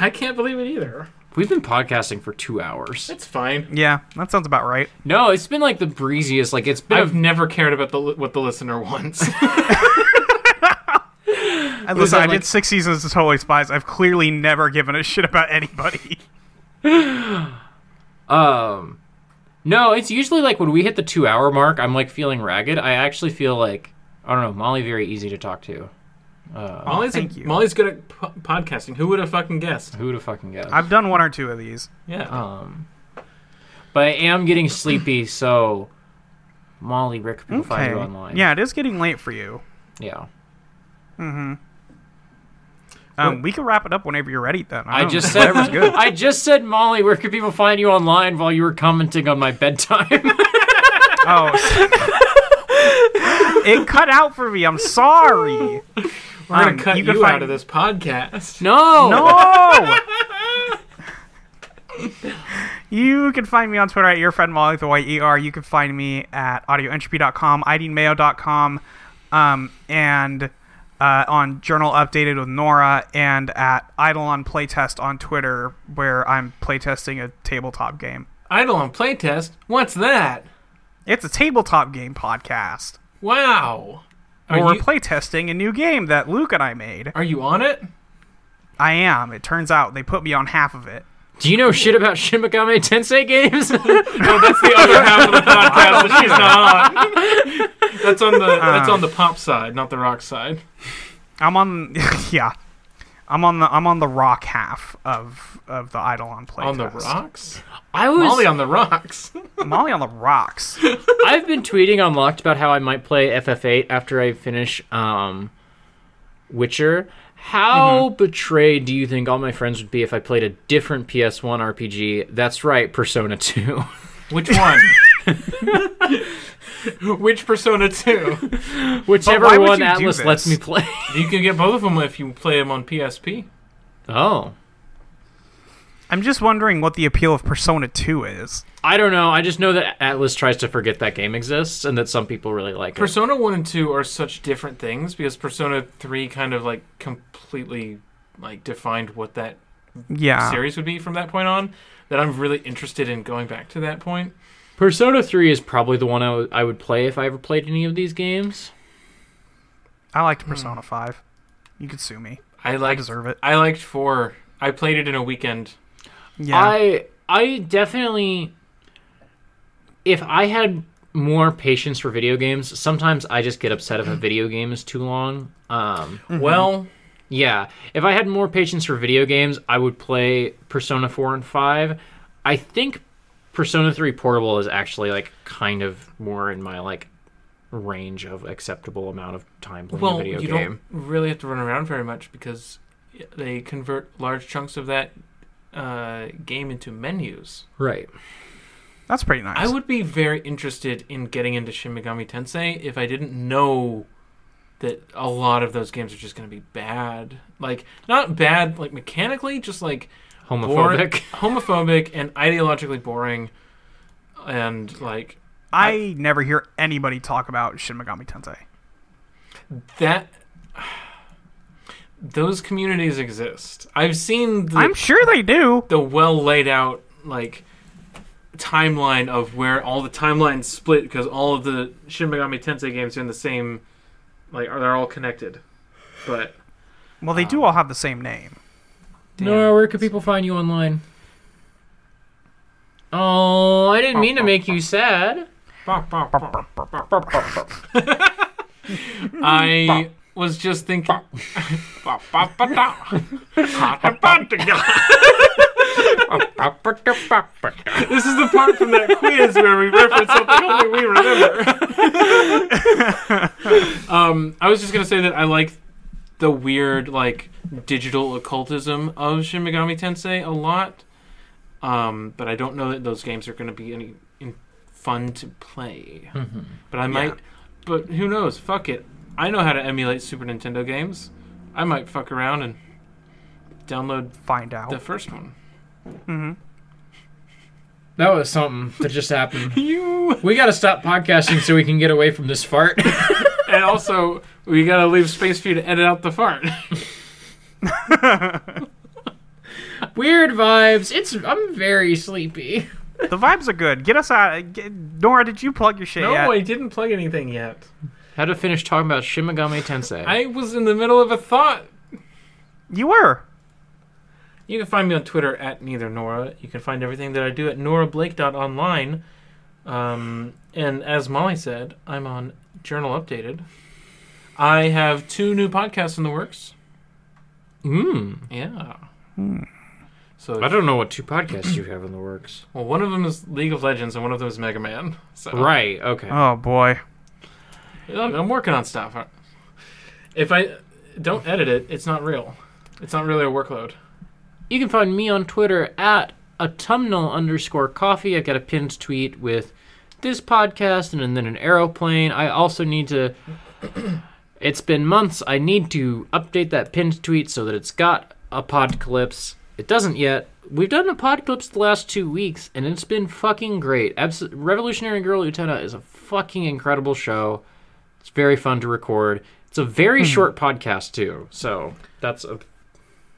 I can't believe it either. We've been podcasting for two hours. It's fine. Yeah, that sounds about right. No, it's been like the breeziest. Like, it's been. I've never cared about the li- what the listener wants. And listen, that, I like- did six seasons of Totally Spies. I've clearly never given a shit about anybody. Um, no, it's usually like when we hit the two hour mark, I'm like feeling ragged. I actually feel like I don't know, Molly very easy to talk to. Molly's, a- thank you. Molly's good at po- podcasting. Who would have fucking guessed? Who would have fucking guessed? I've done one or two of these. Yeah. um, but I am getting sleepy, so Molly, Rick, people find you online. Yeah, Oh, it is getting late for you. yeah. Um, we can wrap it up whenever you're ready. Then I don't- just said whatever's good. I just said Molly, where can people find you online? While you were commenting on my bedtime. Oh, it cut out for me. I'm sorry. We're gonna um, cut you you, can out find- of this podcast. no, No. You can find me on Twitter at your friend Molly the Y E R. You can find me at audioentropy.com, idmayo.com, um, and uh, on Journal Updated with Nora, and at Idle on Playtest on Twitter, where I'm playtesting a tabletop game. Idle on playtest. What's that? It's a tabletop game podcast. Wow. Are Where we're you, playtesting a new game that Luke and I made. are you on it? I am. It turns out they put me on half of it. do you know shit about Shin Megami Tensei games? No, that's the other half of the podcast that she's not on. That's on the that's on the pop side, not the rock side. I'm on. Yeah, I'm on the I'm on the rock half of of the Idle on Playtest. On the rocks? I was Molly on the rocks. Molly on the rocks. I've been tweeting on Locked about how I might play FF8 after I finish um, Witcher. How Mm-hmm. betrayed do you think all my friends would be if I played a different PS1 RPG? That's right, Persona 2. Which one? Which Persona 2? Whichever why would one you do Atlas this? lets me play. You can get both of them if you play them on PSP. oh. I'm just wondering what the appeal of Persona Two is. I don't know. I just know that Atlas tries to forget that game exists and that some people really like it. Persona 1 and 2 are such different things because Persona 3 kind of like completely like defined what that Ah. Yeah, series would be from that point on that I'm really interested in going back to that point. Persona 3 is probably the one I would- I would play if I ever played any of these games. I liked Persona Hmm. Five. You could sue me. I liked deserve it. I liked 4. I played it in a weekend. Yeah, I I definitely if I had more patience for video games, sometimes I just get upset if a video game is too long. Um Mm-hmm. Well, yeah, if I had more patience for video games, I would play Persona 4 and 5. I think Persona 3 Portable is actually like kind of more in my like range of acceptable amount of time playing a well, video you game. don't really have to run around very much because they convert large chunks of that uh, game into menus. Right. that's pretty nice. I would be very interested in getting into Shin Megami Tensei if I didn't know that a lot of those games are just going to be bad. Like not bad like mechanically, just like boring- Homophobic. homophobic and ideologically boring and like I never hear anybody talk about Shin Megami Tensei. that those communities exist. I've seen the, I'm sure they do. the well laid out like timeline of where all the timelines split because all of the Shin Megami Tensei games are in the same like are they're all connected. But Well, they do all have the same name. Nora, where can people find you online? Oh, I didn't mean to make you sad. I was just thinking This is the part from that quiz where we reference something only we remember. um, I was just gonna say that I like the weird like digital occultism of Shin Megami Tensei a lot, um, but I don't know that those games are gonna be any in, fun to play. But I might. But who knows? Fuck it. I know how to emulate Super Nintendo games. I might fuck around and download Find out. the first one. That was something that just happened. You. We gotta stop podcasting so we can get away from this fart. And also, we gotta leave space for you to edit out the fart. Weird vibes. It's I'm very sleepy. the vibes are good. Get us out. Get, Nora, did you plug your shit No, yet? I didn't plug anything yet. How to finish talking about Shin Megami Tensei? I was in the middle of a thought. You were. You can find me on Twitter at neither Nora. You can find everything that I do at norablake.online. Um, and as Molly said, I'm on Journal Updated. I have two new podcasts in the works. mm. Yeah. So, I don't know what two podcasts you have in the works. well, one of them is League of Legends and one of them is Mega Man. So, Right. Okay. Oh boy. I'm I'm working on stuff. If I don't edit it, it's not real. It's not really a workload. You can find me on Twitter at autumnal underscore coffee. I've got a pinned tweet with this podcast and then an aeroplane. I also need to. It's been months. I need to update that pinned tweet so that it's got a podcalypse. It doesn't yet. We've done a podcalypse the last two weeks, and it's been fucking great. Abs- Revolutionary Girl Utena is a fucking incredible show. It's very fun to record. It's a very short podcast too, so that's a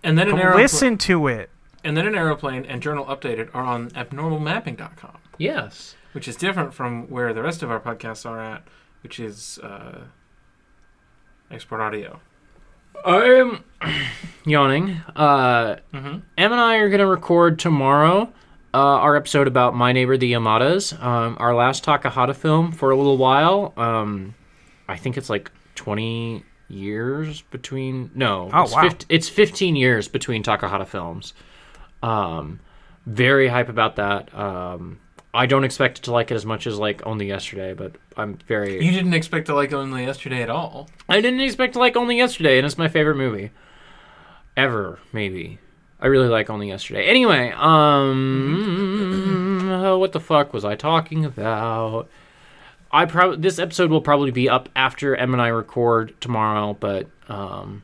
And then an But aeroplane. listen to it. And then an aeroplane and journal updated are on abnormalmapping.com, yes. which is different from where the rest of our podcasts are at, which is uh, export audio. I'm Um, yawning. Uh, Mm-hmm. Em and I are going to record tomorrow uh, our episode about My Neighbor the Yamadas, um, our last Takahata film for a little while. Um, I think it's like 20 years between. No. Oh, it's wow. it's 15 years between Takahata films. Um, very hype about that. Um, I don't expect to like it as much as like only yesterday, but I'm very. You didn't expect to like only yesterday at all. I didn't expect to like Only Yesterday, and it's my favorite movie ever. Maybe I really like Only Yesterday. Anyway, um, uh, what the fuck was I talking about? I probably this episode will probably be up after Em and I record tomorrow, but um,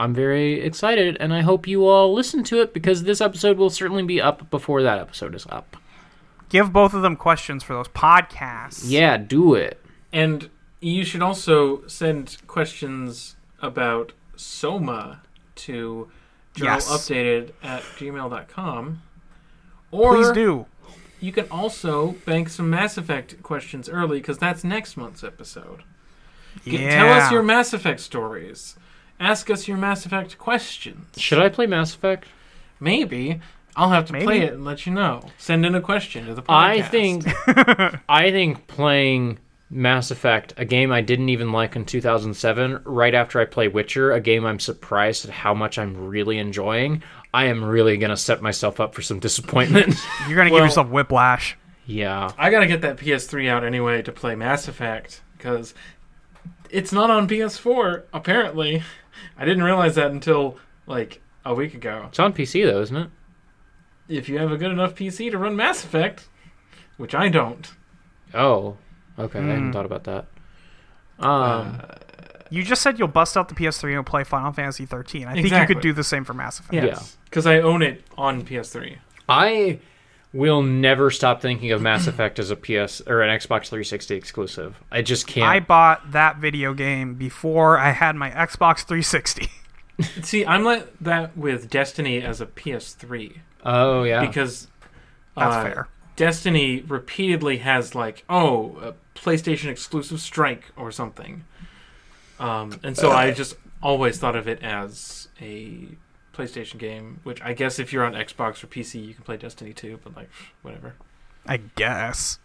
I'm very excited, and I hope you all listen to it because this episode will certainly be up before that episode is up. Give both of them questions for those podcasts. Yeah, do it. And you should also send questions about Soma to journal Yes. updated at gmail.com. Or Please do. you can also bank some Mass Effect questions early because that's next month's episode. Get- yeah. Tell us your Mass Effect stories. Ask us your Mass Effect questions. Should I play Mass Effect? Maybe I'll have to Maybe. play it and let you know. Send in a question to the podcast. I think I think playing Mass Effect, a game I didn't even like in 2007, right after I play Witcher, a game I'm surprised at how much I'm really enjoying. I am really gonna set myself up for some disappointment. You're gonna well- give yourself whiplash. yeah, I gotta get that PS3 out anyway to play Mass Effect because it's not on PS4 apparently. I didn't realize that until like a week ago. it's on PC though, isn't it? If you have a good enough PC to run Mass Effect, which I don't, Oh, okay, I hadn't thought about that. Um, Hmm. uh, that. You just said you'll bust out the PS3 and play Final Fantasy 13. I think you Exactly. could do the same for Mass Effect. Yes, because I own it on PS3. I will never stop thinking of Mass Effect as a PS or an Xbox 360 exclusive. I just can't. I bought that video game before I had my Xbox 360. See, I'm like that with Destiny as a PS3 oh yeah. because That's uh, fair. Destiny repeatedly has like, oh, a PlayStation exclusive strike or something, um, and so I just always thought of it as a PlayStation game. Which I guess if you're on Xbox or PC, you can play Destiny too. But like, whatever. I guess.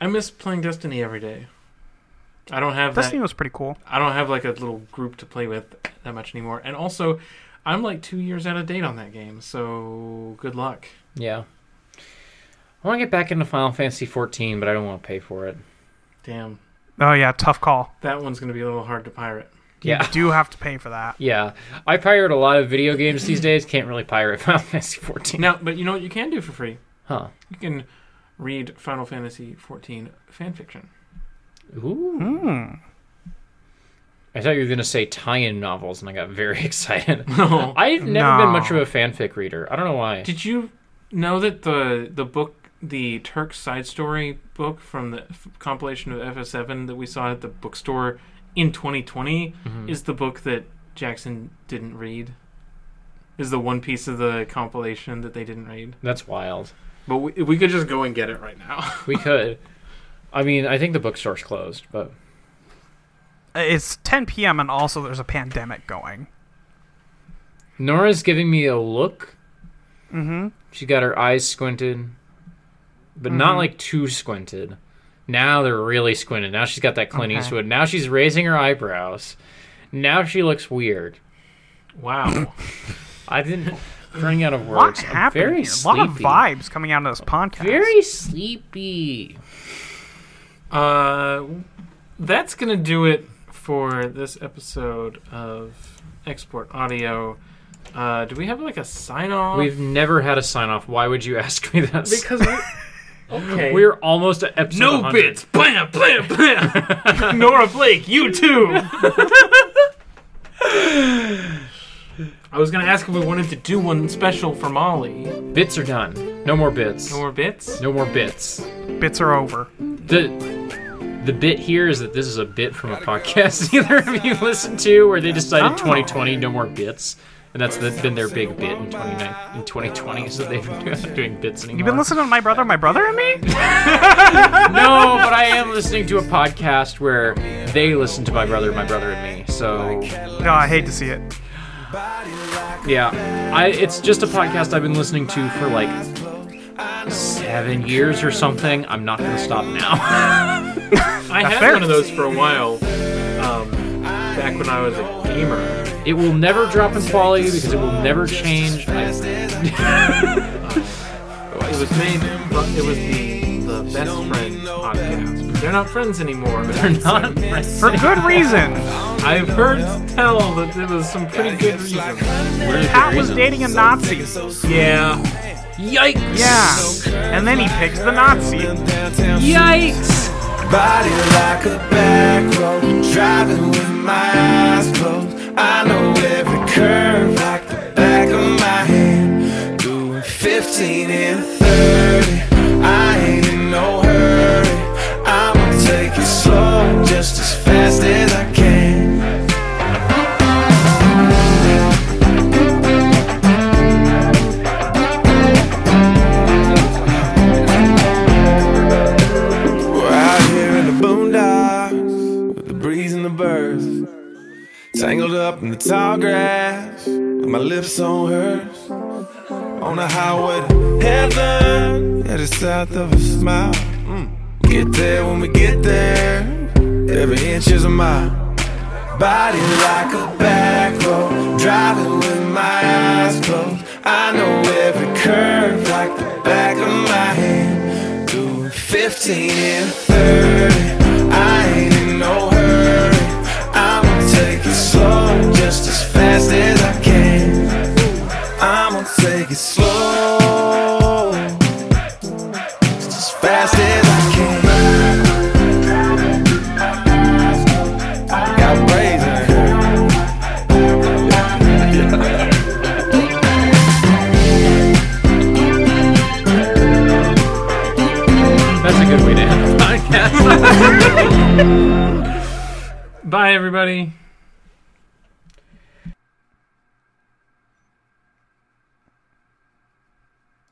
I miss playing Destiny every day. I don't have that. Destiny was pretty cool. I don't have like a little group to play with that much anymore. And also, I'm like two years out of date on that game, so good luck. yeah. I want to get back into Final Fantasy 14, but I don't want to pay for it. Damn, Oh yeah, tough call. that one's gonna be a little hard to pirate. Yeah. You do have to pay for that. Yeah, I pirate a lot of video games these days. Can't really pirate Final Fantasy 14. Now, but you know what you can do for free? Huh. You can read Final Fantasy XIV fanfiction. Ooh. Hmm. I thought you were gonna say tie-in novels, and I got very excited. No, I've never been No. much of a fanfic reader. I don't know why. did you know that the the book, the Turk side story book from the f- compilation of FS7 that we saw at the bookstore in 2020 Mhm. is the book that Jackson didn't read. Is the one piece of the compilation that they didn't read. That's wild. But we, we could just go and get it right now. We could. I mean, I think the bookstore's closed, but Uh, It's 10 p.m. and also there's a pandemic going. Nora's giving me a look. Mm-hmm. She got her eyes squinted, but Mm-hmm. not like too squinted. Now they're really squinted. Now she's got that Clint Okay. Eastwood. Now she's raising her eyebrows. Now she looks weird. Wow. I didn't running out of A lot words. I'm happening. Very here. A lot of sleepy. vibes coming out of this podcast. Very sleepy. uh, that's going to do it for this episode of Export Audio. Uh, do we have like a sign off? We've never had a sign off. Why would you ask me this? Because we Okay. we're almost at episode. no 100. bits. Blam, blam, blam. Nora Blake, you too. I was going to ask if we wanted to do one special for Molly. Bits are done. No more bits. No more bits? No more bits. Bits are over. The the bit here is that this is a bit from a podcast either of you listen to where they decided Oh. 2020 no more bits. And that's the, been their big bit in 29 in 2020, so they've been doing bits anymore. You've been listening to my brother, my brother and me? No, but I am listening to a podcast where they listen to my brother, my brother and me. So No, Oh, I hate to see it. Yeah, I it's just a podcast I've been listening to for like seven years or something. I'm not gonna stop now. I had fair. one of those for a while, um, back when I was a gamer. it will never drop in quality because it will never change. I, It was made, but it was the, the best friend podcast. They're not friends anymore. But they're not. friends. For good reason. I've heard tell that there was some pretty good reasons. Pat was dating a Nazi. Yeah, Yikes! Yeah. And then he picked the Nazi. Yikes! Body like a back road, driving with my eyes closed. I know every curve like the back of my hand. Doing 15 and 30, I ain't in no hurry. I'ma take it slow, just as fast as I can. We're out here in the boondocks with the breeze and the birds. Tangled up in the tall grass with my lips on hers. On a highway to heaven at the south of a smile. Mm. Get there when we get there. Every inch is a mile. Body like a back road, driving with my eyes closed. I know every curve like the back of my hand. Doing 15 and 30, I ain't in no hurry. I'ma take it slow, just as fast as I can. I'ma take it slow, just as fast as I can. everybody.